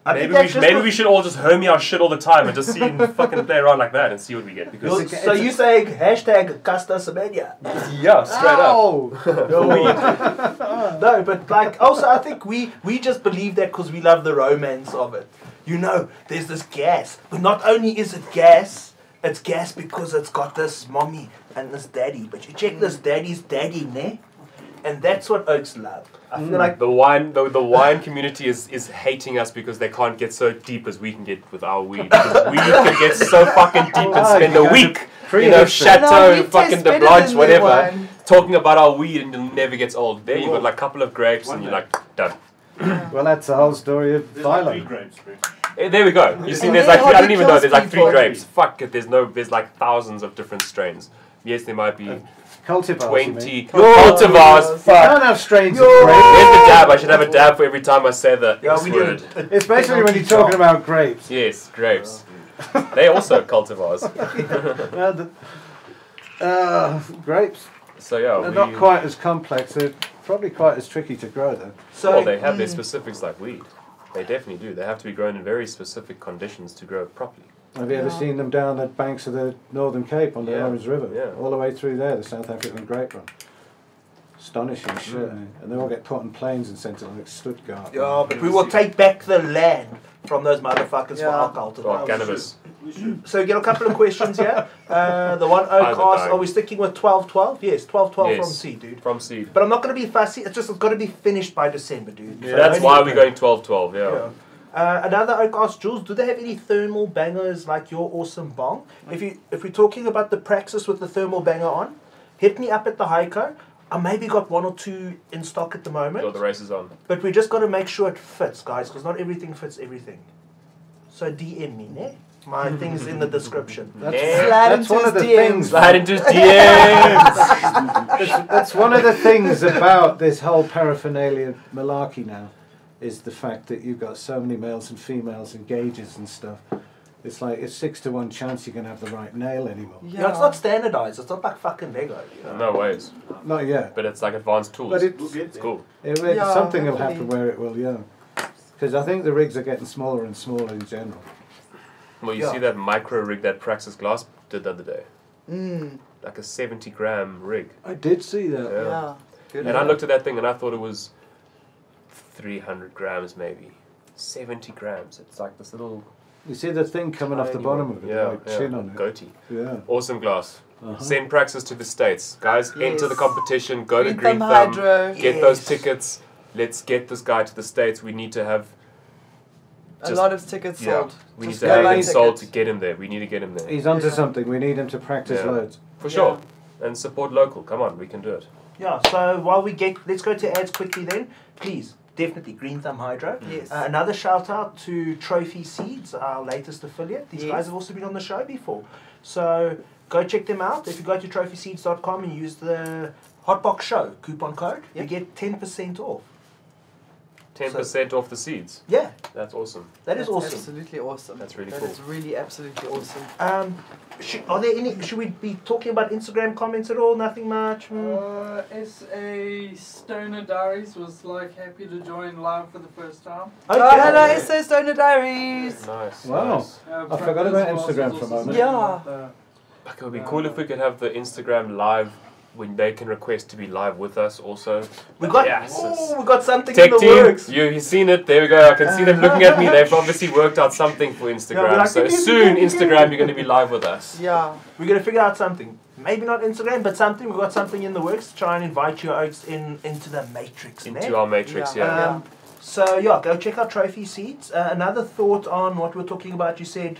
S3: I think
S2: maybe
S3: that's
S2: we should,
S3: just
S2: maybe
S3: what-
S2: we should all just homie our shit all the time and just see and fucking play around like that and see what we get.
S3: You're-
S2: Because
S1: It's a-
S3: so
S1: it's a-
S3: you saying hashtag Casta Semenya?
S2: yeah, straight up.
S1: Oh!
S3: No, but like also I think we we just believe that because we love the romance of it. You know, there's this gas, but not only is it gas, it's gas because it's got this mommy and this daddy. But you check this daddy's daddy, ne? And that's what oaks love. I feel like
S2: The wine, the, the wine community is, is hating us because they can't get so deep as we can get with our weed. Because we can get so fucking deep and
S1: Oh,
S2: spend
S1: you
S2: a
S1: guys
S2: week,
S1: are
S2: you know,
S1: prehistory.
S4: No,
S2: chateau,
S4: we
S2: fucking
S4: taste better
S2: de blanche,
S4: than
S2: whatever,
S4: that one.
S2: talking about our weed and it never gets old. There you got
S6: Well,
S2: like a couple of grapes
S6: one
S2: and you're
S6: day.
S2: like done.
S1: Well, that's the whole story of
S6: There's like three
S1: Philo.
S6: grapes, bro.
S2: Eh, there we go. You see,
S4: And
S2: there's
S4: then
S2: like I
S4: how
S2: don't
S4: it
S2: even know.
S4: kills
S2: There's like three
S4: people.
S2: grapes. Fuck it. There's no. There's like thousands of different strains. Yes, there might be
S1: Cultivars. You mean.
S2: twenty cultivars.
S1: You
S2: Fuck.
S1: can't have strains
S3: Yo.
S1: of grapes.
S2: There's the dab. I should have a dab for every time I say the
S3: yeah,
S2: X
S3: we uh,
S2: word.
S3: did. a-
S1: It's basically when you're talking about grapes.
S2: Yes, grapes. they also cultivars.
S1: Uh, the- uh, grapes.
S2: So yeah,
S1: They're
S2: we,
S1: not quite as complex. They're probably quite as tricky to grow, though.
S3: So
S2: Well, they have their specifics like weed. They definitely do. They have to be grown in very specific conditions to grow properly.
S1: Have you ever
S4: Yeah.
S1: seen them down the banks of the Northern Cape on the
S2: Yeah,
S1: Orange River?
S2: yeah.
S1: All the way through there, the South African grape run.
S2: Mm.
S1: Astonishing shit. eh? And they all get put on planes and sent to like Stuttgart.
S2: Oh,
S3: yeah, but we will take back the land from those motherfuckers for
S4: Yeah.
S3: our cultivars.
S2: Well, cannabis.
S6: We should.
S3: So we get a couple of questions here. Uh, the one oak
S2: Either
S3: asked,
S2: way.
S3: are we sticking with 12-12? Yes, 12-12 from
S2: Yes.
S3: C, dude.
S2: From seed.
S3: But I'm not going to be fussy. It's just it's got to be finished by December, dude.
S6: Yeah.
S3: So
S2: That's
S3: only-
S2: why we're going 12-12, yeah.
S3: Yeah. Uh, another oak asked Jules, do they have any thermal bangers like your awesome bong? If you if we're talking about the praxis with the thermal banger on, hit me up at the Heiko. I maybe got one or two in stock at the
S2: Got the
S3: moment,
S2: races on.
S3: but we just got to make sure it fits, guys, because not everything fits everything. So DM me, ne? My thing's in the description.
S1: That's,
S2: Yeah.
S1: that's
S4: Slide
S1: one
S4: into
S1: of the
S4: his DMs.
S1: things.
S2: Slide into DMs!
S1: That's, that's one of the things about this whole paraphernalia malarkey now, is the fact that you've got so many males and females and gauges and stuff. It's like it's six to one chance you're going to have the right nail anymore.
S3: You know, it's not standardized. It's not like fucking Lego. You
S2: no
S3: know?
S2: ways.
S1: Not yet.
S2: But it's like advanced tools.
S1: But
S6: We'll
S1: it's,
S6: get
S2: it's
S6: there.
S2: cool.
S1: It will,
S4: Yeah,
S1: something will happen
S4: hopefully.
S1: where it will, yeah. Because I think the rigs are getting smaller and smaller in general.
S2: Well, you
S3: Yeah.
S2: see that micro rig that Praxis Glass did the other day?
S4: Mm,
S2: Like a 70 gram rig.
S1: I did see that.
S2: Yeah.
S4: yeah. Good
S2: And I
S4: one.
S2: looked at that thing and I thought it was 300 grams maybe. 70 grams. It's like this little.
S1: You see the thing coming off the
S2: tiny
S1: bottom
S2: one.
S1: of it,
S2: Yeah,
S1: like
S2: yeah.
S1: chin on it.
S2: Goatee.
S1: Yeah.
S2: Awesome glass.
S1: Uh-huh.
S2: Send Praxis to the States. Guys, enter the
S4: Yes.
S2: competition. Go
S4: Green
S2: to Green
S4: Thumb
S2: Thumb.
S4: Hydro.
S2: Get those
S3: Yes.
S2: tickets. Let's get this guy to the States. We need to have.
S4: a
S2: just-
S4: lot of tickets
S2: Yeah,
S4: sold.
S2: we need
S4: Just
S2: to
S4: go
S2: have
S4: buy
S2: him
S1: tickets.
S2: sold to get him there. We need to get him there.
S1: He's onto
S4: Yeah.
S1: something. We need him to practice
S2: Yeah.
S1: loads.
S2: For sure. And support local. Come on, we can do it.
S3: Yeah, so while we get, let's go to ads quickly then. Please, definitely Green Thumb Hydro.
S4: Yes.
S3: Uh, another shout out to Trophy Seeds, our latest affiliate. These
S4: Yes.
S3: guys have also been on the show before. So go check them out. If you go to trophyseeds.com and use the Hotbox Show coupon code, you
S4: Yep.
S3: get 10% off.
S2: ten percent off the seeds.
S3: Yeah,
S2: That's awesome.
S3: that is
S4: That's
S3: awesome.
S4: Absolutely awesome.
S2: That's really
S4: That
S2: cool.
S4: is really absolutely awesome.
S3: Um, should, are there any? Should we be talking about Instagram comments at all? Nothing much. Hmm.
S7: Uh, SA Stoner Diaries was like happy to join live for the first time.
S3: Okay.
S4: Oh, hello, Essay Stoner Diaries.
S2: Nice.
S1: Wow.
S2: nice.
S7: Uh,
S1: I forgot about
S7: Francis
S1: Instagram
S7: was
S1: for a
S7: also
S1: moment.
S4: Yeah.
S7: saying that,
S2: Like, it would be cool if we could have the Instagram live when they can request to be live with us also.
S3: We got.
S2: Yes.
S3: ooh, we got something
S2: Tech
S3: in the
S2: team,
S3: works.
S2: you, you've seen it. There we go. I can see them looking at me. They've obviously worked out something for Instagram.
S3: like,
S2: so
S3: "Ding, ding,
S2: soon,
S3: ding, ding,
S2: Instagram,
S3: ding."
S2: you're going to be live with us.
S4: Yeah.
S3: We're gonna figure out something. Maybe not Instagram, but something. We got something in the works. Try and invite your oaks in into the matrix. man.
S2: Into our matrix, yeah.
S3: Um,
S6: Uh,
S3: So yeah, go check out trophy seeds. Uh, another thought on what we we're talking about. You said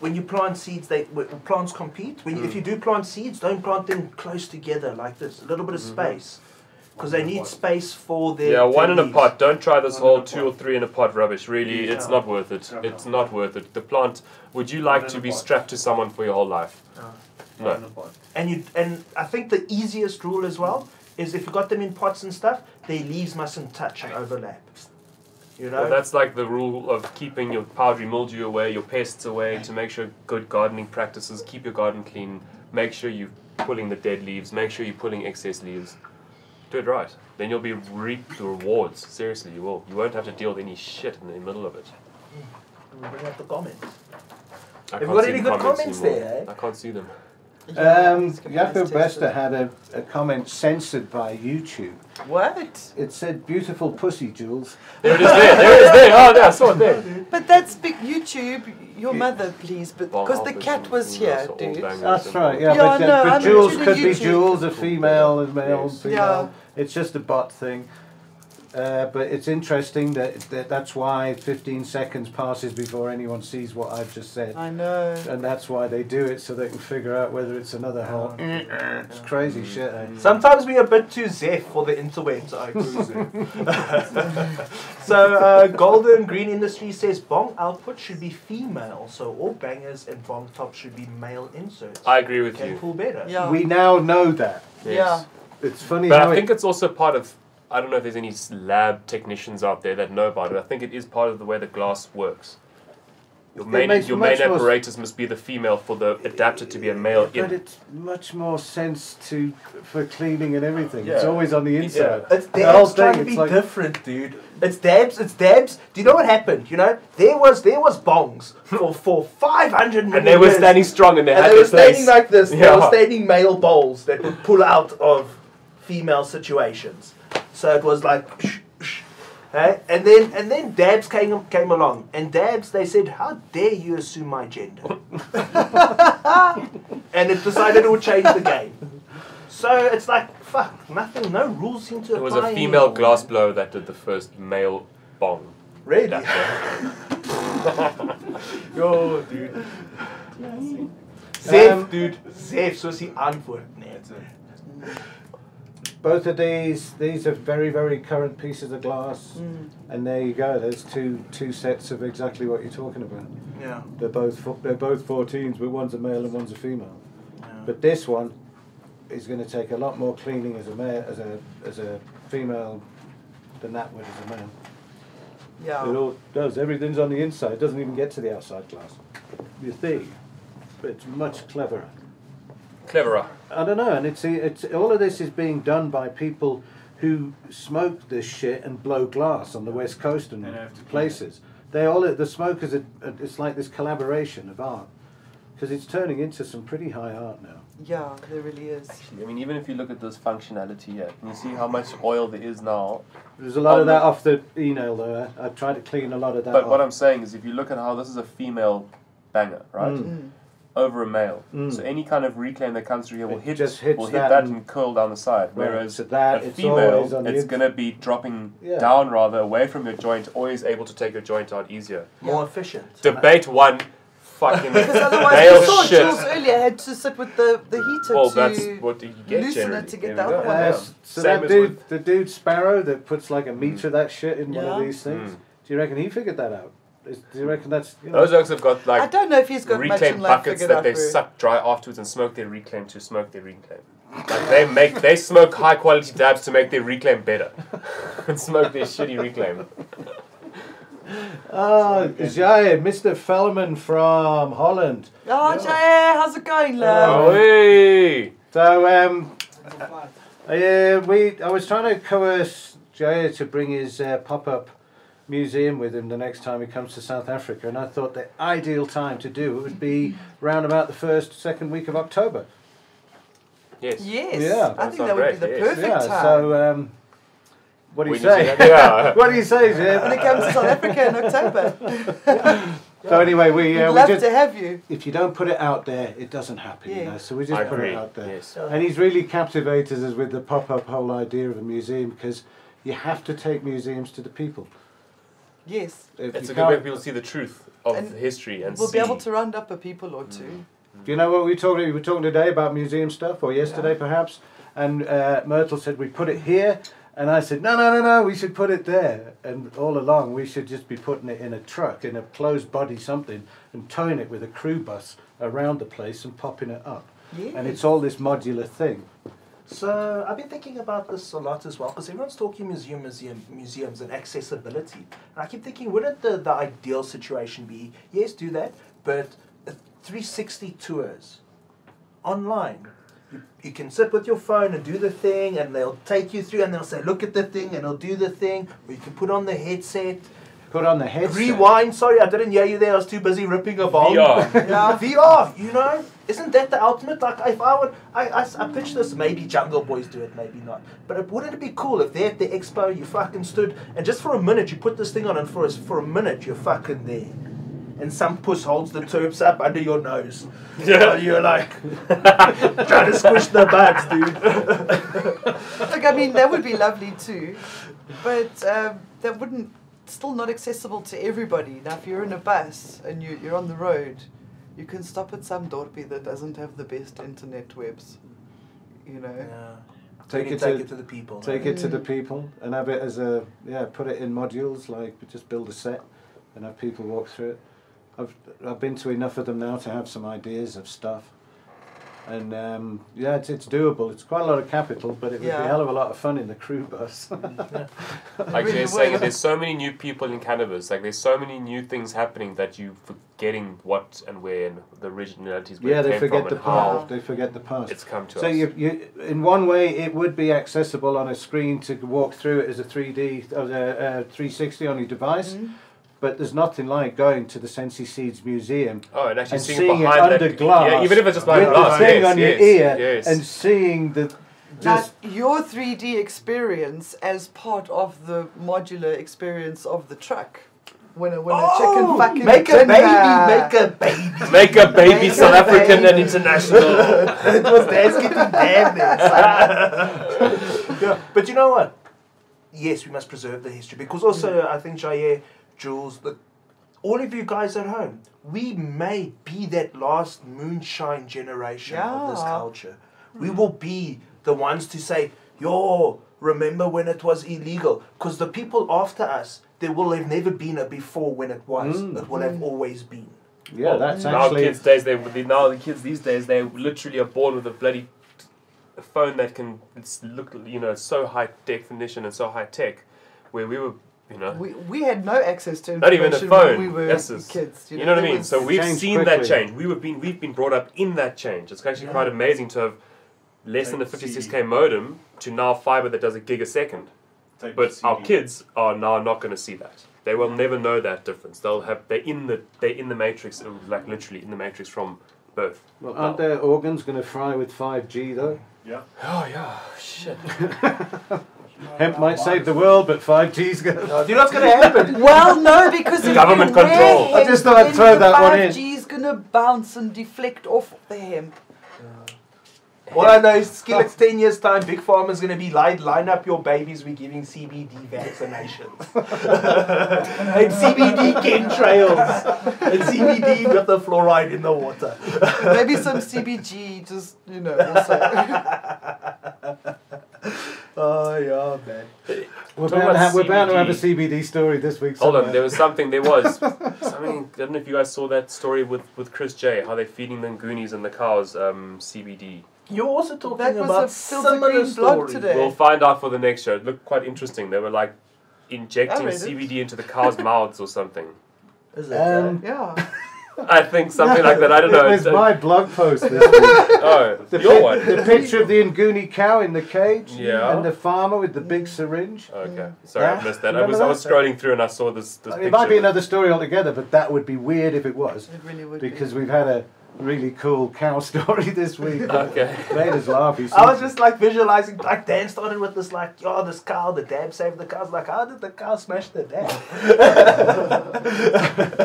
S3: when you plant seeds, they w- plants compete. When you,
S2: Mm.
S3: if you do plant seeds, don't plant them close together like this. A little bit of
S2: Mm-hmm.
S3: space because they need space for their.
S2: Yeah, one in a
S3: leaves.
S2: pot. Don't try this
S6: One in
S2: whole
S6: a
S2: two
S6: pot.
S2: or three in a pot rubbish. Really, it's
S6: Yeah.
S2: not worth it.
S6: Yeah.
S2: It's not worth it. The plant, would you
S6: One
S2: like
S6: in
S2: to
S6: a
S2: be
S6: pot.
S2: strapped to someone for your whole life?
S6: Not in
S2: No.
S6: a pot.
S3: And you and I think the easiest rule as well is if you got them in pots and stuff, their leaves mustn't touch and overlap. You know.
S2: Well, that's like the rule of keeping your powdery mildew away, your pests away, to make sure good gardening practices, keep your garden clean, make sure you're pulling the dead leaves, make sure you're pulling excess leaves. Do it right. Then you'll be reap the rewards. Seriously, you will. You won't have to deal with any shit in the middle of it.
S3: We'll bring up the comments.
S2: I
S3: Have you
S2: can't
S3: got
S2: see
S3: any
S2: the
S3: good comments
S2: anymore.
S3: there, eh?
S2: I can't see them.
S1: Um,
S4: Let's get
S1: Jaco
S4: this
S1: Bester
S4: tested.
S1: had a, a comment censored by YouTube.
S4: What?
S1: It said, beautiful pussy, Jules.
S2: There it is there. There it is there. Oh, there. I saw it there.
S4: But that's big YouTube. Your
S1: Yeah.
S4: mother, please, but
S2: Well,
S4: because the
S2: I'll put
S4: cat
S2: some
S4: was
S2: fingers
S4: here,
S2: or all
S4: dude.
S2: bangers
S1: That's
S2: and
S1: right,
S2: all.
S1: yeah.
S4: Yeah,
S1: but,
S4: no,
S1: but
S4: I'm
S1: Jules
S4: into the
S1: could be
S4: YouTube.
S1: Jules, a female, a male,
S2: Yes.
S1: female. It's just a bot thing. Uh, but it's interesting that, that that's why 15 seconds passes before anyone sees what I've just said.
S4: I know.
S1: And that's why they do it, so they can figure out whether it's another whole. It's crazy shit. eh?
S3: Sometimes we're a bit too zef for the interwebs. I agree. so uh, Golden Green Industry says bong output should be female, so all bangers and bong tops should be male inserts.
S2: I agree with
S3: can
S2: you.
S3: pull better.
S4: Yeah.
S1: We now know that.
S4: Yeah.
S1: It's funny
S2: But
S1: how
S2: I
S1: it
S2: think it's also part of. I don't know if there's any s- lab technicians out there that know about it. I think it is part of the way the glass works. Your
S1: It
S2: main,
S1: makes
S2: your
S1: much
S2: main
S1: more s-
S2: apparatus must be the female for the adapter to be a male
S1: But
S2: in.
S1: it's much more sense to for cleaning and everything. It's
S2: Yeah.
S1: always on the
S2: Yeah.
S1: inside.
S3: It's
S1: The whole
S3: Dabs trying
S1: thing,
S3: to be
S1: it's like-
S3: different, dude. It's Dabs, it's Dabs. Do you know what happened? You know, there was there was bongs for, for 500 million
S2: And they were
S3: years.
S2: standing strong and they had
S3: And they
S2: their
S3: were standing
S2: place.
S3: like this. They
S2: Yeah.
S3: were standing male bowls that would pull out of female situations. So it was like, shh, shh. Hey? and then and then Dabs came came along, and Dabs they said, "How dare you assume my gender?" and it decided it would change the game. So it's like, fuck, nothing, no rules seem to
S2: It was
S3: apply.
S2: a female
S3: anymore.
S2: glass blower that did the first male bong.
S3: Really?
S2: adapter.
S3: Yo, dude. Zef,
S1: Um,
S3: dude. Zef, soos die antwoord, nee.
S6: That's it.
S1: Both of these, these are very, very current pieces of glass,
S4: Mm.
S1: and there you go. There's two two sets of exactly what you're talking about.
S3: Yeah.
S1: They're both fo- they're both 14s, but one's a male and one's a female.
S3: yeah.
S1: But this one is going to take a lot more cleaning as a male as a as a female than that would as a male. It
S4: Yeah.
S1: all does. Everything's on the inside. It doesn't even get to the outside glass. You think, but it's much cleverer.
S2: Cleverer.
S1: I don't know, and it's it's all of this is being done by people who smoke this shit and blow glass on the west coast and,
S6: And have to clean
S1: places. They all the smokers. Are, it's like this collaboration of art because it's turning into some pretty high art now.
S4: Yeah, there really is.
S2: I mean, even if you look at this functionality here, and you see how much oil there is now
S1: There's a lot of
S2: Um,
S1: that off the email though. I, I tried to clean a lot of that.
S2: But what I'm
S1: off.
S2: saying is, if you look at how this is a female banger, right,
S1: Mm.
S2: over a male,
S1: Mm.
S2: so any kind of reclaim that comes through here will
S1: It
S2: hit,
S1: just hits
S2: will hit
S1: that
S2: that,
S1: and-
S2: and, curl down the side.
S1: Right,
S2: Whereas
S1: so that,
S2: a
S1: it's
S2: female,
S1: always on the
S2: it's
S1: ins-
S2: going to be dropping
S1: Yeah.
S2: down rather away from your joint, always able to take your joint out easier.
S3: More efficient.
S2: Debate one, fucking
S4: Because otherwise,
S2: nail
S4: we saw Jules
S2: shit.
S4: earlier had to sit with the, the heater
S2: Well,
S4: to
S2: that's what you get
S4: loosen
S2: generally.
S4: it to get
S2: There we
S4: the
S2: go.
S4: other one
S1: Uh,
S2: Yeah.
S1: s- so
S2: Same
S1: that
S2: as
S1: dude,
S2: with-
S1: the dude Sparrow that puts like a meter of that shit in one
S4: Yeah.
S1: of these things.
S2: Mm.
S1: Do you reckon he figured that out? Is, do you reckon that's you know,
S2: Those oaks have got
S4: I
S2: like
S4: don't know if he's got much
S2: reclaim
S4: in life
S2: buckets
S4: figured
S2: that
S4: out.
S2: they
S4: bro.
S2: suck dry afterwards and smoke their reclaim to smoke their reclaim. Like they make they smoke high quality dabs to make their reclaim better. and smoke their shitty
S4: Um,
S2: reclaim.
S1: Ah, Jai, Mr. Fellman from Holland.
S4: Oh, Jay, how's it going, love?
S2: Oh, hey.
S1: So um,
S7: It's a fight.
S1: uh, we, I was trying to coerce Jai to bring his uh, pop-up museum with him the next time he comes to South Africa, and I thought the ideal time to do it would be round about the first, second week of October.
S2: Yes.
S4: Yes.
S1: Yeah.
S4: I think that would be the
S2: Yes.
S4: perfect
S1: yeah.
S4: time.
S1: So um, what do you
S2: When
S1: say?
S2: that- Yeah.
S1: what do you say,
S4: when it
S1: Jim?
S4: comes to South Africa in October,
S1: So anyway, we
S4: we'd
S1: uh,
S4: love
S1: we just
S4: to have you.
S1: if you don't put it out there, it doesn't happen. You
S4: Yeah.
S1: know? So we just
S2: I
S1: put
S2: agree.
S1: it out there.
S2: Yes.
S1: And he's really captivated us with the pop up whole idea of a museum because you have to take museums to the people.
S4: Yes.
S1: If
S2: It's
S1: you
S2: a good way for
S1: can't-
S2: people to see the truth of
S4: And
S2: history and
S4: We'll
S2: see.
S4: be able to round up a people or two.
S1: Do you know what we were talking? We were talking today about museum stuff, or yesterday perhaps. And uh, Myrtle said we put it here, and I said no, no, no, no. We should put it there. And all along we should just be putting it in a truck, in a closed body something, and towing it with a crew bus around the place and popping it up.
S4: Yes.
S1: And it's all this modular thing.
S3: So I've been thinking about this a lot as well because everyone's talking museum, museum, museums and accessibility. And I keep thinking, wouldn't the, the ideal situation be yes, do that, but uh, 360 tours online. You, you can sit with your phone and do the thing, and they'll take you through, and they'll say, look at the thing, and they'll do the thing. Or you can put on the headset,
S1: Put on the headset.
S3: rewind. Sorry, I didn't hear you there. I was too busy ripping a bomb.
S2: VR.
S3: Yeah, VR, you know? Isn't that the ultimate? Like, if I would, I, I, I pitch this, maybe Jungle Boys do it, maybe not. But it, wouldn't it be cool if there at the expo you fucking stood and just for a minute you put this thing on and for, a s- for a minute you're fucking there? And some puss holds the turps up under your nose.
S2: Yeah.
S3: And you're like, trying to squish the bugs, dude.
S4: Look, I mean, that would be lovely too, but um, that wouldn't, still not accessible to everybody. Now, if you're in a bus and you, you're on the road, you can stop at some dorpy that doesn't have the best internet webs, you know?
S3: Yeah.
S1: Take
S3: Take,
S1: it
S3: it,
S1: to-
S3: take it to the people.
S1: Take it to the people and have it as a yeah. Put it in modules, like just build a set and have people walk through it. I've I've been to enough of them now to have some ideas of stuff. And um, yeah, it's, it's doable. It's quite a lot of capital, but it would be
S4: Yeah.
S1: a hell of a lot of fun in the crew bus.
S2: like
S4: really
S2: they're saying,
S4: would.
S2: there's so many new people in cannabis. Like there's so many new things happening that you forgetting what and where and the originalities where
S1: yeah,
S2: it
S1: they
S2: came
S1: forget
S2: from
S1: the
S2: and how
S1: past. They forget the past.
S2: it's come to
S1: So
S2: us.
S1: you, you, in one way, it would be accessible on a screen to walk through it as a 3D, as a, uh 360 on your device. But there's nothing like going to the Sensi Seeds Museum
S2: oh, and actually
S1: and
S2: seeing,
S1: seeing it
S2: behind
S1: under
S2: that,
S1: glass.
S2: Yeah, even if it's just behind
S1: with
S2: glass.
S1: the thing
S2: yes,
S1: on your
S2: yes,
S1: ear
S2: yes.
S1: and seeing the
S4: Now,
S1: just
S4: your 3D experience as part of the modular experience of the truck. When a, when
S3: Oh,
S4: a chicken fucking
S3: make a
S4: dinner.
S3: baby, make a baby.
S2: Make a baby
S4: Make a
S2: South African and
S4: baby.
S2: international.
S3: it was that's getting damn yeah, but you know what? Yes, we must preserve the history because also I think Jair, Jules, the, all of you guys at home, we may be that last moonshine generation of this
S4: Yeah.
S3: culture. We will be the ones to say, "Yo, remember when it was illegal?" Because the people after us, there will have never been a before when it was. It will have always been.
S1: yeah, that's
S2: now
S1: actually
S2: kids days they they- now the kids these days they literally are born with a bloody phone that can it's look you know so high definition and so high tech, where we were you know
S4: We, we had no access to
S2: Not even a
S4: information when
S2: phone.
S4: we were
S2: Yes, it's-
S4: kids.
S2: You know what I
S4: there
S2: mean?
S4: was-
S2: So we've
S1: Changed
S2: seen that
S1: quickly.
S2: change. We have been we've been brought up in that change. It's actually quite amazing to have less than a
S6: Type C.
S2: 56k modem to now fiber that does a gig a second.
S6: Type
S2: But
S6: CD.
S2: our kids are now not going to see that. They will never know that difference. They'll have they're in the they're in the matrix uh, like literally in the matrix from birth.
S1: well, aren't their organs going to fry with 5G though?
S6: Yeah.
S2: Oh yeah, shit.
S1: Hemp might save the world, but 5G's going to.
S3: No, do you know what's gonna happen?
S4: Well, no, because if
S2: Government
S4: you wear
S2: control. I
S4: hemp,
S1: just thought I'd
S4: then
S1: throw
S4: the
S1: that one in.
S4: 5G is gonna bounce and deflect off the hemp.
S3: All I know is Skillet's 10 years' time, Big Pharma's going to be line, line up your babies, we're giving CBD vaccinations. and CBD chemtrails. And CBD with the fluoride in the water.
S4: Maybe some CBG, just you know. Also.
S3: Oh, yeah, man.
S1: We're bound,
S2: Talk
S1: to
S2: about
S1: have, we're bound to have a
S2: CBD.
S1: CBD story this week.
S2: Hold on,
S1: somewhere.
S2: there was something. There was something. I don't know if you guys saw that story with with Chris J. How they're feeding the Goonies and the cows um, CBD.
S3: You're also talking
S4: That was
S3: about
S4: a filter
S3: similar
S4: green blog
S3: stories.
S4: today.
S2: We'll find out for the next show. It looked quite interesting. They were like
S4: I
S2: injecting
S4: read it.
S2: CBD into the cows' mouths or something.
S3: Is it, uh,
S1: Um,
S4: Yeah.
S2: I think something like that. I don't know.
S1: It
S2: It's,
S1: was
S2: uh,
S1: my blog post this week.
S2: oh,
S1: The,
S2: your
S1: pic-
S2: one.
S1: the picture of the Nguni cow in the cage
S2: Yeah. Oh,
S1: and the farmer with the big syringe.
S2: Okay, sorry,
S1: Yeah.
S2: I missed that. I
S1: Remember
S2: was I was
S1: that?
S2: scrolling through and I saw this. this
S1: I mean,
S2: picture.
S1: it might be another story altogether, but that would be weird if it was.
S4: It really would
S1: Because we've had a really cool cow story this week.
S2: Okay.
S1: Made us laugh. you see.
S3: I was just like visualizing, like Dan started with this, like, yo, this cow, the dam saved the cows. Like, how did the cow smash the dam?
S4: be.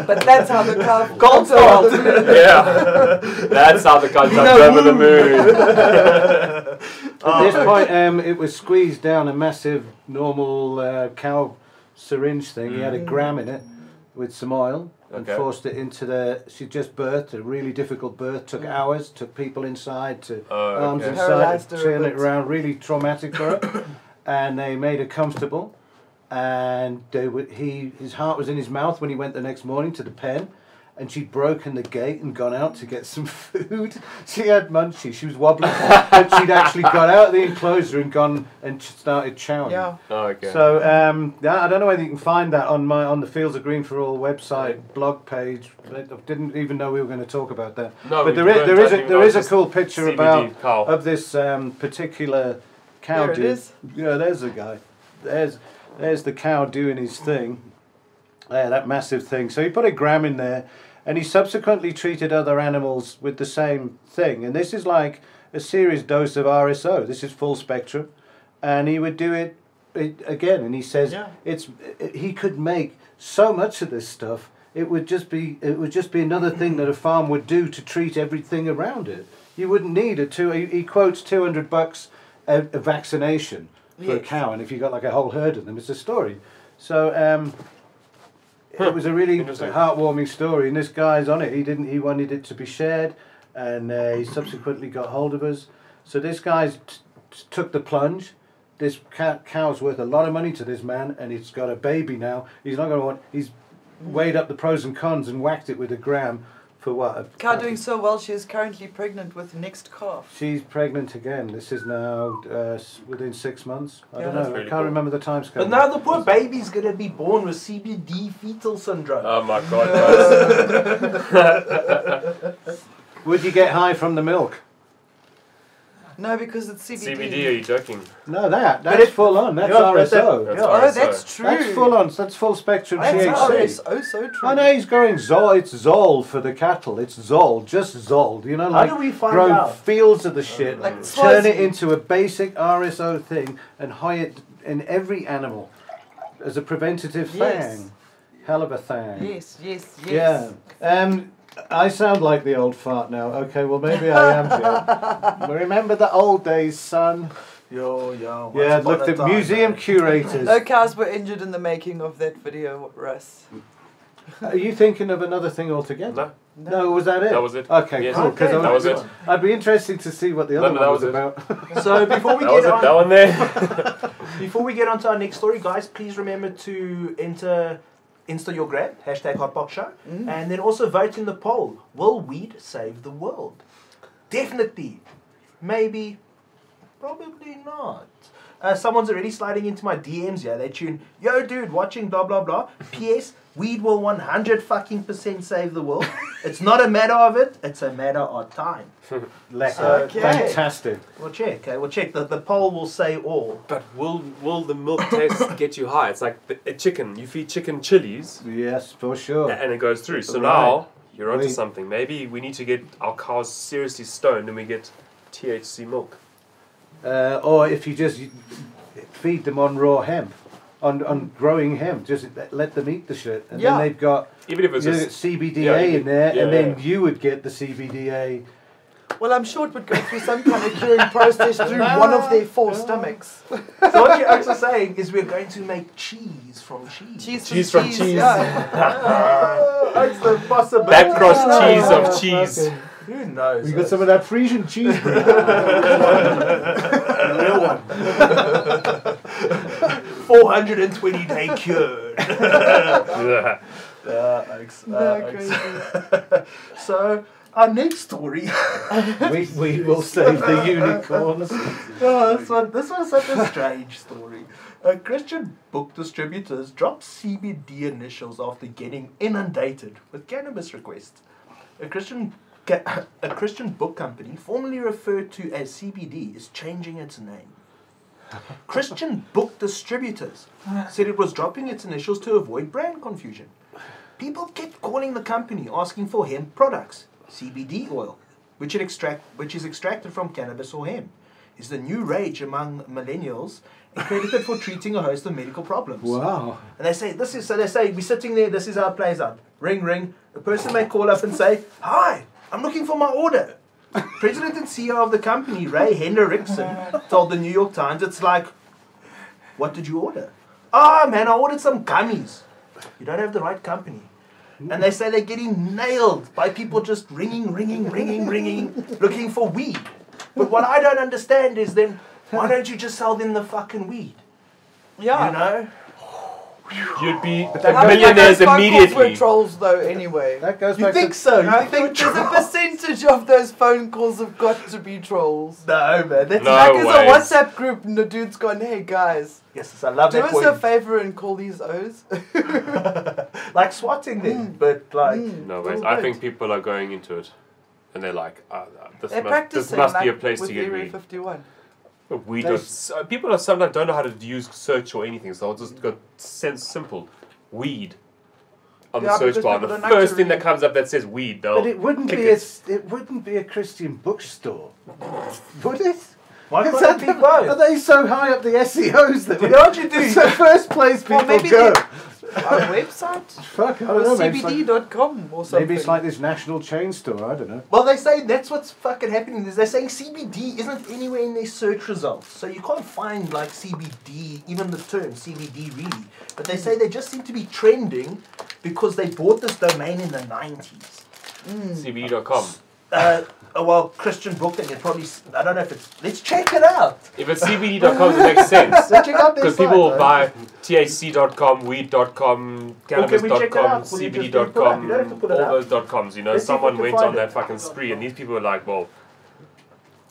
S4: But that's how the cow
S3: Gold
S4: how the-
S2: yeah, that's how the concept
S3: No,
S2: over the moon.
S1: At this point, um, it was squeezed down a massive normal uh, cow syringe thing. He had a
S3: Mm.
S1: gram in it with some oil and
S2: Okay.
S1: forced it into the. She just birthed a really difficult birth. Took
S3: Mm.
S1: hours. Took people inside to
S2: Oh,
S1: arms
S2: okay.
S1: inside
S4: Paralysed
S1: to
S4: her a
S1: turn it
S4: bit.
S1: around. Really traumatic for her. and they made her comfortable. And they were, he his heart was in his mouth when he went the next morning to the pen. And she'd broken the gate and gone out to get some food. She had munchies. She was wobbling, but she'd actually got out of the enclosure and gone and ch- started chowing.
S4: Yeah.
S2: Okay.
S1: So um, yeah, I don't know whether you can find that on my on the Fields of Green for All website blog page. I didn't even know we were going to talk about that.
S2: no,
S1: but
S2: Oh, we
S1: there is
S2: weren't.
S1: there
S2: I
S1: is a,
S2: didn't
S1: there
S2: know.
S1: is a
S2: Just
S1: cool picture
S2: CBD
S1: about
S2: cow.
S1: of this um, particular cow
S4: There it
S1: dude.
S4: is.
S1: Yeah, there's a guy. There's there's the cow doing his thing. Yeah, that massive thing. So he put a gram in there, and he subsequently treated other animals with the same thing. And this is like a serious dose of RSO. This is full spectrum, and he would do it, it again. And he says
S4: Yeah.
S1: it's he could make so much of this stuff. It would just be it would just be another thing that a farm would do to treat everything around it. You wouldn't need a two. He he quotes two hundred bucks a, a vaccination for a
S4: Yes.
S1: cow, and if you got like a whole herd of them, it's a story. So um, it was a really
S2: Interesting.
S1: heartwarming story, and this guy's on it. He didn't. He wanted it to be shared, and uh, he subsequently got hold of us. So this guy's t- t- took the plunge. This cow, cow's worth a lot of money to this man, and he's got a baby now. He's not going to want. He's weighed up the pros and cons and whacked it with a gram for what? A,
S4: Cow doing so well, she is currently pregnant with next calf.
S1: She's pregnant again. This is now uh, s- within six months. I
S4: Yeah,
S1: don't
S4: that's
S1: know. I
S2: really
S1: can't
S2: cool.
S1: remember the time scale.
S3: But now the poor baby's gonna be born with CBD fetal syndrome.
S2: Oh my god! guys.
S1: Would you get high from the milk?
S4: No, because it's CBD.
S2: CBD? Are you joking?
S1: No, that.
S3: But
S1: That's
S3: it-
S1: full on. That's
S3: Yeah, but that-
S1: RSO.
S2: That's
S4: Oh,
S2: RSO.
S4: that's true.
S1: That's full on. That's full spectrum
S4: That's oh,
S1: THC.
S4: RSO, so true.
S1: I know he's going Zol. It's Zol for the cattle. It's Zol, just Zol. You know,
S3: How
S1: like
S3: do we find
S1: grow
S3: out?
S1: fields of the shit,
S4: Like
S1: turn it
S4: Swazi.
S1: into a basic RSO thing, and high it in every animal as a preventative
S4: Yes.
S1: thing. Hell of a thing.
S4: Yes, yes, yes.
S1: Yeah. Um, I sound like the old fart now. Okay, well maybe I am. Jill. Remember the old days, son.
S3: Yo, yo. once
S1: yeah,
S3: upon
S1: look,
S3: a
S1: the
S3: time,
S1: museum
S3: man.
S1: curators.
S4: No cows were injured in the making of that video, Russ.
S1: Are you thinking of another thing altogether?
S2: No,
S1: No, was that it?
S2: that was it.
S1: Okay,
S2: Yes.
S1: cool. Because
S3: Okay,
S2: that was it.
S1: I'd be interested to see what the
S2: No,
S1: other
S2: no,
S1: one
S2: that
S1: was,
S2: was it.
S1: about.
S3: So before we
S2: That was
S3: get
S2: it. That
S3: on,
S2: one there.
S3: before we get on to our next story, guys, please remember to enter Insta your grab, hashtag hotbox show, and then also vote in the poll. Will weed save the world? Definitely. Maybe. Probably not. Uh, someone's already sliding into my DMs. Yeah, they tune. Yo, dude, watching blah blah blah. P.S. Weed will one hundred fucking percent save the world. it's not a matter of it. It's a matter of time.
S1: Lecker.
S3: Okay.
S1: uh, Fantastic.
S3: We'll check. Okay, we'll check. The, the poll will say all.
S2: But will will the milk taste get you high? It's like the, a chicken. You feed chicken chilies,
S1: Yes, for sure.
S2: and it goes through. So
S1: Oh. Right.
S2: now you're onto
S1: Wait.
S2: something. Maybe we need to get our cows seriously stoned, and we get THC milk.
S1: Uh, or if you just feed them on raw hemp, on, on growing hemp, just let them eat the shit. And
S4: Yeah.
S1: then they've got
S2: Even if
S1: you
S2: it's
S1: know,
S2: just
S1: CBDA
S2: yeah, you
S1: in there,
S2: yeah,
S1: and then
S2: yeah.
S1: you would get the CBDA.
S4: Well, I'm sure it would go through some kind of curing process through one of their four stomachs.
S3: So what you're actually saying is we're going to make cheese from cheese.
S4: Cheese from
S2: Cheese
S4: cheese.
S2: from cheese.
S4: Yeah.
S3: Ah, that's the possibility.
S2: back cross cheese
S1: Oh,
S2: of cheese.
S1: okay.
S3: Who knows?
S1: We got some of that Frisian cheese. bread.
S3: Four hundred and twenty day cure.
S2: Yeah.
S3: Ah, oaks, ah,
S2: Uh,
S4: No,
S3: oaks.
S4: crazy.
S3: So our next story.
S1: we, we will save the unicorns.
S3: oh, this one, this one's such a strange story. Uh, Christian book distributors dropped CBD initials after getting inundated with cannabis requests. A Christian, ca- a Christian book company, formerly referred to as CBD, is changing its name. Christian book distributors said it was dropping its initials to avoid brand confusion. People kept calling the company asking for hemp products, CBD oil, which, it extract, which is extracted from cannabis or hemp. Is the new rage among millennials and credited for treating a host of medical problems.
S1: Wow.
S3: And they say, this is, so they say, we're sitting there, this is how it plays out. Ring, ring. The person may call up and say, hi, I'm looking for my order. President and CEO of the company, Ray Hendrickson, told the New York Times, it's like, what did you order? Ah, man, I ordered some gummies. You don't have the right company. And they say they're getting nailed by people just ringing, ringing, ringing, ringing, looking for weed. But what I don't understand is then, why don't you just sell them the fucking weed?
S4: Yeah.
S3: You know?
S2: You'd be
S4: How many of
S2: millionaires
S4: those phone calls Were
S2: immediately.
S4: trolls though, anyway.
S1: That goes
S3: You
S1: back
S3: think
S1: to
S3: so? You
S4: I
S3: think they
S4: think there's a
S3: try-
S4: percentage of those phone calls have got to be trolls.
S3: No, man. That's
S2: No
S4: like there's
S2: way.
S4: a WhatsApp group and the dude's gone, hey guys,
S3: Yes, yes, I love
S4: do
S3: that
S4: us a
S3: point.
S4: favor and call these O's.
S3: like swatting them, but like
S2: No ways.
S4: All
S2: I
S4: good.
S2: think people are going into it, and they're like, ah, ah, this
S4: They're
S2: must, this
S4: practicing.
S2: must
S4: like,
S2: be a place
S4: with
S2: to get
S4: Area
S2: weed.
S4: 51.
S2: Weed.
S1: They
S2: Or,
S1: s-
S2: s- uh, people are sometimes don't know how to use search or anything, so I'll just go sense simple, weed, on
S4: Yeah,
S2: the search
S4: because
S2: bar.
S4: people
S2: The
S4: don't know
S2: first
S4: to
S2: thing that
S4: read.
S2: comes up that says weed. They'll
S1: But it wouldn't
S2: click
S1: be a,
S2: it.
S1: s- it wouldn't be a Christian bookstore, would it?
S3: why
S1: Is
S3: can't it
S1: that
S3: be
S1: the-
S3: both?
S1: Are they so high up the SEOs that
S3: You know what you do?
S1: it's the first place people
S4: Well, maybe
S1: go?
S4: the- Our website?
S1: Fuck, I
S4: Or
S1: don't know. Maybe it's, like,
S4: CBD.com or something.
S1: maybe it's like this national chain store. I don't know.
S3: Well, they say that's what's fucking happening. Is they're saying CBD isn't anywhere in their search results, so you can't find like CBD, even the term CBD really. But they say they just seem to be trending because they bought this domain in the nineties.
S2: CBD.com.
S3: Uh, oh, well, Christian book, and it probably s- I don't know if it's. Let's check it out.
S2: If it's CBD.com, it makes sense.
S3: Let's check out their
S2: Because
S3: site,
S2: people will
S3: though.
S2: buy THC.com, weed.com,
S3: can we check it
S2: cannabis.com,
S3: out? Will you just do it? Put it up.
S2: CBD.com,
S3: You don't have to put it
S2: all
S3: up.
S2: those dot coms. You know,
S3: Let's see if we
S2: someone
S3: can
S2: went
S3: find
S2: on
S3: it.
S2: that fucking spree, and these people were like, well,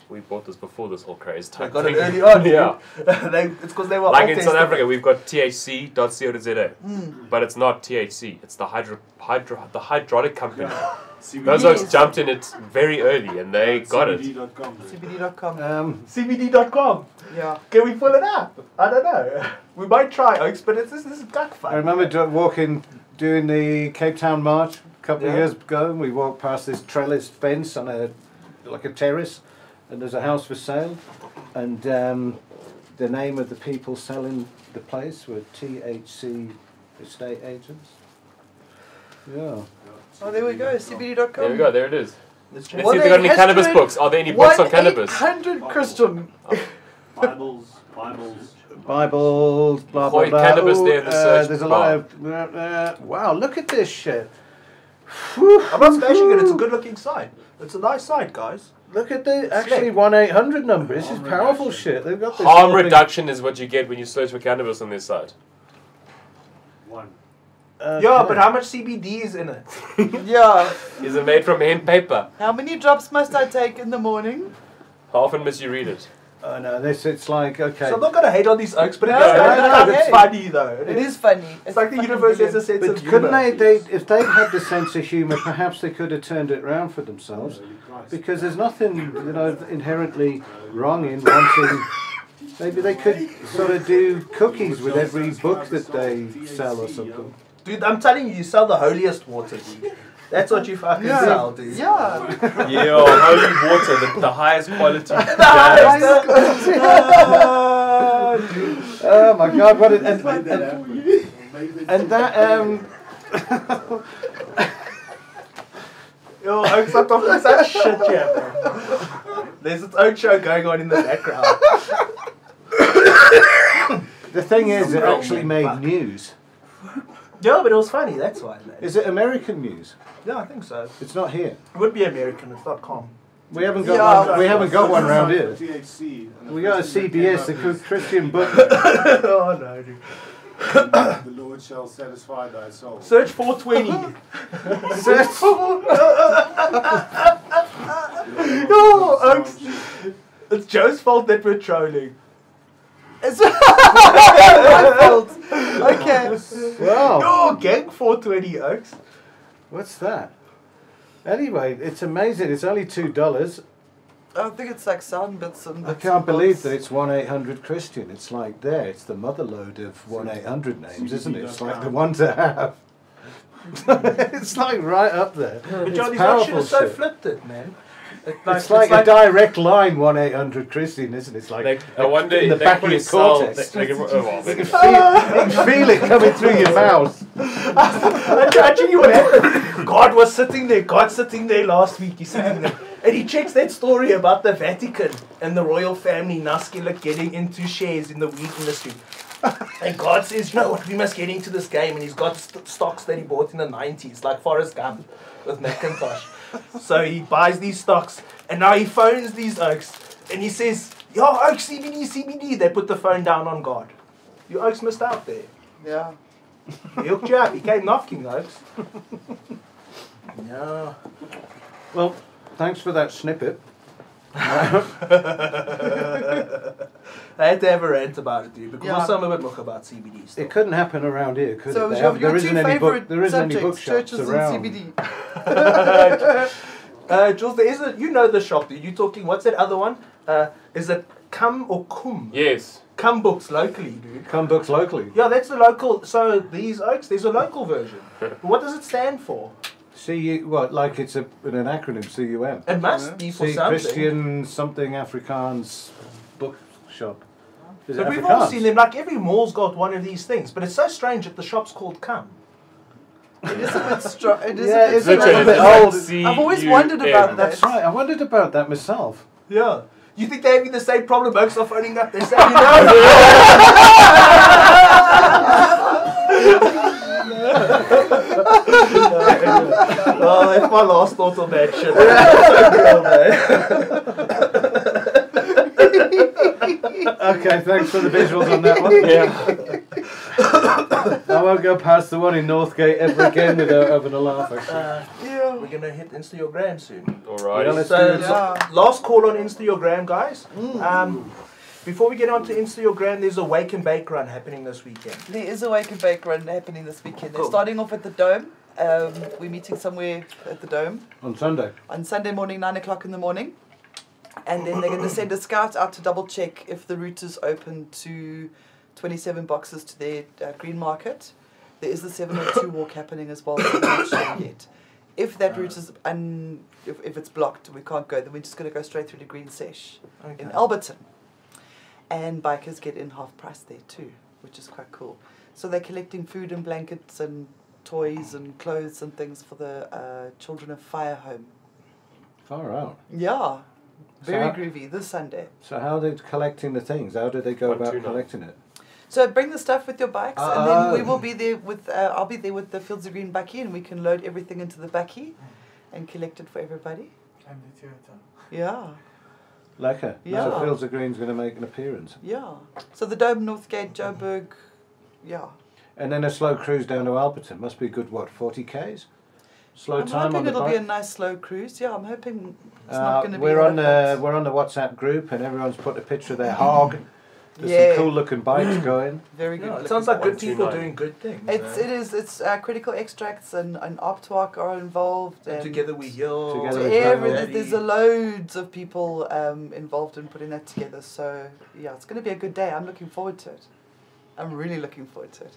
S2: we bought this before this whole craze
S3: I
S2: type
S3: got it
S2: thing.
S3: early on. dude.
S2: Yeah.
S3: they, it's because they were
S2: Like
S3: all
S2: in South
S3: testing.
S2: Africa, we've got THC.co.za,
S3: Hmm.
S2: but it's not THC. It's the hydro, hydro the hydraulic company.
S6: CBD.
S2: Those folks jumped in it very early, and they got it.
S6: CBD.com.
S4: CBD.com.
S1: Um,
S3: CBD.com.
S4: Yeah.
S3: Can we pull it up? I don't know. We might try, Oaks, but it's, this is duck fun.
S1: I remember do- walking, doing the Cape Town March a couple of
S3: Yeah.
S1: years ago, and we walked past this trellis fence on a like a terrace, and there's a house for sale, and um, the name of the people selling the place were THC estate agents. Yeah.
S4: Oh, there we go. CBD.com.
S2: There we go. There it is.
S3: Let's check.
S2: Let's see if they got any cannabis books. Are there any books on cannabis?
S4: 100 Christian.
S6: Bibles. Bibles.
S1: Bibles, blah blah
S2: Boy,
S1: blah.
S2: cannabis there in
S1: uh,
S2: the search
S1: there's a lot
S2: bar.
S1: of uh, uh, wow. Look at this shit.
S3: I'm not smashing it. It's a good looking site. It's a nice site, guys.
S1: Look at the actually
S3: Slick.
S1: one eight hundred number. This is
S6: Harm
S1: powerful
S6: reduction.
S1: shit. They've got this
S2: Harm
S1: lovely-
S2: reduction is what you get when you search for cannabis on this site.
S6: One.
S3: Yeah,
S1: Okay.
S3: but how much CBD is in it?
S4: yeah.
S2: Is it made from hemp paper?
S4: How many drops must I take in the morning?
S2: How often must you read it?
S1: Oh no, this it's like okay.
S3: So I'm not going to hate on these Oaks, but it
S4: No,
S3: does
S2: no,
S3: kind
S4: no,
S3: of
S4: no,
S3: It's
S4: hey.
S3: funny, though.
S4: It is funny.
S3: It's like the
S4: fucking
S3: universe has a
S4: brilliant.
S3: sense
S1: but
S3: of humor.
S1: couldn't they, they? If they had the sense of humour, perhaps they could have turned it round for themselves.
S6: Holy Christ.
S1: Because there's nothing you know inherently wrong in wanting. Maybe they could sort of do cookies with every book that they sell or something.
S3: Dude, I'm telling you, you sell the holiest water, dude. That's what you fucking
S4: Yeah.
S3: sell, dude.
S4: Yeah.
S2: Yeah, holy water, the, the highest quality.
S3: highest-
S1: Oh my God! What it, and,
S6: Made
S1: and,
S6: that happen. Maybe they
S1: and that um,
S3: Yo, Oaks, I'm talking such shit here, man. There's its own show going on in the background.
S1: the thing is, it actually made news.
S3: Yeah, but it was funny, that's why, man.
S1: Is it American news?
S3: Yeah, I think so.
S1: It's not here.
S3: It would be American, it's not calm.
S1: We haven't got
S4: Yeah.
S1: one. We haven't got one round here.
S6: THC. and the
S1: We got a
S6: first thing that
S1: CBS, the
S6: came up
S1: Cr-
S6: is,
S1: Christian Book.
S3: oh no, dude.
S6: The Lord shall satisfy thy soul.
S3: Search 420.
S1: Search-
S3: Joe's fault that we're trolling.
S4: It's my fault. Okay.
S1: Wow.
S3: Oh, gang 420 Oaks.
S1: What's that? Anyway, it's amazing. It's only two dollars.
S4: I think it's like sound bits and
S1: I
S4: bits
S1: can't
S4: and
S1: believe
S4: bobs.
S1: that it's one eight hundred Christian. It's like there. It's the mother load of one eight hundred names, isn't it? It's like the one to have. it's like right up there.
S3: But
S1: It's
S3: Johnny, that shit
S1: powerful
S3: is so
S1: shit.
S3: flipped it, man. It-
S1: It's like a direct line one eight hundred Christian, isn't it? It's like
S2: They, I wonder
S1: in the
S2: if they
S1: back of
S2: probably
S1: your
S2: sell. They,
S1: cortex.
S2: they can, oh, well, they
S1: You
S2: can,
S1: can feel, you can feel it coming through your mouth.
S3: I tell you what happened. God was sitting there. God's sitting there last week. He's sitting there. And he checks that story about the Vatican and the royal family Naskila getting into shares in the wheat industry. And God says, you know what, we must get into this game. And he's got st- stocks that he bought in the 90s, like Forrest Gump with Macintosh. so he buys these stocks. And now he phones these oaks. And he says, yo, Oaks, CBD, CBD. They put the phone down on God. You oaks missed out there.
S4: Yeah.
S3: He hooked you up. He came knocking, oaks. No.
S1: Well, thanks for that snippet.
S3: I had to have a rant about it, dude, because
S4: Yeah.
S3: also I'm a bit muck about CBD
S1: It
S3: stuff.
S1: couldn't happen around here, could
S4: So
S1: it? They
S4: your,
S1: have-
S4: your
S1: there
S4: two
S1: isn't any book.
S4: favorite
S1: There isn't any
S4: subjects,
S1: bookshops
S4: churches and
S1: around.
S4: CBD.
S3: Uh, Jules, there is a, you know the shop, dude. You're talking, what's that other one? Uh, is it Cum or Cum?
S2: yes.
S3: Cum Books locally, dude.
S1: Come books locally.
S3: Yeah, that's the local, so these oaks, there's a local version. But what does it stand for?
S1: CU, what? Like it's a, an acronym, CUM.
S3: It must be for
S1: See,
S3: something.
S1: Christian something Afrikaans bookshop. Is it
S3: But we've all
S1: Afrikaans?
S3: seen them, like every mall's got one of these things, but it's so strange that the shop's called Cum.
S4: It is a bit strong. It is
S1: Yeah,
S4: a bit
S1: it's a
S4: strong.
S1: little bit old.
S4: I've always wondered about that.
S1: That's right. I wondered about that myself.
S3: Yeah. You think they're having the same problem? Oaks are phoning up. They're saying, you know, oh, that's my last thought on that shit.
S1: Okay, thanks for the visuals on that one.
S2: Yeah.
S1: I won't go past the one in Northgate ever again without having a laugh. Actually.
S3: Uh,
S4: Yeah.
S3: we're gonna hit Instagram soon.
S1: Yeah,
S2: Alright.
S1: let's-
S3: So,
S1: do it.
S3: la- last call on Instagram, guys.
S4: Mm.
S3: Um, before we get on to Instagram, there's a wake and bake run happening this weekend.
S4: There is a wake and bake run happening this weekend. They're
S3: Cool.
S4: starting off at the Dome. Um, we're meeting somewhere at the Dome
S1: On Sunday.
S4: on Sunday morning, nine o'clock in the morning, and then they're going to send a scout out to double check if the route is open to twenty-seven boxes to their uh, green market. There is the seven or two walk happening as well. that we're not sure yet. If that route is un, if, if it's blocked, we can't go. Then we're just going to go straight through to Green Sesh in Alberton. And bikers get in half price there too, which is quite cool. So they're collecting food and blankets and toys and clothes and things for the uh, children of Fire Home.
S1: Far out.
S4: Yeah, very
S1: So-
S4: groovy this Sunday.
S1: So how are they collecting the things? How do they go
S2: One,
S1: about
S2: two, nine.
S1: collecting it?
S4: So bring the stuff with your bikes, and then we
S1: Oh.
S4: will be there with. Uh, I'll be there with the Fields of Green bucky, and we can load everything into the bucky, and collect it for everybody.
S7: And the theatre.
S4: Yeah,
S1: Lekker. So
S4: Yeah.
S1: Fields of Green's going to make an appearance.
S4: yeah. So the Dome, Northgate, Joburg, yeah.
S1: And then a slow cruise down to Alberton. Must be a good, what, 40 Ks? Slow
S4: I'm
S1: time on
S4: hoping
S1: the
S4: it'll
S1: bike.
S4: be a nice slow cruise. Yeah, I'm hoping it's
S1: Uh,
S4: not going to be.
S1: we're
S4: a
S1: on
S4: lot
S1: the
S4: of
S1: we're on the WhatsApp group and everyone's put a picture of their hog. There's
S4: Yeah.
S1: some cool looking bikes going.
S4: very good.
S3: No, it
S4: looking
S3: sounds like
S4: bike.
S3: good people doing good things.
S4: It's
S3: man.
S4: it is it's uh, critical extracts and and Optwalk are involved.
S3: And
S4: And
S3: together we heal.
S1: Together
S4: So
S1: we Yeah,
S4: every,
S1: travel.
S4: there's- there's a loads of people um, involved in putting that together. So yeah, it's going to be a good day. I'm looking forward to it. I'm really looking forward to it.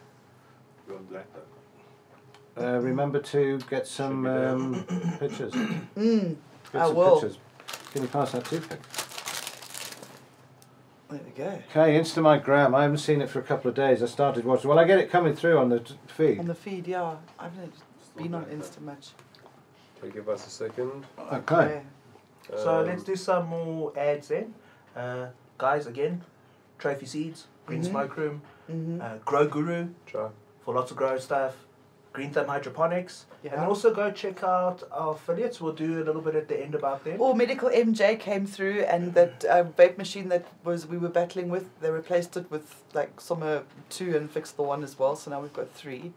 S6: You're on black, though.
S1: Uh, remember to get some
S2: Should be there.
S1: um, pictures.
S4: Mm,
S1: Get
S4: I
S1: some
S4: will.
S1: pictures. Can you pass that toothpick?
S4: there we go.
S1: Okay, Instamic Gram. I haven't seen it for a couple of days. I started watching. Well, I get it coming through on the t- feed.
S4: On the feed, yeah, I haven't
S6: It's
S4: been
S6: not
S4: on
S6: black, though.
S4: Insta much.
S2: Okay, give us a second.
S1: Okay.
S3: So
S2: Um,
S3: let's do some more ads then. Uh, guys, again, Trophy Seeds, Green
S4: Mhm.
S3: Smoke Room,
S4: hmm
S3: uh, Grow Guru
S2: Try.
S3: for lots of grow stuff, Green Thumb Hydroponics, and
S4: Yeah.
S3: also go check out our affiliates. We'll do a little bit at the end about them.
S4: Or Oh, medical MJ came through, and that uh, vape machine that was we were battling with, they replaced it with like Summer two and fixed the one as well. So now we've got three.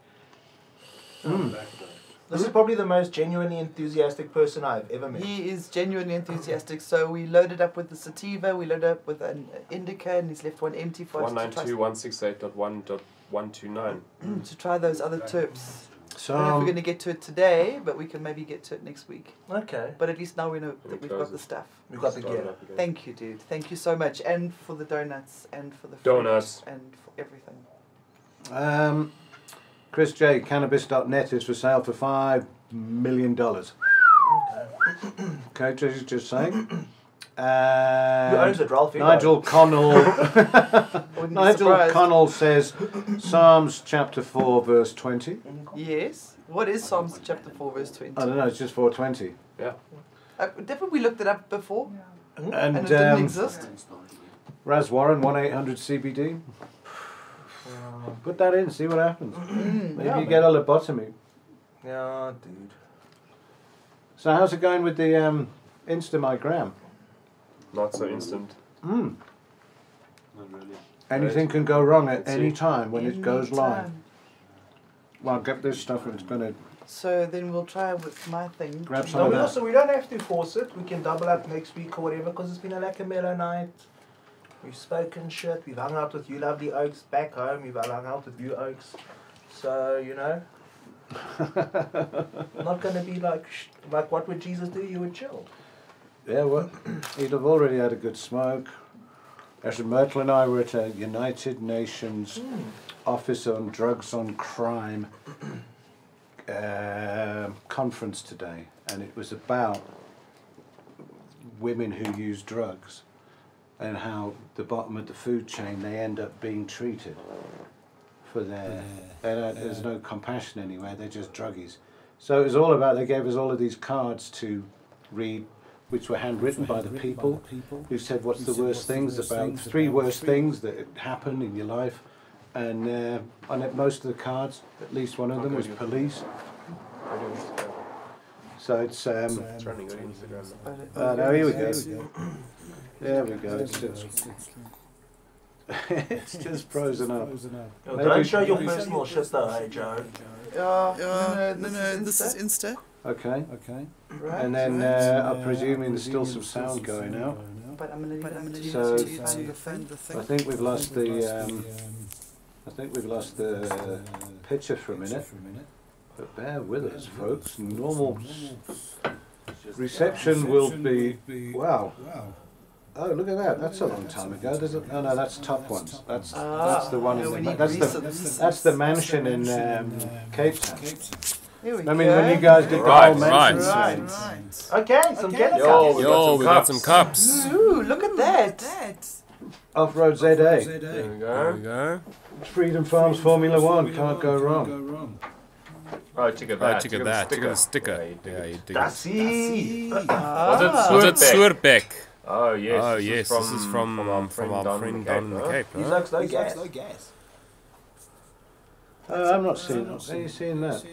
S1: Hmm. Mm.
S6: Black, though.
S3: This is probably the most genuinely enthusiastic person I've ever met.
S4: He is genuinely enthusiastic. So we loaded up with the sativa, we loaded up with an indica, and he's left one empty for us to try,
S2: 192.168.1.129.
S4: to try those other terps. I don't know if we're
S1: So
S4: going to get to it today, but we can maybe get to it next week.
S3: Okay.
S4: But at least now we know
S2: we
S4: that we've
S2: close
S4: got the
S2: it?
S4: stuff.
S3: We've got the
S2: Start it
S3: gear.
S2: up again.
S4: Thank you, dude. Thank you so much, and for the donuts, and for the fruit,
S2: Donuts.
S4: and for everything.
S1: um, Chris J, cannabis.net is for sale for $5 million. Okay, just, just saying.
S3: Who owns
S1: And
S3: it, Ralph? You
S1: Um, Nigel Connell.
S4: I wouldn't be
S1: Nigel
S4: surprised.
S1: Connell says Psalms chapter 4, verse 20.
S4: Yes. What is Psalms chapter four verse twenty?
S1: I don't know, it's just 420.
S2: Yeah.
S4: Uh, Definitely we looked it up before,
S1: And,
S4: and it didn't
S1: um,
S4: exist.
S1: Raz Warren, 1 800 CBD.
S3: Um,
S1: Put that in, see what happens.
S4: Mm.
S1: Maybe
S3: yeah,
S1: you get a lobotomy.
S3: know. Yeah, dude.
S1: So, how's it going with the um, Instamigram?
S2: Not so instant.
S1: Mm.
S6: Not really.
S1: Anything can go wrong at
S2: Let's
S1: any
S2: see.
S1: time when it goes live.
S4: Anytime.
S1: Well, get this stuff and it's going to
S4: So then we'll try with my thing.
S1: grab some
S3: No,
S1: of
S3: we
S1: that.
S3: also we don't have to force it. We can double up next week or whatever because it's been a Lacamello night. We've spoken shit. We've hung out with you lovely oaks back home. We've hung out with you oaks. So you know, not gonna be like sh- like what would Jesus do? You would chill.
S1: Yeah, well, you'd have already had a good smoke. Ashley Mertle and I were at a United Nations Office on Drugs on Crime um, conference today, and it was about women who use drugs and how the bottom of the food chain they end up being treated for their. they don't- There's no compassion anywhere, they're just druggies. So it was all about, they gave us all of these cards to read, which were handwritten by the people who said what's the worst things about three worst things that happen in your life and uh, on it, most of the cards at least one of them was police
S2: I do Instagram.
S1: so it's um
S2: It's running good Instagram.
S4: But it-
S1: oh no here we go there we go it's just it's just frozen up
S3: Yo,
S1: Maybe-
S3: don't show your personal shit though, hey Joe.
S4: Yeah,
S8: Yeah,
S4: no, no, this is
S8: Insta.
S1: okay
S8: Okay.
S4: right.
S1: and then uh, i'm presuming there's still some sound going out
S4: but I'm gonna leave
S8: But
S4: it
S8: I'm
S4: up to
S8: gonna
S4: you
S1: So-
S4: to
S8: to
S4: find
S8: you to
S4: the thing.
S8: find the thing.
S1: i think we've lost the uh, um i think we've lost the picture for a minute but bear with us folks normal reception will be wow
S8: Wow.
S1: Oh, look at that. That's a long time ago. There's a, no, no, that's top ones. That's
S4: Ah,
S1: that's the one in
S4: no, we
S1: the
S4: need
S1: that's the
S4: recent-
S1: that's the mansion in um, Cape Town.
S4: Here we
S1: I mean,
S4: go.
S1: when you guys did the
S9: Right,
S1: whole mansion
S4: right.
S1: thing,
S8: Right.
S3: Okay, some
S4: Okay.
S3: jealous.
S2: Yo, we
S9: Yo, we
S2: got
S9: got
S2: some
S9: some
S2: cups.
S9: cups.
S4: Ooh, look at that!
S8: That.
S1: off-road ZA,
S2: There we
S8: ZA.
S9: There we
S2: go.
S9: go.
S1: Freedom Farms Formula One can't go wrong.
S2: Oh, check it
S9: Oh,
S2: out.
S9: check at that. Check at the
S2: Yeah,
S9: sticker.
S2: you dig
S9: Yeah,
S2: it.
S9: you dig it.
S3: Dusty.
S2: Was it
S4: Ah.
S9: Was it
S2: Swerbeck?
S9: Swerbeck?
S2: Oh, yes.
S9: Oh,
S2: this is
S9: yes. This is from, from our friend down in the Cape.
S3: He
S9: huh?
S3: likes no gas.
S8: gas.
S1: Oh, I'm not seeing that. Are you seeing that?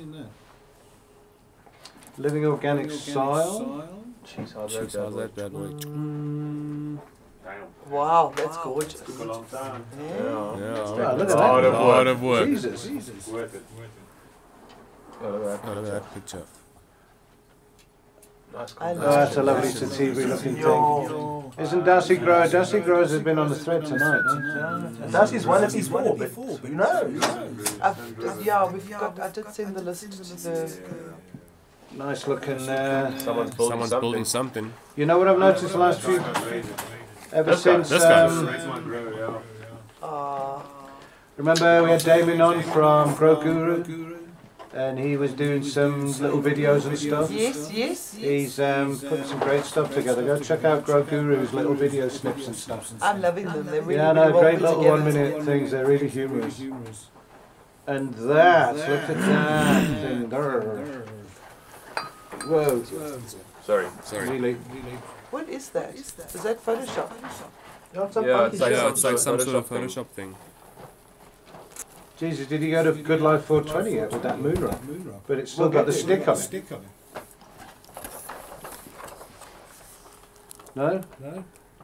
S1: Living Organic Soil.
S2: Jeez, how's that
S9: Jeez, how's
S2: going?
S9: that bad boy?
S2: Mm.
S4: Wow, that's gorgeous.
S6: Took a long time.
S4: Yeah.
S2: Yeah.
S9: Yeah,
S1: Wow, Oh, look at that.
S2: Lot of
S9: Lot
S2: work.
S9: of work.
S1: Jesus.
S6: Worth it.
S2: Oh, look at that.
S9: Oh, look at that picture.
S2: Nice
S4: I
S1: Oh, that's
S4: love
S1: a
S4: it.
S1: lovely sativa looking thing.
S3: Yo.
S1: Isn't Darcy Grower? Darcy Growers has been on the thread tonight.
S3: Dusty's one of these four, but you know.
S4: I've, yeah, we've got. I did send the list
S8: listed
S4: to the.
S1: Nice looking. Uh,
S2: Someone's building
S9: Someone's
S2: something.
S9: building something.
S1: you know what I've noticed the last few Um, ever
S2: This guy.
S1: since.
S9: This guy.
S1: Um,
S4: Uh,
S1: Remember Uh, we had Damien on from Grow Guru and he was doing some little videos and stuff.
S4: yes, yes, yes.
S1: He's um, putting some great stuff together. Go check out Grow Guru's little video snips and stuff.
S4: I'm loving them. They're really,
S1: Yeah,
S4: really
S1: no,
S4: well
S1: great
S4: put
S1: little
S4: together.
S1: one minute things. They're really humorous. And that, look at that thing there. Whoa,
S2: Sorry.
S9: Sorry.
S1: really.
S4: What is that? Is that Photoshop?
S2: Yeah, it's like,
S9: Yeah,
S2: some
S9: it's like some
S2: sort
S9: sort of
S2: thing.
S9: Photoshop thing.
S1: Jesus, did he go to Good Life 420 yet with that moon rock? But it's still got the stick on it. No?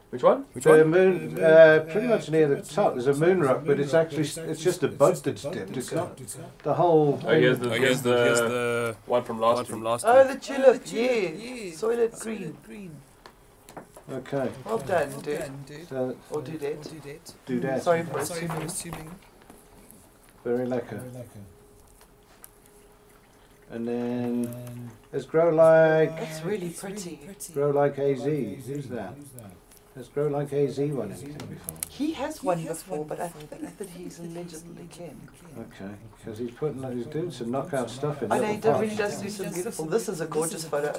S2: Which one?
S9: Which
S1: The
S9: one?
S1: moon, uh, pretty much near the top, there's a moon rock, but it's actually it's just a bud that's dipped. It's not the whole.
S2: Oh, here's
S9: Oh,
S2: the,
S9: here's
S2: here's
S9: the, here's
S2: the
S9: the
S2: one from
S9: one
S2: last
S9: from
S2: from
S9: last
S4: Oh,
S9: time.
S4: the tulip, yeah. Soil it green.
S1: Okay,
S4: Well done, dude.
S1: so
S4: Or do that.
S1: do that.
S4: Sorry for assuming.
S1: Very lekker. And then let's grow like
S4: That's really pretty.
S1: grow like AZ. Who's that? Let's grow like AZ one. Anything before?
S4: He has one before, but I think that he's allegedly Ken.
S1: Okay, because he's putting he's doing some knockout stuff in
S4: I know he
S1: little
S4: does, really
S1: pots.
S4: does do some beautiful. This is a gorgeous photo.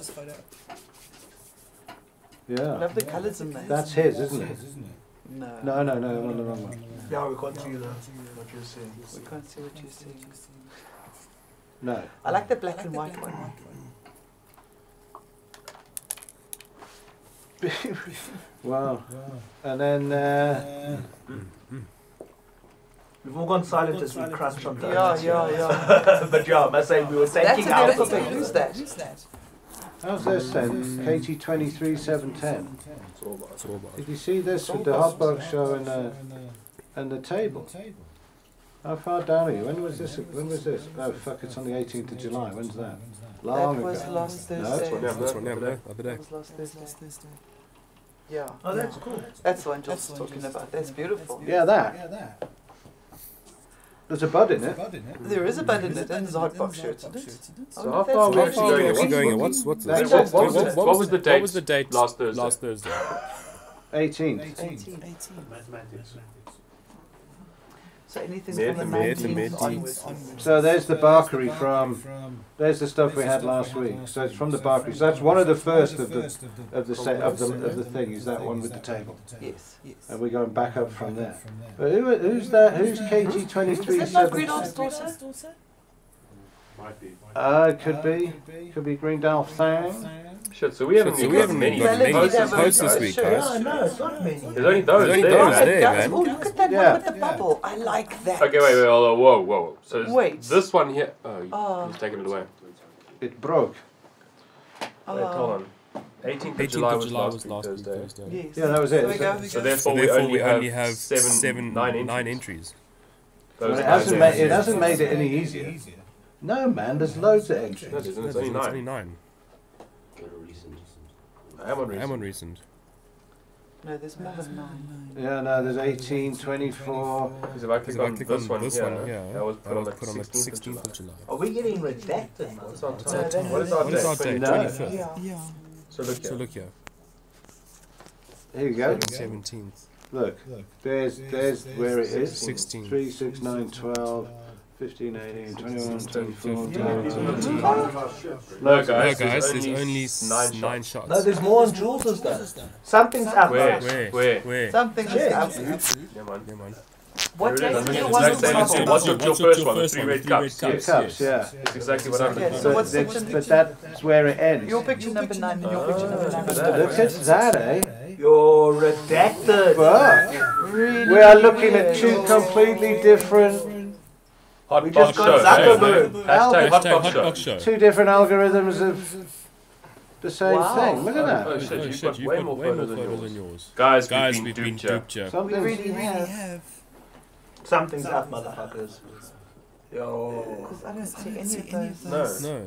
S1: Yeah,
S4: Love the colours in there.
S1: that's his, isn't it?
S4: No.
S1: No, no, no, one the wrong one.
S3: Yeah, we can't see the, what you're seeing.
S4: We can't see what you're seeing.
S1: No.
S4: I like the black and white one.
S1: Wow. And then uh,
S3: We've all gone silent as we crushed on the
S4: Yeah, yeah, yeah.
S3: but yeah, I must say we were
S4: That's
S3: thanking
S4: a
S3: our
S4: beautiful thing. Who's that?
S1: how's this then? KT twenty three seven ten.
S9: It's all about-
S1: Did you see this with the hot box show and the and the table? How far down are you? When was this? When was this? Oh fuck! It's on the eighteenth of July. When's that? Long
S4: That was
S1: ago.
S4: last
S1: No,
S4: Thursday.
S2: one, yeah.
S9: That's one, yeah, the other day.
S4: That was last Thursday. Yeah.
S3: Oh, that's cool.
S4: That's the one John's talking about. That's beautiful.
S1: Yeah, that. There's a bud in it.
S4: There is a band in it, and there's a hot Oh, box shirt.
S2: So how far
S9: Where
S2: were
S9: is
S2: you
S9: she
S2: going?
S9: actually
S2: What's-
S9: going? What's what's
S1: That's-
S9: this?
S1: What- what was
S2: it? What was the
S9: What was
S2: date
S9: the date?
S2: last Thursday?
S9: Last Thursday.
S1: Eighteenth.
S6: Mathematics.
S4: So anything
S2: Mid-
S4: from the
S9: mid-
S4: 19th
S9: mid-teens.
S4: onwards.
S1: So there's the Barkery from. There's the stuff we had last week. So it's from the Barkery. So that's one of the first of the of the set of the of the thing is that one with the table,
S4: Yes.
S1: and we're going back up from there. But who, who's that? Who's KT twenty
S4: Is
S1: three
S4: that not
S1: seven?
S4: Greenhorn's daughter?
S6: Might be.
S1: Uh, could be. Could be Greendale Thang.
S2: Shit, so we haven't
S9: So
S2: even
S9: we
S2: got
S9: haven't
S2: many
S9: got
S4: many
S2: posts
S4: posts
S2: this
S4: this
S2: week,
S9: week,
S2: guys.
S3: No, no, it's not many.
S2: There's only those
S9: There's only
S2: there,
S9: those
S2: man.
S9: there.
S4: Guys,
S9: man.
S4: Oh, look at that
S1: Yeah.
S4: one with the bubble. I like that.
S2: Okay, wait, wait, hold on. Whoa, whoa. So it's
S4: Wait.
S2: this one here. Oh,
S4: Oh.
S2: he's taking it away.
S1: It broke.
S2: Wait, hold
S4: Oh,
S2: on. 18th of
S9: 18th
S2: July
S9: of
S2: was
S9: July was
S2: last week,
S9: last week,
S2: Thursday.
S9: Thursday.
S4: yes.
S1: Yeah, that was it.
S4: There we go.
S1: So-
S2: So
S9: So
S2: therefore,
S9: therefore
S2: we only have, seven, nine inches.
S9: nine entries.
S1: But
S2: Those
S1: it
S2: nine
S1: hasn't made
S2: entries.
S1: it hasn't made it any easier. No man, there's loads of entries.
S2: No, it isn't.
S9: No,
S2: It's
S9: there's
S2: only
S9: only
S2: nine.
S9: nine.
S2: I am on
S9: I am
S2: reason.
S9: on recent.
S4: No, there's more than nine.
S1: Yeah, no, Uh, there's 18, 24.
S2: Because if I click
S9: Because if I
S2: on
S9: click
S2: this one here,
S9: yeah,
S2: that was
S9: that
S2: put on the
S9: put on the 16th of July.
S3: Are we getting redacted?
S2: What's
S3: mother?
S2: our
S4: No,
S2: time?
S4: that's-
S2: What is our
S9: What is our
S2: date?
S9: date?
S1: No.
S9: 25th.
S4: Yeah.
S2: So look
S9: So
S2: here.
S9: look here.
S1: Here you go.
S9: 17th.
S1: Look, there's there's where it is.
S9: 16th.
S1: 3, 6, 9, 12, 15, 18, 21, 24.
S2: No,
S9: No,
S2: guys,
S9: guys,
S2: there's only
S9: s-
S2: nine
S9: nine
S2: shots.
S9: shots.
S3: No, there's more on Jules' though. Something's up.
S2: Where?
S9: Where?
S2: Where?
S9: Where?
S4: Something is
S3: Yeah.
S4: up.
S2: Yeah, man.
S9: Yeah, man.
S4: What
S2: There it is.
S4: day
S2: It's
S4: is
S2: the
S4: it?
S2: exact same as
S4: What's the
S2: it was
S4: trouble?
S2: your-
S9: What's
S2: your
S9: your
S2: first one? The
S9: first
S2: three
S9: one?
S2: red
S9: The three red
S2: cups.
S9: cups.
S2: Yes.
S1: Cups, yeah.
S2: That's exactly what I'm looking
S4: Okay,
S2: for.
S1: So
S4: What
S1: that's-
S4: section?
S1: but that's where it ends.
S4: Your picture number nine and your picture number nine.
S2: look at
S4: are
S2: that.
S1: Look at that, eh?
S3: You're redacted.
S1: Fuck.
S4: Really
S1: We are looking at
S4: weird.
S1: two completely different,
S3: We
S2: Hot
S3: just
S2: box show.
S3: got Zuckerberg.
S2: hey, man. Hashtag hot
S9: Hashtag
S2: box
S9: hot
S2: show.
S9: box show.
S1: two different algorithms of the same
S4: Wow.
S1: thing. Look at that.
S2: Oh
S9: Oh,
S2: shit, you've
S9: shit,
S2: got way more photos than yours.
S9: yours.
S2: Guys,
S9: Guys,
S2: we've
S9: we've
S2: been
S9: been
S2: duped here.
S9: duped, yeah.
S4: We
S1: Something's
S4: really have.
S3: Something's up, motherfuckers. Yo.
S4: Because I don't see any of those.
S2: No.
S9: No.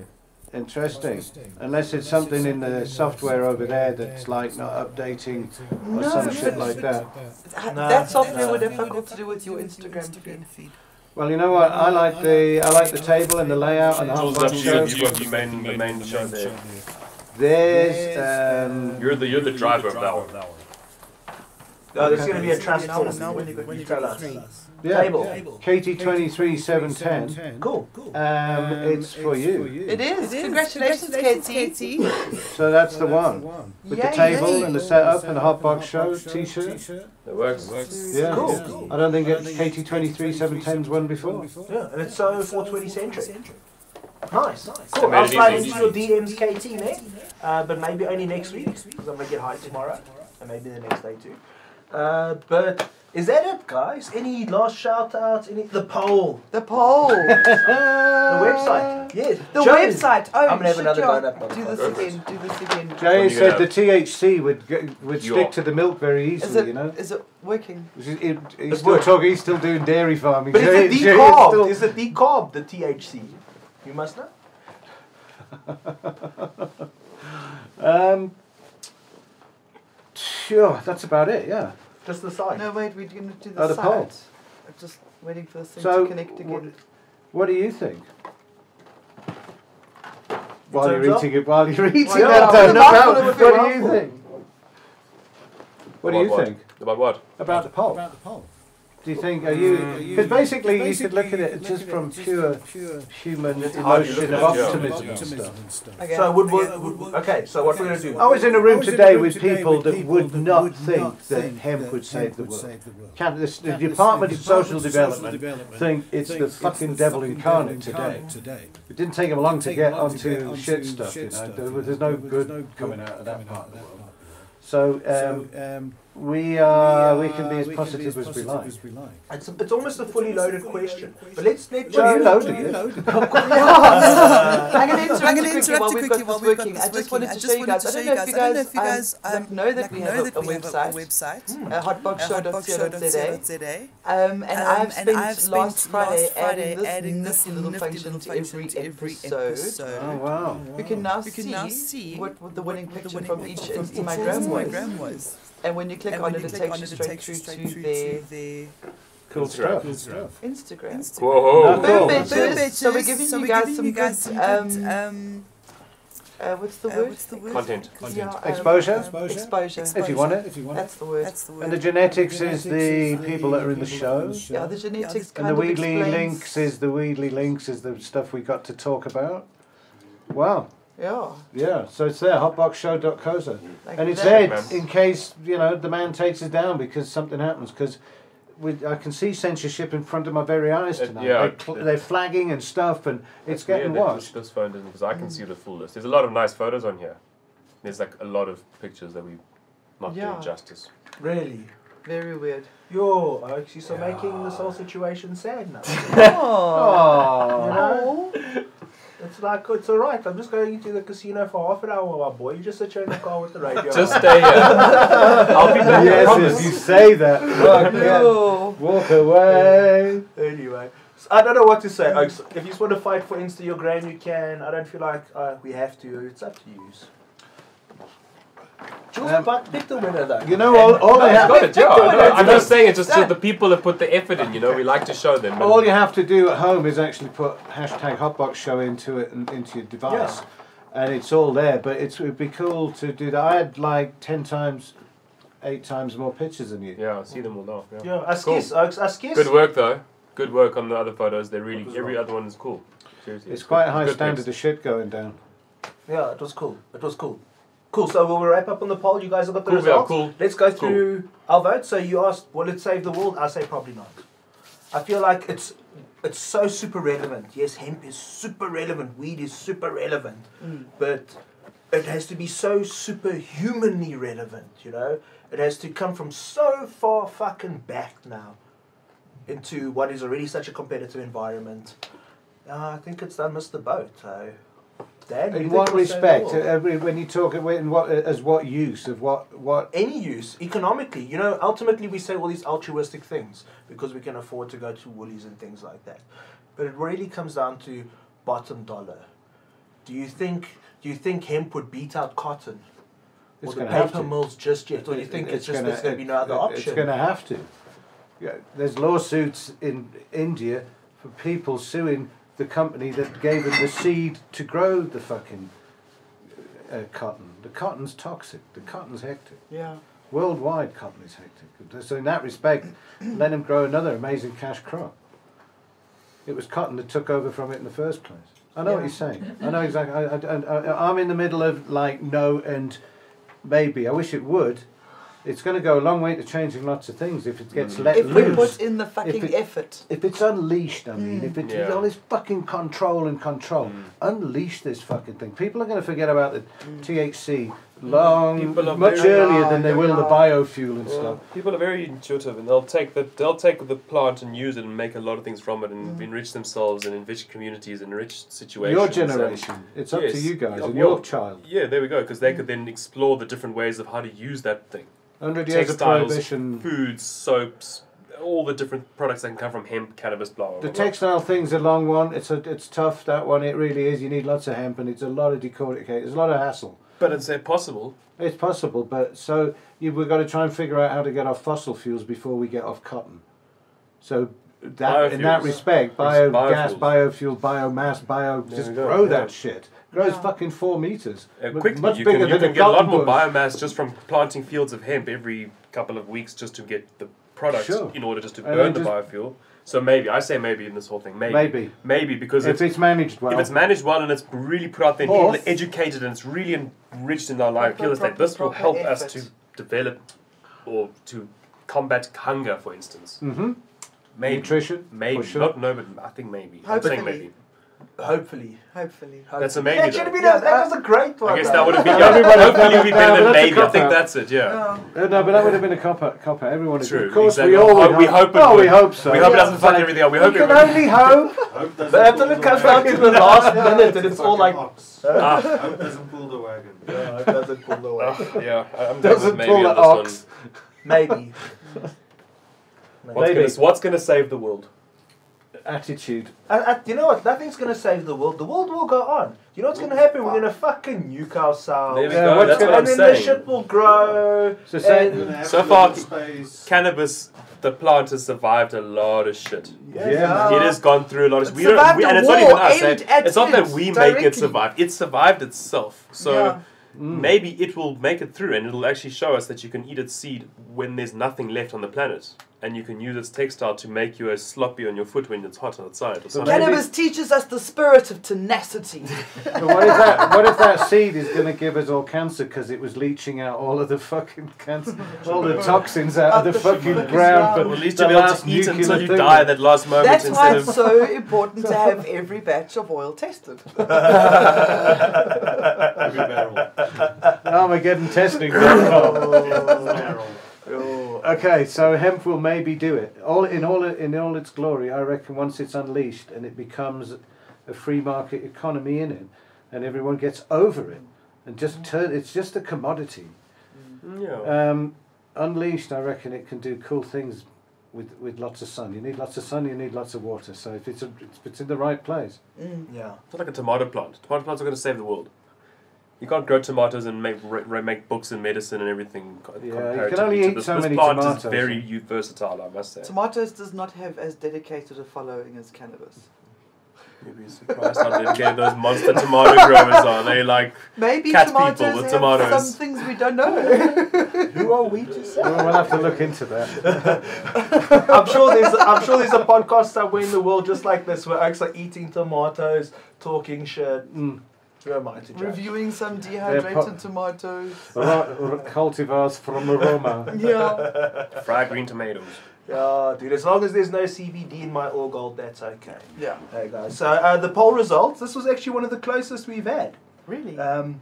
S1: interesting. Unless it's something in the software over there that's like not updating or
S4: No,
S1: some
S4: but-
S1: shit like that.
S4: Uh,
S3: No,
S4: that software
S3: no.
S4: would have got to do with your Instagram feed.
S1: Well, you know what? I like the I like the table and the layout and the whole
S2: Jules,
S1: bunch
S2: that's
S1: of-
S2: you. You've got the main, the main show there.
S1: There's um,
S2: You're the, you're the driver of that one.
S3: No, there's going to be a trust
S4: Now-
S3: fall.
S4: now when you go-
S3: You tell us.
S1: yeah.
S4: um,
S3: Table.
S1: KT twenty three seven ten.
S3: Cool.
S1: Um, it's for you.
S4: It is. Congratulations, Katie.
S1: So that's the one with the
S4: Yay.
S1: table and the setup and the hot box show T-shirt.
S2: It works.
S1: Yeah.
S3: Cool.
S1: I don't think it, KT twenty three seven ten's one before.
S3: Yeah, and it's
S4: Oh,
S3: so 420 centric. Nice. Cool.
S2: made
S3: I'll
S2: it
S3: slide
S2: easy.
S3: into your DMs, eh? KT, next. Uh, but maybe only next week, because I'm going to get high tomorrow. And maybe the next day, too. Uh, but is that it, guys? Any last shout outs? Any the poll,
S4: The poll. the
S3: the website? Yes, Joan.
S4: Uh, website. Oh,
S3: I'm gonna have
S4: shit,
S3: another
S4: yeah.
S3: go at that
S4: Do
S3: motherfucker.
S4: this again. Do this again.
S1: Jay
S2: you
S1: said the
S2: gonna-
S1: THC would g would
S2: You
S1: stick
S2: are-
S1: to the milk very
S4: Is
S1: easily,
S4: it,
S1: you know.
S4: is it working?
S1: He's, he- he's
S3: It's
S1: still
S3: work.
S1: talking. He's still doing dairy farming.
S3: But
S1: Jay-
S3: is it
S1: Jay is
S3: decarb?
S1: still-
S3: Is it decarb? The THC. You must know.
S1: Um, sure, that's about it. Yeah.
S3: Just the side.
S4: No, wait, we're going to do the
S1: Oh, the
S4: site.
S1: poll.
S4: I'm just waiting for this thing
S1: So,
S4: to connect again.
S1: What do you think? While
S3: terms
S1: you're
S3: of-
S1: eating it, while you're eating
S4: Well,
S1: that,
S4: yeah,
S1: don't
S4: well,
S1: know.
S4: well,
S1: What
S4: well,
S1: do
S4: well,
S1: you think? What do
S2: About
S1: you think
S2: About what?
S1: about the poll?
S9: the poll.
S1: Do you think are you? Because Mm. basically, you could look at it just from pure
S9: pure
S1: human
S2: how you
S1: emotion of
S2: look at it, yeah.
S1: optimism and stuff.
S4: Okay.
S3: So would, would, would- okay. So what we're gonna do?
S1: I was in a room
S9: was in a
S1: today
S9: room
S1: with
S9: today
S1: people
S9: with
S1: that
S9: people
S1: would
S9: that
S1: not
S9: would
S1: think
S9: not
S1: that
S9: think
S1: hemp
S9: that
S1: would save
S9: hemp
S1: the
S9: would
S1: world.
S9: save the world.
S1: Can- this- The
S9: Can- this-
S1: Department
S9: the
S1: of Social
S9: Department of Social
S1: Development
S9: Development
S1: think it's
S9: think
S1: the
S9: it's the
S1: fucking
S9: fucking
S1: devil
S9: devil
S1: incarnate today.
S9: incarnate today.
S1: It didn't take them long to get
S9: Long to get
S1: onto shit stuff, you
S9: shit
S1: know.
S9: stuff,
S1: There
S9: you know.
S1: was- There's no
S9: There was no
S1: good
S9: good
S1: coming out of that
S9: coming
S1: part of
S9: out of
S1: the
S9: that
S1: world.
S9: part.
S1: So um,
S9: So, um,
S1: we are. We can
S9: uh,
S1: be as
S9: we
S1: positive as we like.
S9: we like.
S3: It's, it's almost a fully loaded question. But let's let
S1: Well, you
S3: Joe-
S1: loaded it.
S4: I'm going to interrupt,
S8: I'm
S4: you
S8: going to
S4: quickly
S8: interrupt
S4: while
S8: you
S4: we've
S8: quickly
S4: got
S8: while
S4: this
S8: we've got
S4: working.
S8: this
S4: I just
S8: working.
S4: wanted
S8: I
S4: to show
S8: just
S4: you
S8: wanted
S4: guys.
S8: to
S4: I
S8: show
S4: don't
S8: you
S4: know if
S8: guys.
S4: you
S8: I don't know
S4: guys
S8: if you guys
S4: um,
S8: um,
S4: know that
S8: like,
S4: we
S8: know
S4: have
S8: that
S4: a a
S8: we have a
S4: website,
S8: website,
S4: uh, hotboxshow.co.za.
S8: hotboxshow.co.za.
S4: Um, and
S8: Um,
S4: I've spent,
S8: and I've spent
S4: last Friday
S8: last Friday
S4: adding this
S8: adding this
S4: nifty little
S8: nifty
S4: function
S8: little
S4: to every
S8: function to every
S4: episode.
S8: episode.
S1: Oh wow!
S4: We can now
S8: We
S4: see,
S8: can now see
S4: what, what the winning
S8: what the
S4: picture
S8: winning
S4: from each
S8: picture
S4: Instagram
S8: my
S4: was.
S8: gram was.
S4: And when you click
S8: And
S4: on
S8: when
S4: it,
S8: you
S4: it
S8: click
S4: takes
S8: on
S4: you
S8: it, it
S4: straight
S8: takes you
S4: through
S8: straight
S4: to
S8: through
S4: their
S8: to their
S1: Cool stuff.
S4: Instagram.
S2: Whoa!
S1: Cool.
S4: Boom
S1: That's
S8: Boom
S4: bitches. So we're
S8: bitches.
S4: giving
S8: So
S4: you
S8: we're
S4: guys
S8: giving
S4: some
S8: you guys
S4: good,
S8: some
S4: um,
S8: good, um,
S4: uh, what's the
S8: uh,
S4: word?
S8: what's the word?
S2: Content.
S4: Yeah, um,
S1: Exposure?
S4: Exposure.
S1: If you want it.
S9: If you want it.
S4: That's the word.
S8: That's the word.
S1: And the genetics is the people that are in the
S9: people that are
S1: show.
S4: Yeah, the genetics
S1: And
S4: kind
S1: the
S4: of
S1: Wheatley
S4: explains-
S1: links is the Wheatley links is the stuff we got to talk about. Wow.
S4: Yeah.
S1: Yeah, so it's there, hotboxshow.coza.
S4: Like
S1: And it's
S4: that.
S1: there
S2: Check, man.
S1: in case, you know, the man takes us down because something happens. Because I can see censorship in front of my very eyes
S2: Uh,
S1: tonight.
S2: yeah,
S1: they're, cl-
S2: it-
S1: they're flagging and stuff, and it's
S2: Yeah,
S1: getting
S2: that
S1: watched.
S2: This phone doesn't because I can see the full list. There's a lot of nice photos on here. There's like a lot of pictures that we not
S4: Yeah.
S2: doing justice.
S3: Really?
S4: Very weird.
S3: Yo, Oaks, you're so making this whole situation sad now.
S4: Oh.
S3: You
S1: Oh,
S3: know? It's like it's alright. I'm just going to the casino for half an hour, my boy. You just sit here in the car with the radio.
S2: Just
S3: on.
S2: stay here. I'll be back. I
S1: yes,
S2: promise.
S1: yes, you say that. Fuck yeah.
S4: No.
S1: Walk away.
S3: anyway. So I don't know what to say, Oaks. If you just want to fight for Insta your gram, you can. I don't feel like uh, we have to. It's up to you. Jules
S1: Um,
S3: Buck picked the winner though.
S1: You know, all, all,
S2: No,
S1: they
S2: it's
S1: have,
S2: Oh, got it, yeah, I know. I'm just saying it's just that the people have put the effort in, you know, we like to show them. and-
S1: all you have to do at home is actually put hashtag hotbox show into it and into your device. And it's all there, but it's, it'd be cool to do that. I had like 10 times, 8 times more pictures than you.
S2: yeah, I see them all now. Yeah.
S3: Yeah, us
S2: Cool.
S3: kiss, Oaks. Us kiss.
S2: Good work though. Good work on the other photos. They're really every other one is cool. Seriously.
S1: It's quite a
S2: good-
S1: high
S2: good
S1: standard
S2: pics.
S1: of shit going down.
S3: Yeah, it was cool. It was cool. Cool. So we'll wrap up on the poll. You guys have got the
S2: Cool, yeah,
S3: results.
S2: cool.
S3: Let's go
S2: Cool.
S3: through our vote. So you asked, will it save the world? I say probably not. I feel like it's it's so super relevant. Yes, hemp is super relevant. Weed is super relevant, but it has to be so superhumanly relevant. You know, it has to come from so far fucking back now into what is already such a competitive environment. Uh, I think it's done missed the boat. So, Dan, you
S1: In
S3: think
S1: what
S3: it'll save the
S1: respect?
S3: world?
S1: Uh, When you talk, in what uh, as what use of what what?
S3: any use economically. You know, ultimately we say all these altruistic things because we can afford to go to Woolies and things like that. But it really comes down to bottom dollar. Do you think do you think hemp would beat out cotton
S1: It's
S3: or the
S1: gonna have
S3: paper
S1: to.
S3: mills just yet? Or do you think it's, just there's going to be no other
S1: it-
S3: option?
S1: It's going to have to. Yeah, there's lawsuits in India for people suing the company that gave them the seed to grow the fucking uh, cotton. The cotton's toxic. The cotton's hectic.
S4: Yeah.
S1: Worldwide, cotton is hectic. So in that respect, let them grow another amazing cash crop. It was cotton that took over from it in the first place. I know what
S4: Yeah.
S1: you're saying. I know exactly. I, I, I, I- I'm in the middle of like no and maybe. I wish it would. It's going to go a long way to changing lots of things if it gets let
S4: If we
S1: loose.
S4: put in the fucking
S1: it-
S4: effort.
S1: if it's unleashed, I mean, if it's
S2: Mm. Yeah. Mm.
S1: all this fucking control and control, unleash this fucking thing. People are going to forget about the THC long,
S2: Mm. People are
S1: much
S2: very-
S1: earlier than they will the biofuel and
S2: Yeah,
S1: stuff.
S2: people are very intuitive, and they'll take the they'll take the plant and use it and make a lot of things from it, and enrich themselves and enrich communities and enrich situations.
S1: Mm. Your
S2: and-
S1: generation, Mm. it's up to
S2: Yes.
S1: you guys
S2: Yeah,
S1: and
S2: well-
S1: your child.
S2: yeah, there we go, because they could then explore the different ways of how to use that thing.
S1: Hundred years of
S2: Textiles,
S1: prohibition.
S2: Foods, soaps, all the different products that can come from hemp, cannabis, blah blah.
S1: The
S2: blah.
S1: textile thing's a long one. It's a, it's tough that one. It really is. You need lots of hemp, and it's a lot of decorticate. It's a lot of hassle.
S2: But it's uh, possible.
S1: It's possible, but so you, we've got to try and figure out how to get off fossil fuels before we get off cotton. So that in that
S2: Biofuels.
S1: respect,
S2: It's
S1: biogas,
S2: biofuels.
S1: biofuel, biomass, bio,
S2: There
S1: just
S2: we go,
S1: grow
S2: yeah.
S1: that shit. Grows
S4: Yeah.
S1: fucking four meters.
S2: Uh,
S1: Mu-
S2: quickly,
S1: much
S2: you
S1: bigger
S2: can, you
S1: than
S2: can
S1: a
S2: get a lot
S1: cotton
S2: more
S1: bush.
S2: biomass just from planting fields of hemp every couple of weeks just to get the product
S1: Sure.
S2: in order just to
S1: And
S2: burn the
S1: then
S2: biofuel. So maybe I say maybe in this whole thing, maybe, maybe,
S1: Maybe
S2: because
S1: if
S2: it's,
S1: it's managed well.
S2: if it's managed well and it's really put out there, and
S1: Or-
S2: people are educated and it's really enriched in our life,
S4: Proper-
S2: feel that this will
S4: proper
S2: help us
S4: effort.
S2: to develop or to combat hunger, for instance.
S1: hmm
S2: Maybe,
S1: Nutrition,
S2: maybe,
S1: for sure.
S2: not no, but I think maybe. I'm saying
S4: Hopefully.
S2: maybe.
S3: Hopefully.
S4: Hopefully.
S2: That's a maybe.
S3: should
S2: Though.
S3: have been a, that was a great one.
S2: I guess
S3: though.
S2: that would have been
S1: Everybody-
S2: hopefully we
S1: no, but
S2: better than
S1: that's a
S2: maybe. I think
S1: cop-out.
S2: that's it. Yeah.
S1: Uh, no, but that would have been a copper. Copper. Everyone is.
S2: True,
S1: Of course,
S2: exactly.
S1: we all
S2: Hope-
S1: would
S2: we
S1: hope-
S2: hope it
S1: no, we
S2: would.
S1: hope so.
S2: We hope it doesn't fuck everything up. We hope
S1: you can
S2: it will.
S1: only hope.
S6: Hope doesn't
S3: But
S6: pull
S3: until it
S6: the
S3: comes
S6: wagon.
S3: down to the last minute and it's all like.
S6: Ox.
S2: Ah,
S6: Hope doesn't pull the wagon.
S3: Yeah, it doesn't pull the wagon.
S2: ah, yeah, I- I'm done with
S1: Doesn't
S2: maybe
S1: pull
S2: on
S1: the ox.
S2: this
S3: Maybe.
S2: one. What's
S1: Maybe.
S2: gonna, what's gonna save the world?
S1: Attitude.
S3: And, and you know what? Nothing's gonna save the world. The world will go on. You know what's gonna happen? We're gonna fucking nuke ourselves.
S2: There we
S1: Yeah,
S2: go.
S1: what's
S2: That's
S1: gonna-
S2: what
S3: and
S2: I'm
S3: then the
S2: saying.
S3: shit will grow.
S1: So say-
S3: and-
S6: We're gonna have
S2: So
S6: to
S2: far,
S6: live in space.
S2: Cannabis, the plant has survived a lot of shit.
S3: Yeah,
S1: Yeah,
S3: yeah.
S2: It has gone through a lot of.
S4: It
S2: We don't,
S4: survived
S2: we,
S4: a
S2: and it's not
S4: war
S2: even us.
S4: aimed
S2: eh?
S4: at
S2: It's not that
S4: it
S2: we make it
S4: directly.
S2: survive. It survived itself. So
S4: Yeah.
S1: Mm.
S2: maybe it will make it through, and it'll actually show us that you can eat its seed when there's nothing left on the planet, and you can use its textile to make you as sloppy on your foot when it's hot outside or something.
S1: maybe-
S4: Cannabis teaches us the spirit of tenacity.
S1: But what if that? What if that seed is going to give us all cancer because it was leaching out all of the fucking cancer, all the toxins out of the fucking ground?
S2: Well,
S1: For
S2: at least
S1: the
S2: you'll be able
S1: last
S2: to eat
S1: nuclear
S2: until you
S1: thing.
S2: die that last moment
S4: That's why
S2: instead
S4: it's
S2: of.
S4: so important to have every batch of oil tested.
S6: Every barrel.
S1: Armageddon testing.
S2: Oh.
S6: barrel.
S1: Oh. okay, so hemp will maybe do it. All in all in all its glory, I reckon. Once it's unleashed and it becomes a free market economy in it, and everyone gets over it, and just turn. It's just a commodity.
S2: Yeah.
S1: Um, Unleashed, I reckon it can do cool things with, with lots of sun. You need lots of sun, you need lots of water. So if it's, a, it's, it's in the right place.
S4: Mm.
S3: Yeah.
S2: It's like a tomato plant. Tomato plants are going to save the world. You can't grow tomatoes and make re- re- make books and medicine and everything. co-
S1: Yeah, you
S2: comparatively
S1: can only
S2: to
S1: eat
S2: this.
S1: so
S2: this
S1: many
S2: plant
S1: tomatoes.
S2: is very u- versatile, I must say.
S4: Tomatoes does not have as dedicated a following as cannabis.
S2: You'd be surprised how dedicated those monster tomato growers are. They like
S4: Maybe
S2: Cat people
S4: tomatoes
S2: with
S4: have
S2: tomatoes.
S4: some things we don't know.
S3: Who are we to say?
S1: Well, we'll have to look into that.
S3: I'm sure there's I'm sure there's a podcast somewhere in the world just like this where oaks are eating tomatoes, talking shit.
S1: Mm.
S3: Who am I to judge?
S4: Reviewing some dehydrated
S1: They're po-
S4: tomatoes.
S1: Ro- ro- cultivars from Roma.
S4: Yeah.
S2: uh, fried green tomatoes.
S3: Yeah, dude. As long as there's no CBD in my all gold, that's okay.
S4: Yeah.
S3: Hey guys. So uh, the poll results. This was actually one of the closest we've had.
S4: Really?
S3: Um,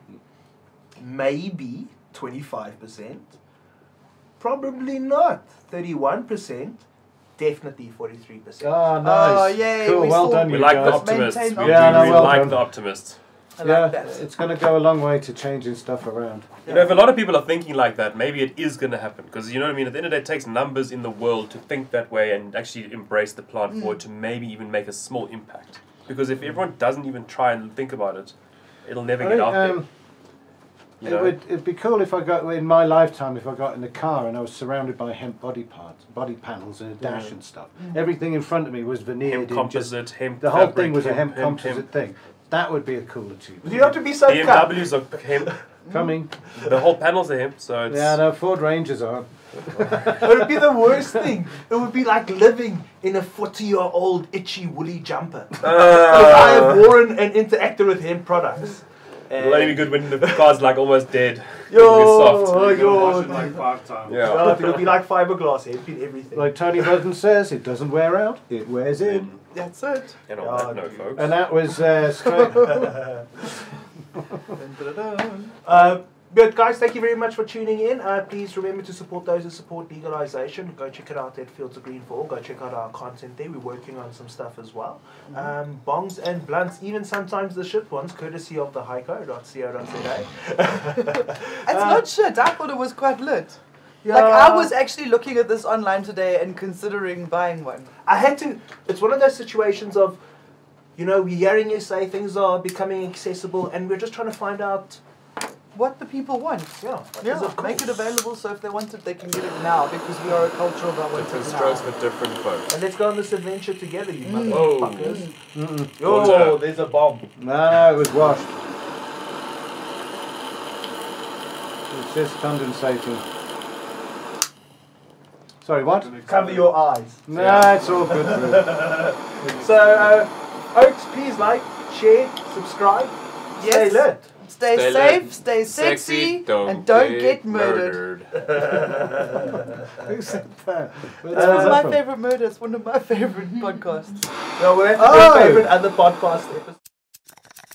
S3: maybe twenty five percent. Probably not. Thirty one percent. Definitely forty three percent.
S1: Ah,
S4: Oh,
S1: nice.
S4: yay,
S1: cool,
S4: we
S1: well
S4: saw-
S1: done,
S2: We
S1: you
S2: like the
S1: guys.
S4: maintain
S2: optimists. We,
S1: Yeah,
S2: we,
S1: no,
S2: we
S1: well
S2: like
S1: done.
S2: the optimists.
S4: I
S1: yeah,
S4: like that.
S1: it's going to go a long way to changing stuff around.
S2: You know, if a lot of people are thinking like that, maybe it is going to happen. Because you know what I mean. At the end of the day, it takes numbers in the world to think that way and actually embrace the plant
S1: Mm.
S2: for it to maybe even make a small impact. Because if everyone doesn't even try and think about it, it'll never
S1: I
S2: get
S1: think,
S2: out
S1: um,
S2: there. You
S1: it
S2: know?
S1: would it'd be cool if I got in my lifetime if I got in the car and I was surrounded by hemp body parts, body panels and a dash and stuff. Everything in front of me was veneered
S2: hemp
S1: in just
S2: composite, hemp.
S1: The whole
S2: fabric,
S1: thing was a hemp composite
S2: hemp.
S1: thing. That would be a cool achievement.
S3: You don't have to be so cut.
S2: BMWs are hemp.
S1: Coming.
S2: The whole panels are hemp, so it's.
S1: Yeah, no, Ford Rangers are.
S3: It would be the worst thing. It would be like living in a 40 year old itchy woolly jumper.
S2: uh,
S3: Because I have worn and interacted with him products. And
S2: It'll only be good when the car's like almost dead.
S3: Yo,
S2: It's soft.
S3: oh,
S6: You're gonna wash it
S3: yo.
S6: like five times.
S2: Yeah.
S3: Well, it'll be like fiberglass, it'd be everything.
S1: Like Tony Buzan says, it doesn't wear out, it wears in.
S2: And
S4: That's it.
S2: on that note, folks.
S1: And that was uh, straight.
S4: Dun, dun, dun, dun.
S3: Uh, But guys, thank you very much for tuning in. Uh, please remember to support those who support legalization. Go check it out at Fields of Green for All. Go check out our content there. We're working on some stuff as well. Um, bongs and blunts, even sometimes the shit ones, courtesy of the highco.co.za.
S4: It's not shit. I thought it was quite lit.
S3: Yeah.
S4: Like I was actually looking at this online today and considering buying one.
S3: I had to. It's one of those situations of, you know, we're hearing you say things are becoming accessible, and we're just trying to find out.
S4: What the people want.
S3: Yeah, what
S4: Yeah,
S3: is it
S4: make it
S3: cool?
S4: available so if they want it, they can get it now because we are a culture of our want
S2: Different
S4: it
S2: strokes
S4: now.
S2: for different folks.
S3: And let's go on this adventure together, you
S2: Whoa.
S3: motherfuckers. Mm-hmm.
S2: Water.
S3: Yo, there's a bomb.
S1: No, no, it was washed. It's just condensating. Sorry, what?
S3: Cover your eyes.
S1: No, it's all good. Ruth.
S3: So, uh, Oaks, please like, share, subscribe, stay
S4: Yes.
S3: lit.
S4: Stay,
S2: Stay
S4: safe,
S2: lit,
S4: stay sexy, and don't get, murdered.
S1: Who said that? Where the hell
S4: This
S1: is
S4: was
S1: that
S4: my
S1: from?
S4: favorite murder. It's one of my favorite podcasts.
S3: No, we're at
S1: Oh.
S3: your favorite other podcast episode.